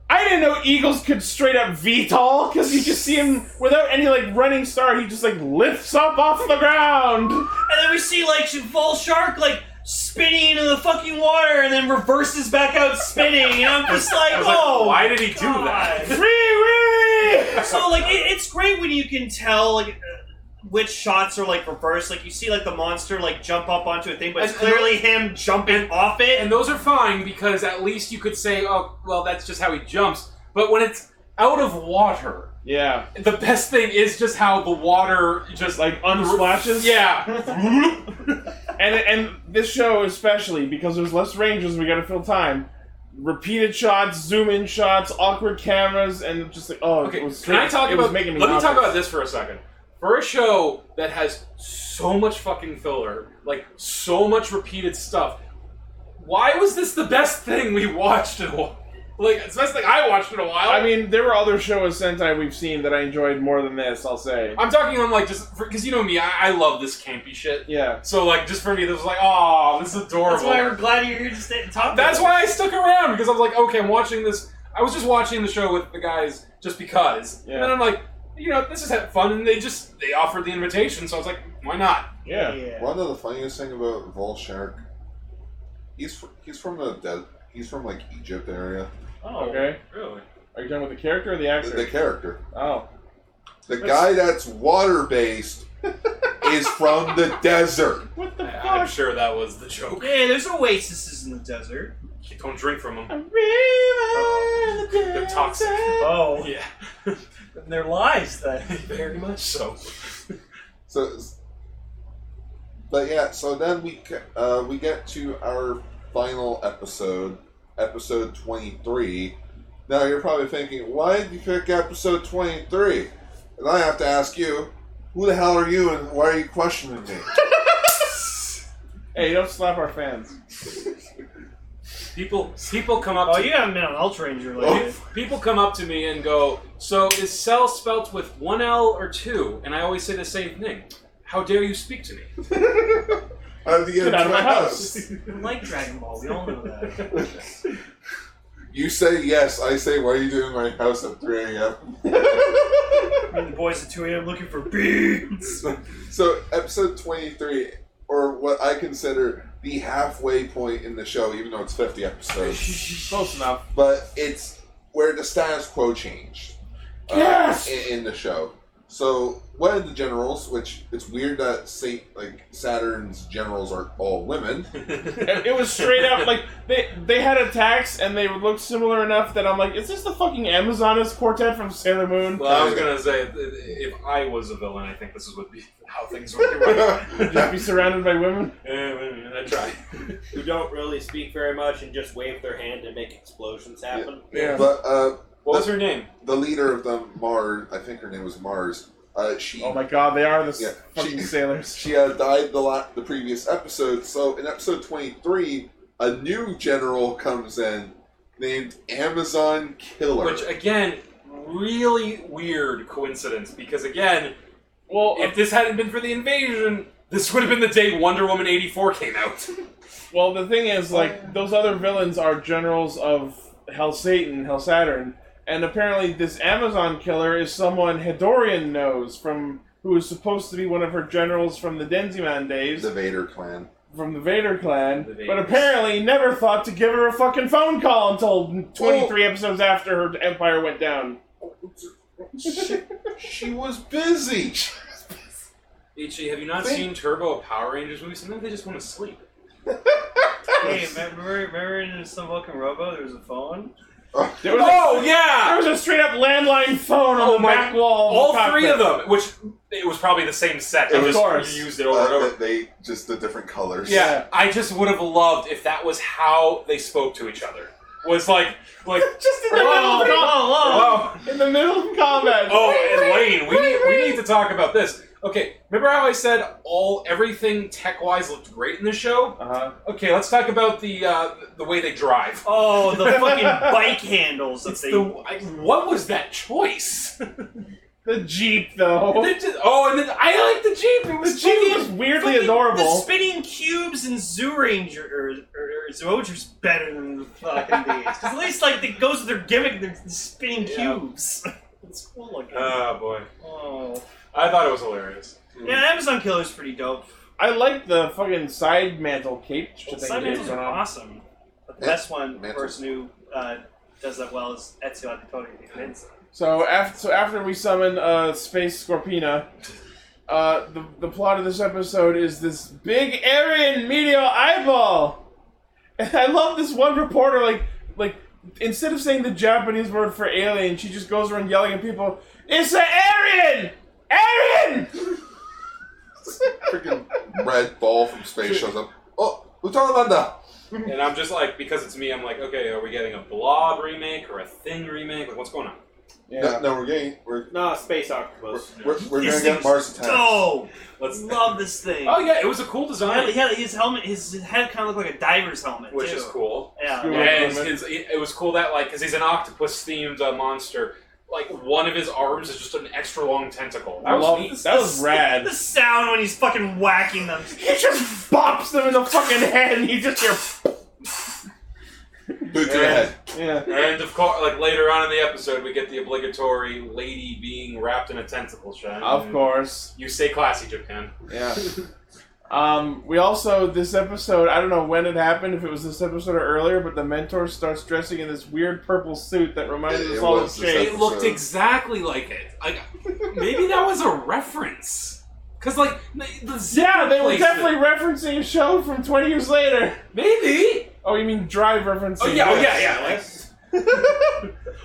I didn't know eagles could straight up VTOL because you just see him without any like running start. He just like lifts up off the ground.
and then we see like Vol Shark like spinning into the fucking water and then reverses back out spinning, and I'm just like,
I was like,
oh,
why did he do
God.
that?
Free Willy.
so like it, it's great when you can tell like uh, which shots are like reversed. Like you see like the monster like jump up onto a thing, but it's
And-
clearly him jumping off it.
And those are fine because at least you could say, oh, well, that's just how he jumps. But when it's out of water,
Yeah,
the best thing is just how the water just
just like unsplashes.
Yeah.
and and this show especially because there's less rangers, we gotta fill time. Repeated shots, zoom in shots, awkward cameras, and just like oh,
Okay.
it was
Can I talk
it
about?
was making me
let me talk
nauseous.
about this for a second. For a show that has so much fucking filler, like so much repeated stuff, why was this the best thing we watched in a while? Like it's the best thing I watched in a while.
I mean, there were other shows Sentai we've seen that I enjoyed more than this. I'll say.
I'm talking on like just because you know me, I, I love this campy shit.
Yeah.
So like just for me, this was like, oh, this is adorable.
That's why we're glad you're here to stay and talk.
That's
about
why I stuck around because I was like, okay, I'm watching this. I was just watching the show with the guys just because,
Yeah.
and then I'm like, you know, this is ha- fun, and they just they offered the invitation, so I was like, why not?
Yeah.
it. Yeah.
One of the funniest thing about Vol Shark, he's fr- he's from the dead. He's from like Egypt area.
Oh,
Okay.
Really?
Are you talking about the character or the
The,
actor?
the character.
Oh.
The guy that's water based is from the desert.
What the fuck?
I'm sure that was the joke.
Hey, there's oases in the desert.
Don't drink from them.
They're
toxic.
Oh,
Yeah,
and they're lies then.
very much so.
So, it's- but yeah. So then we c- uh, we get to our final episode, episode twenty three. Now you're probably thinking, why did you pick episode twenty three? And I have to ask you, who the hell are you, and why are you questioning me?
Hey, don't slap our fans.
People, people come up.
Oh,
to
you haven't been on Ultra Ranger lately.
Pe- People come up to me and go, "So is cell spelt with one L or two? And I always say the same thing. "How dare you speak to me?"
I'm the
Get
end
out
of
of my
my house.
house.
I like Dragon Ball. We all know that.
You say yes, I say why are you doing in my house at three a.m.
Me and the boys at 2 a.m. looking for beans.
So episode twenty three, or what I consider the halfway point in the show, even though it's fifty episodes.
Close enough.
but it's where the status quo changed. uh,
Yes!
in, in the show. So one of the generals, which it's weird that Saint like Saturn's generals are all women.
It, it was straight up like they they had attacks and they would look similar enough that I'm like, is this the fucking Amazonas quartet from Sailor Moon?
Well, I was gonna say, if I was a villain, I think this is what be how things would be.
Just be surrounded by women.
I try.
who don't really speak very much and just wave their hand and make explosions happen.
Yeah.
but uh,
What was her name?
the leader of them, Mars, I think her name was Mars. Uh, she
Oh my god, they are the s-
Yeah.
fucking
She-
sailors.
She uh, died the la- the previous episode. So in episode 23, a new general comes in named Amazon Killer.
Which again, really weird coincidence because again,
Well,
if this hadn't been for the invasion, this would have been the day Wonder Woman eighty four came out.
Well, the thing is, like, those other villains are generals of Hell Satan, Hell Saturn, and apparently this Amazon killer is someone Hedorian knows from who is supposed to be one of her generals from the Denziman days,
the Vader clan.
from the Vader clan,
The
but
Vaders.
apparently never thought to give her a fucking phone call until 23 episodes after her empire went down.
she, she was busy.
HG, have you not
Thank-
seen Turbo Power Rangers movie? Sometimes they just want to sleep.
hey, remember, remember in some fucking robo there was a phone?
There was,
Oh
a,
yeah!
there was a straight up landline phone on
Oh
the
my-
back wall. the
All three
cockpit.
of them, which it was probably the same set. They
Of
just
course.
used it over and
Uh,
over.
that they just the different colors.
Yeah, I just would have loved if that was how they spoke to each other. Was like, like,
Just in the middle of
oh,
com- in the middle of combat.
oh, and Lane, we need, we need to talk about this. Okay, remember how I said all everything tech wise looked great in the show?
Uh-huh.
Okay, let's talk about the uh, the way they drive.
Oh, the fucking bike handles that they.
The, I, what was that choice?
The Jeep, though.
And then just- oh, and then I like the Jeep. It
The
was
Jeep
funny.
was weirdly
fucking- The
adorable.
spinning cubes in Zoo Ranger or, or, or Zooranger's better than the fucking these. 'Cause at least like it goes with their gimmick. They're spinning
Yeah.
cubes. it's cool looking.
Oh boy,
oh.
I thought it was hilarious.
Yeah, Amazon Killer's pretty dope.
I like the fucking side mantle cape thing. they
Cybermen's
put
are
on.
awesome. But the
Yeah,
best one, the
Mantles.
person who uh, does that well is Ezio Auditore.
So after so after we summon uh, Space Scorpina, uh, the the plot of this episode is this big Aryan meteor eyeball, and I love this one reporter like like instead of saying the Japanese word for alien, she just goes around yelling at people, "It's an Aryan, Aryan!"
Freaking red ball from space shows up. Oh, Lieutenant Landa.
And I'm just like, because it's me, I'm like, okay, are we getting a Blob remake or a Thing remake? Like, what's going on?
No, no, we're getting we're
No, space
we're,
octopus.
we're, we're
This
gonna get
thing's
Mars attack.
Dope!
Let's.
Love this thing.
Oh yeah, it was a cool
Mm. Yeah,
design,
yeah, his helmet, his head kind of looked like a diver's helmet,
which
too.
is cool.
Yeah.
Cool.
And his, it was cool that like, because he's an octopus themed uh, monster. Like one of his arms is just an extra long tentacle. That
I
was
love
neat.
that was rad.
The sound when he's fucking whacking them.
He just bops them in the fucking head, and you just hear
Boot to the head.
yeah.
And of course, like later on in the episode, we get the obligatory lady being wrapped in a tentacle. Shine.
Of course.
You say classy, Japan.
Yeah. Um, we also this episode I don't know when it happened if it was this episode or earlier, but the mentor starts dressing in this weird purple suit that reminded
It-
us
it
all of
was this
Shane.
episode.
It looked exactly like it. Like maybe that was a reference. Cause like the zipper
Yeah, they were
placement-
definitely referencing a show from 20 years later.
maybe.
Oh, you mean Drive referencing?
Oh yeah, oh yeah,
Yes.
yeah. Like,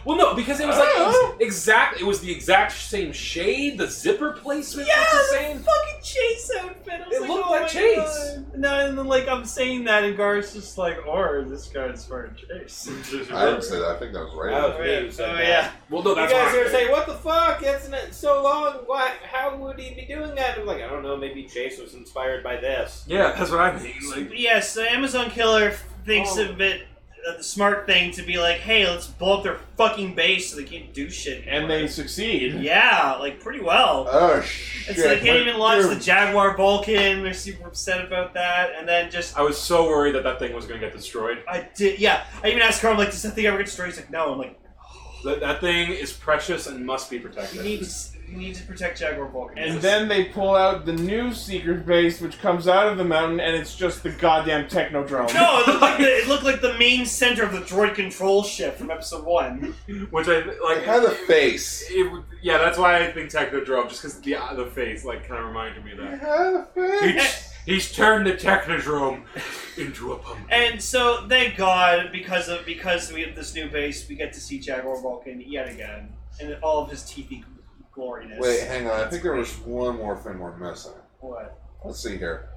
well, no, because it was like
Uh-huh.
ex- exact. It was the exact same shade. The zipper placement
Yeah,
was the
the
same.
fucking chase outfit. I was
It
like,
looked
oh
like
my
Chase.
God. No, and then like I'm saying that, and Gar's just like, "Or this guy's wearing Chase."
I didn't say that. I think that was right.
That was me who
Oh
said that.
yeah.
Well, no,
You
that's
guys
why-
are saying, "What the fuck? That's not so long. Why? How would he be doing that?" I'm like, I don't know. Maybe Chase was inspired by this.
Yeah, that's what I mean. Like,
Yes, the Amazon killer thinks
Oh.
of it uh, the smart thing to be like, "Hey, let's blow up their fucking base so they can't do shit."
And they succeed.
Yeah, like pretty well.
Oh shit!
And so they can't even launch
Dude.
the Jaguar Vulcan. They're super upset about that. And then just
I was so worried that that thing was going to get destroyed.
I did. Yeah, I even asked Carl. I'm like, does that thing ever get destroyed? He's like, no. I'm like,
That, that thing is precious and must be
you
protected.
need to, you need to protect Jaguar Vulcan.
And then they pull out the new secret base, which comes out of the mountain, and it's just the goddamn technodrome.
no, it looked like the, it looked like the main center of the droid control ship from episode one.
Which I th- like.
It had a
it-
face.
it would- yeah, that's why I think Technodrome, just because the uh, the face like kind of reminded me of
It
that.
had a face.
He's, he's turned the Technodrome into a pumpkin.
And so thank God because of because we have this new base, we get to see Jaguar Vulcan yet again, and all of his teethy gloriness.
Wait, hang on. I think there was one more thing we're missing.
What?
Let's see here.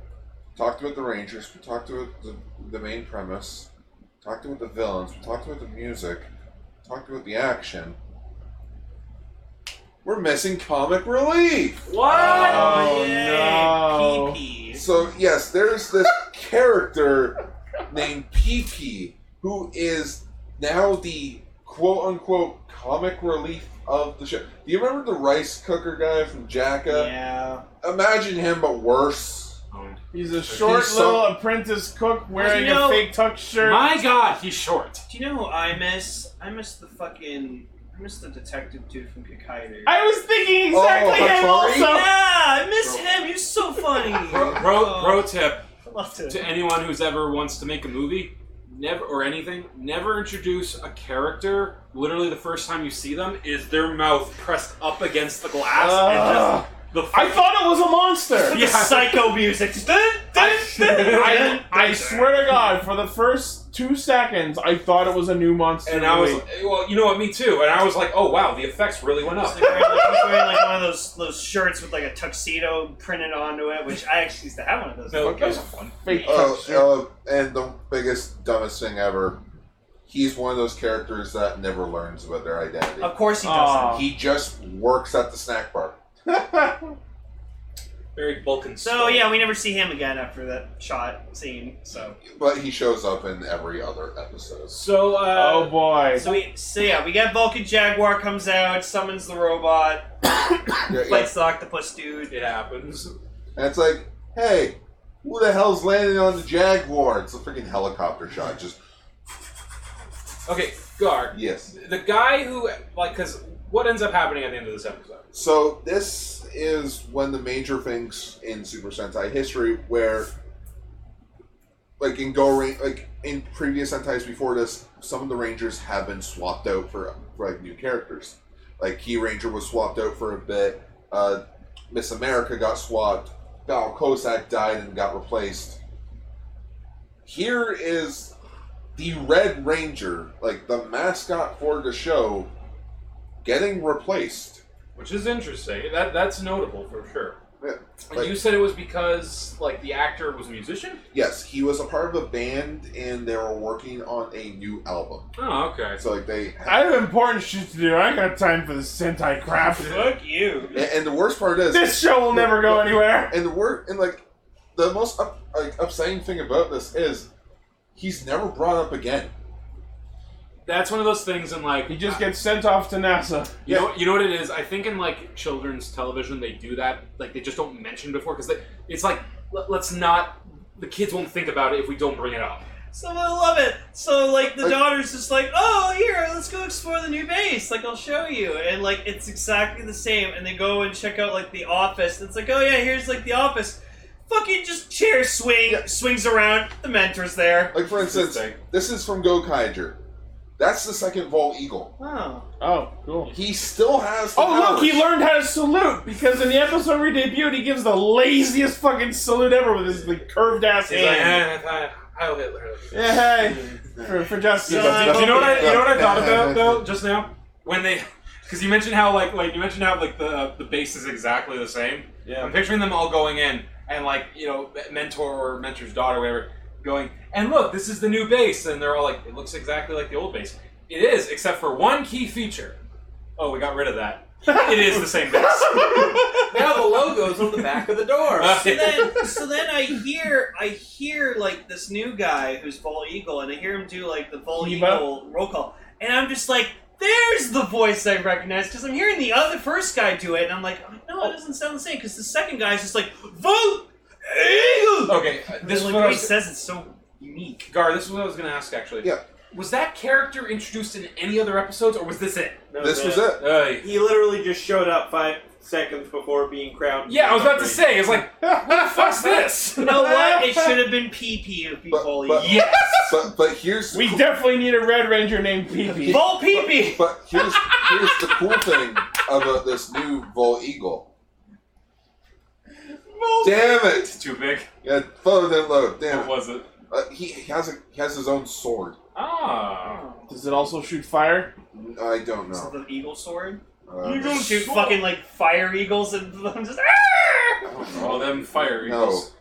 Talked about the Rangers. We talked about the, the main premise. Talked about the villains. We talked about the music. Talked about the action. We're missing comic relief.
What?
Oh,
Yay,
no.
PP.
So yes, there's this character named PP who is now the quote unquote comic relief of the show. Do you remember the rice cooker guy from Jacka?
Yeah.
Imagine him, but worse.
He's a short
He's so-
little apprentice cook wearing
No.
a fake tuck shirt.
My God, he's short.
Do you know who I miss? I miss the fucking I miss the detective dude from Kikaider.
I was thinking exactly
Oh,
him
Hattori?
also.
yeah, I miss him. He's so funny.
Pro, pro
Oh,
tip
I loved him.
to anyone who's ever wants to make a movie, never or anything, never introduce a character. Literally, the first time you see them is their mouth pressed up against the glass.
Ugh.
and just the
Uh, I thought it was a monster.
The psycho music.
I, I swear to God, for the first two seconds, I thought it was a new monster.
And I was
movie.
well, you know what, me too. And I was like, oh wow, the effects really went up.
He's wearing, like, he's wearing like one of those those shirts with like a tuxedo printed onto it, which I actually used to have one of those.
No,
Okay.
that was fun.
fake tuck
Oh,
shirt.
uh, and the biggest, dumbest thing ever. He's one of those characters that never learns about their identity.
Of course he doesn't.
Aw.
He just works at the snack bar.
Very Vulcan.
So yeah, we never see him again after that shot scene. So
But he shows up in every other episode.
So uh,
oh boy.
so we so yeah, we get Vulcan Jaguar comes out, summons the robot, Ah,
Yeah, yeah.
fights the octopus dude.
it happens.
And it's like, hey, who the hell's landing on the Jaguar? It's a freaking helicopter shot. Just,
Okay, Gar,
yes.
the guy who like, because what ends up happening at the end of this episode?
So this is one of the major things in Super Sentai history where, like in Go Ran- like in previous Sentai's before this, some of the Rangers have been swapped out for, for like new characters. Like Key Ranger was swapped out for a bit. Uh, Miss America got swapped. Val Kosak died and got replaced. Here is the Red Ranger, like the mascot for the show, getting replaced.
Which is interesting. That that's notable for sure.
Yeah,
And
like-
you said it was because like the actor was a musician.
Yes, he was a part of a band and they were working on a new album.
Oh, okay.
So like they
I have important shit to do. I ain't got time for this Sentai crap.
Fuck you.
and, and the worst part is
This show will never go anywhere.
and the wor and like the most up, like upsetting thing about this is he's never brought up again.
That's one of those things in like
He just gets sent off to NASA.
You know, you know what it is. I think in like children's television, they do that. Like they just don't mention before because it's like let, let's not. The kids won't think about it if we don't bring it up.
So I love it. So like the
Like-
daughter's just like, oh here, let's go explore the new base. Like I'll show you, and like it's exactly the same. And they go and check out like the office. It's like, oh yeah, here's like the office. fucking just chair swing swings around. The mentor's there.
Like for instance, this is from Gokaiger. That's the second Vol Eagle.
Oh.
Oh, cool.
He still has. The
Oh look, he
powers.
learned how to salute because in the episode we debuted, he gives the laziest fucking salute ever with his like, curved ass
He's like,
hand.
eh,
"Ah, Heil Hitler.
Yeah, hey, for, for justice.
eh. Do you know what I, you know what I thought about though just now when they because you mentioned how like like you mentioned how like the the base is exactly the same.
Yeah.
I'm picturing them all going in and like you know mentor or mentor's daughter whatever going and look this is the new base and they're all like it looks exactly like the old base. It is except for one key feature. Oh, we got rid of that. it is the same base. Uh,
Now the logo's on the back of the door.
So then, so then I hear, I hear like this new guy who's Vol Eagle, and I hear him do like the Vol
Evo?
Eagle roll call, and I'm just like, "There's the voice I recognize," because I'm hearing the other first guy do it, and I'm like, oh, "No, it doesn't sound the same," because the second guy's just like, "Vol Eagle."
Okay, uh,
And
this is
like
what I
what he
was,
says it's so unique.
Gar. This is what I was going to ask actually.
Yeah.
Was that character introduced in any other episodes, or was this it?
This was it.
Uh,
He literally just showed up five seconds before being crowned.
yeah, I was about to say. It's like, what the fuck's this?
You know what? It should have been PP or
But-
Vol
but-
Eagle.
Yes.
But but here's the
We
cool-
definitely need a Red Ranger named PP.
Vol PP.
but here's here's the cool thing about this new Vol Eagle. Damn it!
It's too big.
Yeah, photo didn't load. Damn
What
it.
was it?
Uh, he, he has a he has his own sword.
Ah.
Does it also shoot fire?
I don't
So
know.
the eagle sword.
Uh,
You don't shoot fucking like fire eagles and I'm just. "Ah!"
All them fire
no.
eagles.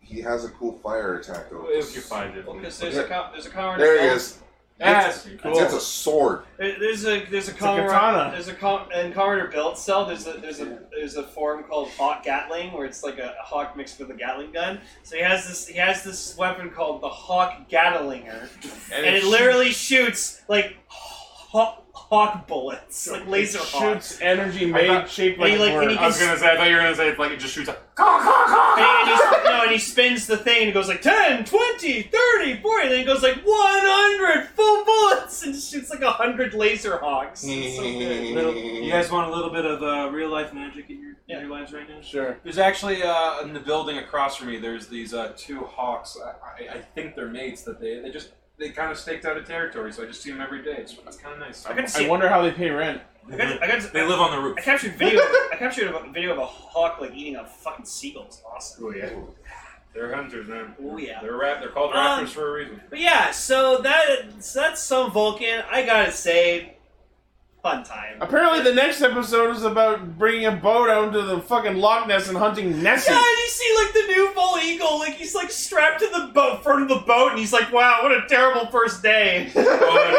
He has a cool fire attack though.
If you find it.
Because there's a co- there's a Colorado.
There he is.
That's
It's, it's a sword.
There- There's a there's a
a
Colorado
katana.
there's a com- in Colorado build cell. There's a there's a there's a form called Hawk Gatling where it's like a hawk mixed with a Gatling gun. So he has this he has this weapon called the Hawk Gatlinger, and, it, literally shoots like hawk, hawk bullets, like laser
It
hawks.
shoots energy
I
made
thought-
shaped
And
like,
he, like,
a
and
word.
he
I was
can-
gonna say. I thought you were gonna say like it just shoots. A...
And he, and he- no, and he spins the thing and it goes like 10, 20, 30, 40, and then it goes like 100 full bullets and just shoots like 100 laser hawks. It's so good.
Mm.
You guys want a little bit of uh, real life magic in your, in your lives right now?
Sure.
There's actually uh, in the building across from me. There's these uh, two hawks. I, I, I think they're mates. That they they just they kind of staked out a territory. So I just see them every day. It's, it's kind of nice.
I can see
I wonder how they pay rent.
I got, I got,
They live on the roof.
I captured video. I captured a video of a hawk like eating a fucking seagull. It's awesome.
Oh yeah. They're hunters, man.
Oh yeah.
They're rap. They're called
Um,
raptors for a reason.
But yeah, so that so that's some Vulcan. I gotta say, fun time.
Apparently, the next episode is about bringing a boat out into the fucking Loch Ness and hunting Nessie.
Yeah, and you see like the new bull eagle, like he's like strapped to the boat front of the boat, and he's like, "Wow, what a terrible first day."
oh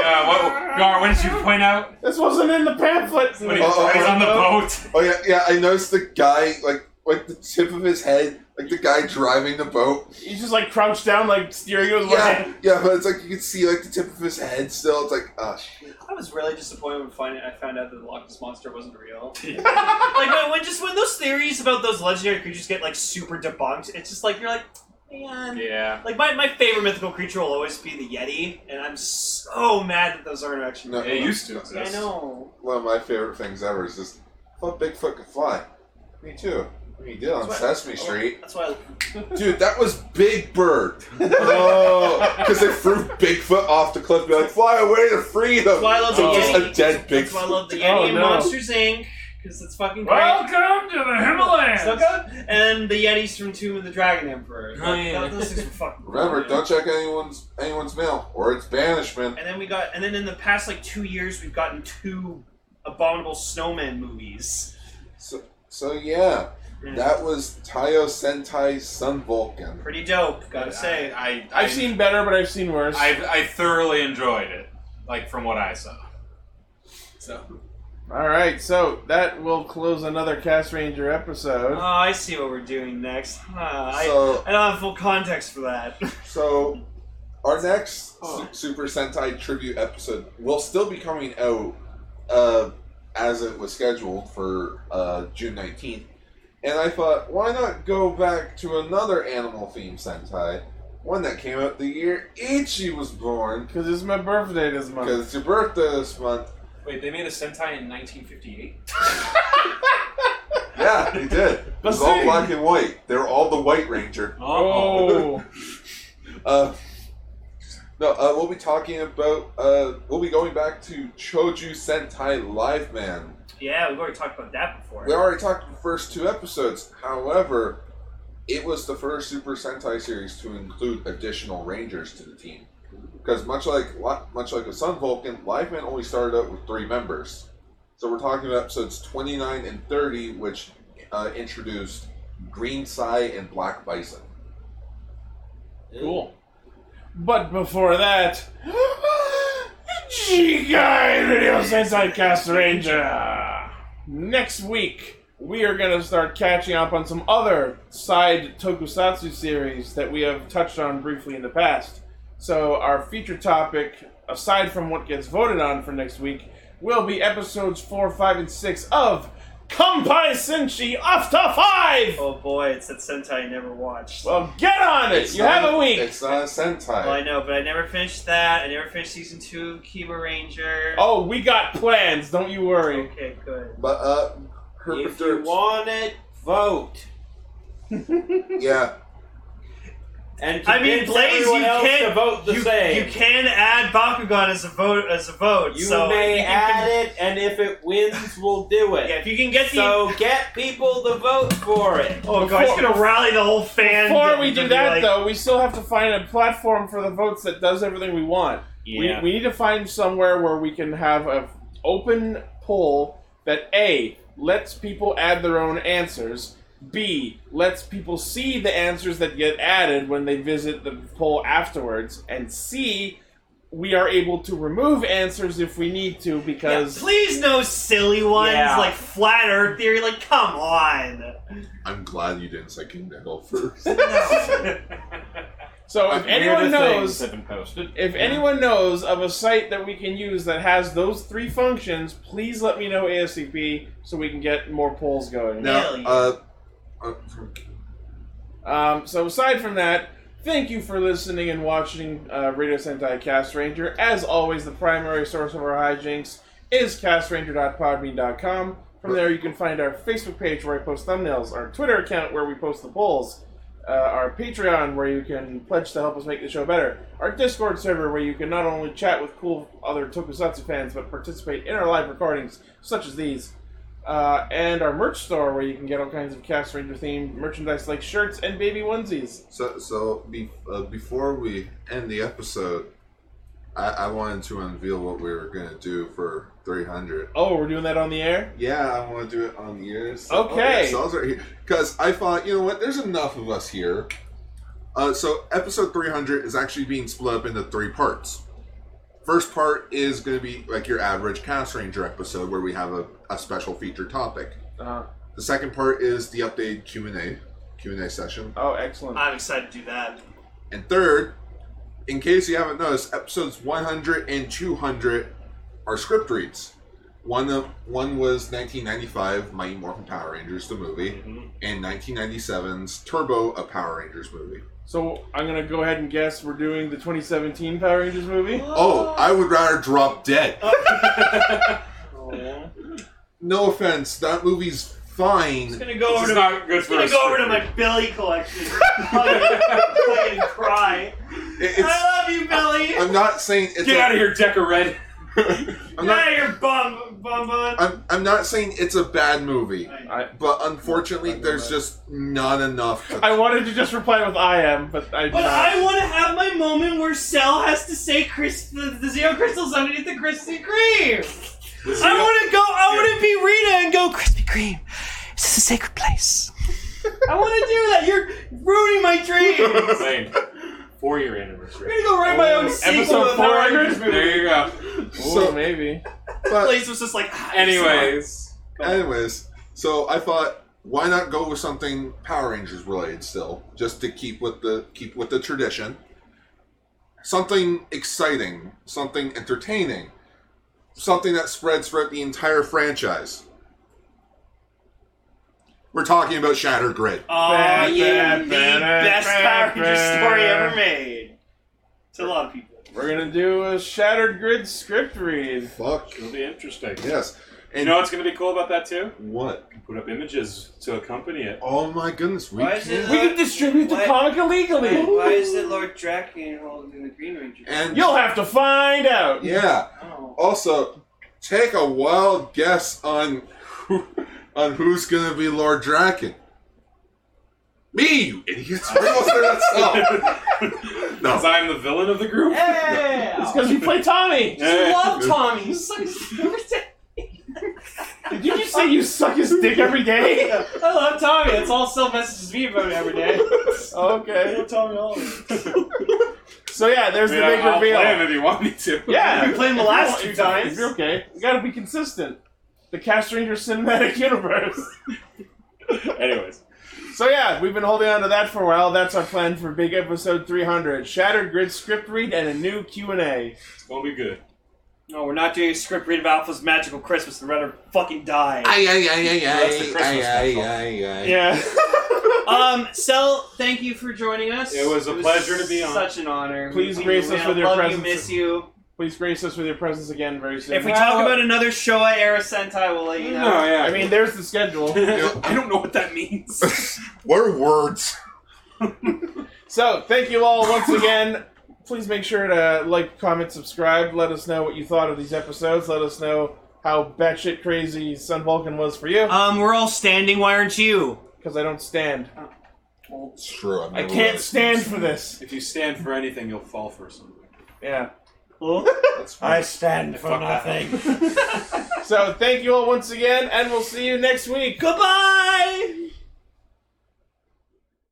yeah. What, Gar, what did you point out?
This wasn't in the pamphlet.
When he-
Uh-oh.
when he's on the boat.
Oh yeah, yeah. I noticed the guy like like the tip of his head, like the guy driving the boat.
He's just like crouched down, like steering with one
Yeah,
hand.
yeah. But it's like you can see like the tip of his head still. It's like ah shit.
I was really disappointed when finding I found out that the Loch Ness monster wasn't real. like when, when just when those theories about those legendary creatures get like super debunked, it's just like you're like, man.
Yeah.
Like my, my favorite mythical creature will always be the Yeti, and I'm so mad that those aren't actually.
No,
It used to
I
exist.
know.
One of my favorite things ever is just fuck Bigfoot can fly. Me too. What you did on
That's
Sesame
Oh,
Street,
That's why.
dude. That was Big Bird. Oh, because they threw Bigfoot off the cliff, and be like, fly away to
That's
freedom.
why I love the
Oh.
Just
Yeti.
a dead
That's why I
Bigfoot.
love the
Oh,
Yeti and
no.
Monsters Inc. Because it's fucking great.
Welcome to the Himalayas.
So good. And the Yetis from Tomb of the Dragon Emperor.
Oh, yeah.
Like, Those things were fucking.
Remember,
brilliant.
don't check anyone's anyone's mail, or it's banishment.
And then we got, and then in the past like two years, we've gotten two abominable snowman movies.
So, so yeah,
Yeah.
that was Tayo Sentai Sun Vulcan.
Pretty dope, gotta say.
I, I,
I've seen better, but I've seen worse.
I, I thoroughly enjoyed it, like from what I saw. So
All right, so that will close another Cast Ranger
Oh,
Uh.
episode.
I see what we're doing next. Huh, I,
So-
I don't have full context for that.
So, our next Su- Super Sentai tribute episode will still be coming out uh, as it was scheduled for uh, June 19th. And I thought, why not go back to another animal themed Sentai? One that came out the year Ichi was born,
Because it's my birthday this month.
because it's your birthday this month.
wait, they made a Sentai in 1958.
Yeah, they did. It was all
see.
black and white. They were all the White Ranger.
Oh.
uh, no, uh, we'll be talking about. Uh, we'll be going back to Choju Sentai Live Man.
Yeah, we've already talked about that before.
We already talked the first two episodes. However, it was the first Super Sentai series to include additional Rangers to the team. Because much like li- much like a Sun Vulcan, Live Man only started out with three members. So we're talking about episodes 29 and 30, which uh, introduced Green Psy and Black Bison.
Cool. But before that, G-Guy Radio Sensei Cast Ranger. Next week, we are going to start catching up on some other side tokusatsu series that we have touched on briefly in the past. So, our feature topic, aside from what gets voted on for next week, will be episodes 4, 5, and 6 of Kampai Senshi Off to 5!
Oh boy, it's that Sentai I never watched.
Well, get on it! you have a week!
It's not a
Well, I
Sentai.
know, but I never finished that. I never finished season two of Kiba Ranger.
Oh, we got plans, don't you worry.
Okay, good.
But uh,
If you
Herbert
want it, vote.
Yeah,
And
I mean,
convince
Blaze, you
everyone else
can
to vote the
you,
same.
you can add Bakugan as a vote as a vote.
You
so
may
if you can-
add it, and if it wins, we'll do it.
Yeah, if you can get the
so get people to vote for it.
Oh god, he's
Before-
gonna rally the whole fan.
Before we do that,
like,
though, we still have to find a platform for the votes that does everything we want.
Yeah.
We, we need to find somewhere where we can have an open poll that A, lets people add their own answers, B, lets people see the answers that get added when they visit the poll afterwards, and C, we are able to remove answers if we need to
yeah,
because.
please no silly ones
Yeah.
like flat Earth theory. Like, come on.
I'm glad you didn't say Kingdom Hill first.
So if
Weird
anyone knows.
have been posted.
If anyone knows of a site that we can use that has those three functions, please let me know ASCP so we can get more polls going.
now,
Really?
uh, uh, from-
Um, so aside from that, thank you for listening and watching uh, Radio Sentai Cast Ranger. As always, the primary source of our hijinks is castranger.podbean.com. From there, you can find our Facebook page where I post thumbnails, our Twitter account where we post the polls, uh, our Patreon where you can pledge to help us make the show better, our Discord server where you can not only chat with cool other Tokusatsu fans but participate in our live recordings such as these uh, and our merch store where you can get all kinds of Cast Ranger themed merchandise like shirts and baby onesies.
So, so be, uh, before we end the episode, I, I wanted to unveil what we were gonna do for 300.
Oh, we're doing that on the air?
Yeah, I want to do it on the air. So,
Okay.
Oh, yeah, so I was right here because I thought, you know what? There's enough of us here. Uh, so episode 300 is actually being split up into three parts. First part is going to be like your average Cast Ranger episode where we have a, a special feature topic.
Uh,
The second part is the updated Q and A Q and A session.
oh, excellent.
I'm excited to do that.
And third, in case you haven't noticed, episodes 100 and 200 are script reads. One of, one was 1995 Mighty Morphin Power Rangers the movie, and 1997's Turbo a Power Rangers movie.
So I'm going to go ahead and guess we're doing the 2017 Power Rangers movie?
Oh, I would rather drop dead.
yeah.
no offense, that movie's
Just
fine.
gonna go over
It's
to my,
not good
just
for
gonna
us
go over
to
to my Billy collection. fucking, fucking cry.
It- It's,
I love you, Billy.
I'm not saying it's
Get
a-
out of here, Decker Red.
I'm
Get
not,
out of here, bum, bum, bum.
I'm, I'm not saying it's a bad movie,
I,
but unfortunately, there's just not enough. To
I wanted to just reply with I am, but I did
But
not.
I want to have my moment where Cell has to say Chris, the, the zero crystals underneath the Krispy Kreme. I want to go. I want to be Rita and go Krispy Kreme. This is a sacred place. I want to do that. You're ruining my dream.
Lame. Four year
I'm
anniversary.
gonna go write my own sequel to
Episode
the Power Rangers
400?
movie.
There you go.
Oh, maybe.
but-
Blaze was just like. "Ah,
Anyways,
Anyways, so I thought, why not go with something Power Rangers related still, just to keep with the keep with the tradition. Something exciting, something entertaining, something that spreads throughout the entire franchise. We're talking about Shattered Grid.
Aw,
Ba-
you
ba-
the
ba-
best
ba-
Power
ba-
Rangers story ever made. To a lot of people.
We're going to do a Shattered Grid script read.
Fuck
it'll be interesting.
yes!
you know what's going to be cool about that too?
What?
Put up images to accompany it.
Oh my goodness, we
Why is
can.
it We
can distribute the comic illegally.
Why is it Lord Draken holding the Green Ranger?
And
You'll have to find out.
yeah.
Oh.
Also, take a wild guess on who, on who's gonna be Lord Draken. Me, you idiots! We're almost there. That's all.
Because I'm the villain of the group.
Yeah!
It's because you play Tommy.
Yeah.
Tommy. You suck his-
Did you just say you suck his dick every day?
I love Tommy. That's all Sel messages me about every day. I
Okay.
love Tommy Oliver.
So yeah, there's
I
the
mean,
big
I'll I'll
reveal.
play him if you want me to.
Yeah,
We played him the
If you want-
last two
if you-
times.
if you're okay. You gotta be consistent. The Cast Ranger Cinematic Universe.
Anyways,
So yeah, we've been holding on to that for a while. That's our plan for big episode 300: Shattered Grid script read and a new Q and A.
it's gonna be good.
No, we're not doing a script read of Alpha's Magical Christmas. I'd rather fucking die.
Aye, aye, aye, aye,
That's the
aye,
Christmas
aye,
special.
aye, aye, aye.
Yeah.
um, Sel, thank you for joining us.
It was a pleasure to be on.
Such an honor.
Please
We-
grace
we
us with your
love
presence.
You, miss you.
Please grace us with your presence again very soon.
If we talk about another Showa era Sentai, we'll let you know.
No, Oh, yeah.
I mean, there's the schedule.
I don't know what that means.
What are words?
So, thank you all once again. Please make sure to like, comment, subscribe. Let us know what you thought of these episodes. Let us know how batshit crazy Sun Vulcan was for you,
Um, we're all standing. Why aren't you?
because I don't stand.
It's true. I've
I
never
can't
realized.
stand for this.
if you stand for anything, you'll fall for something.
Yeah.
That's weird.
And for nothing.
So, thank you all once again, and we'll see you next week.
Goodbye.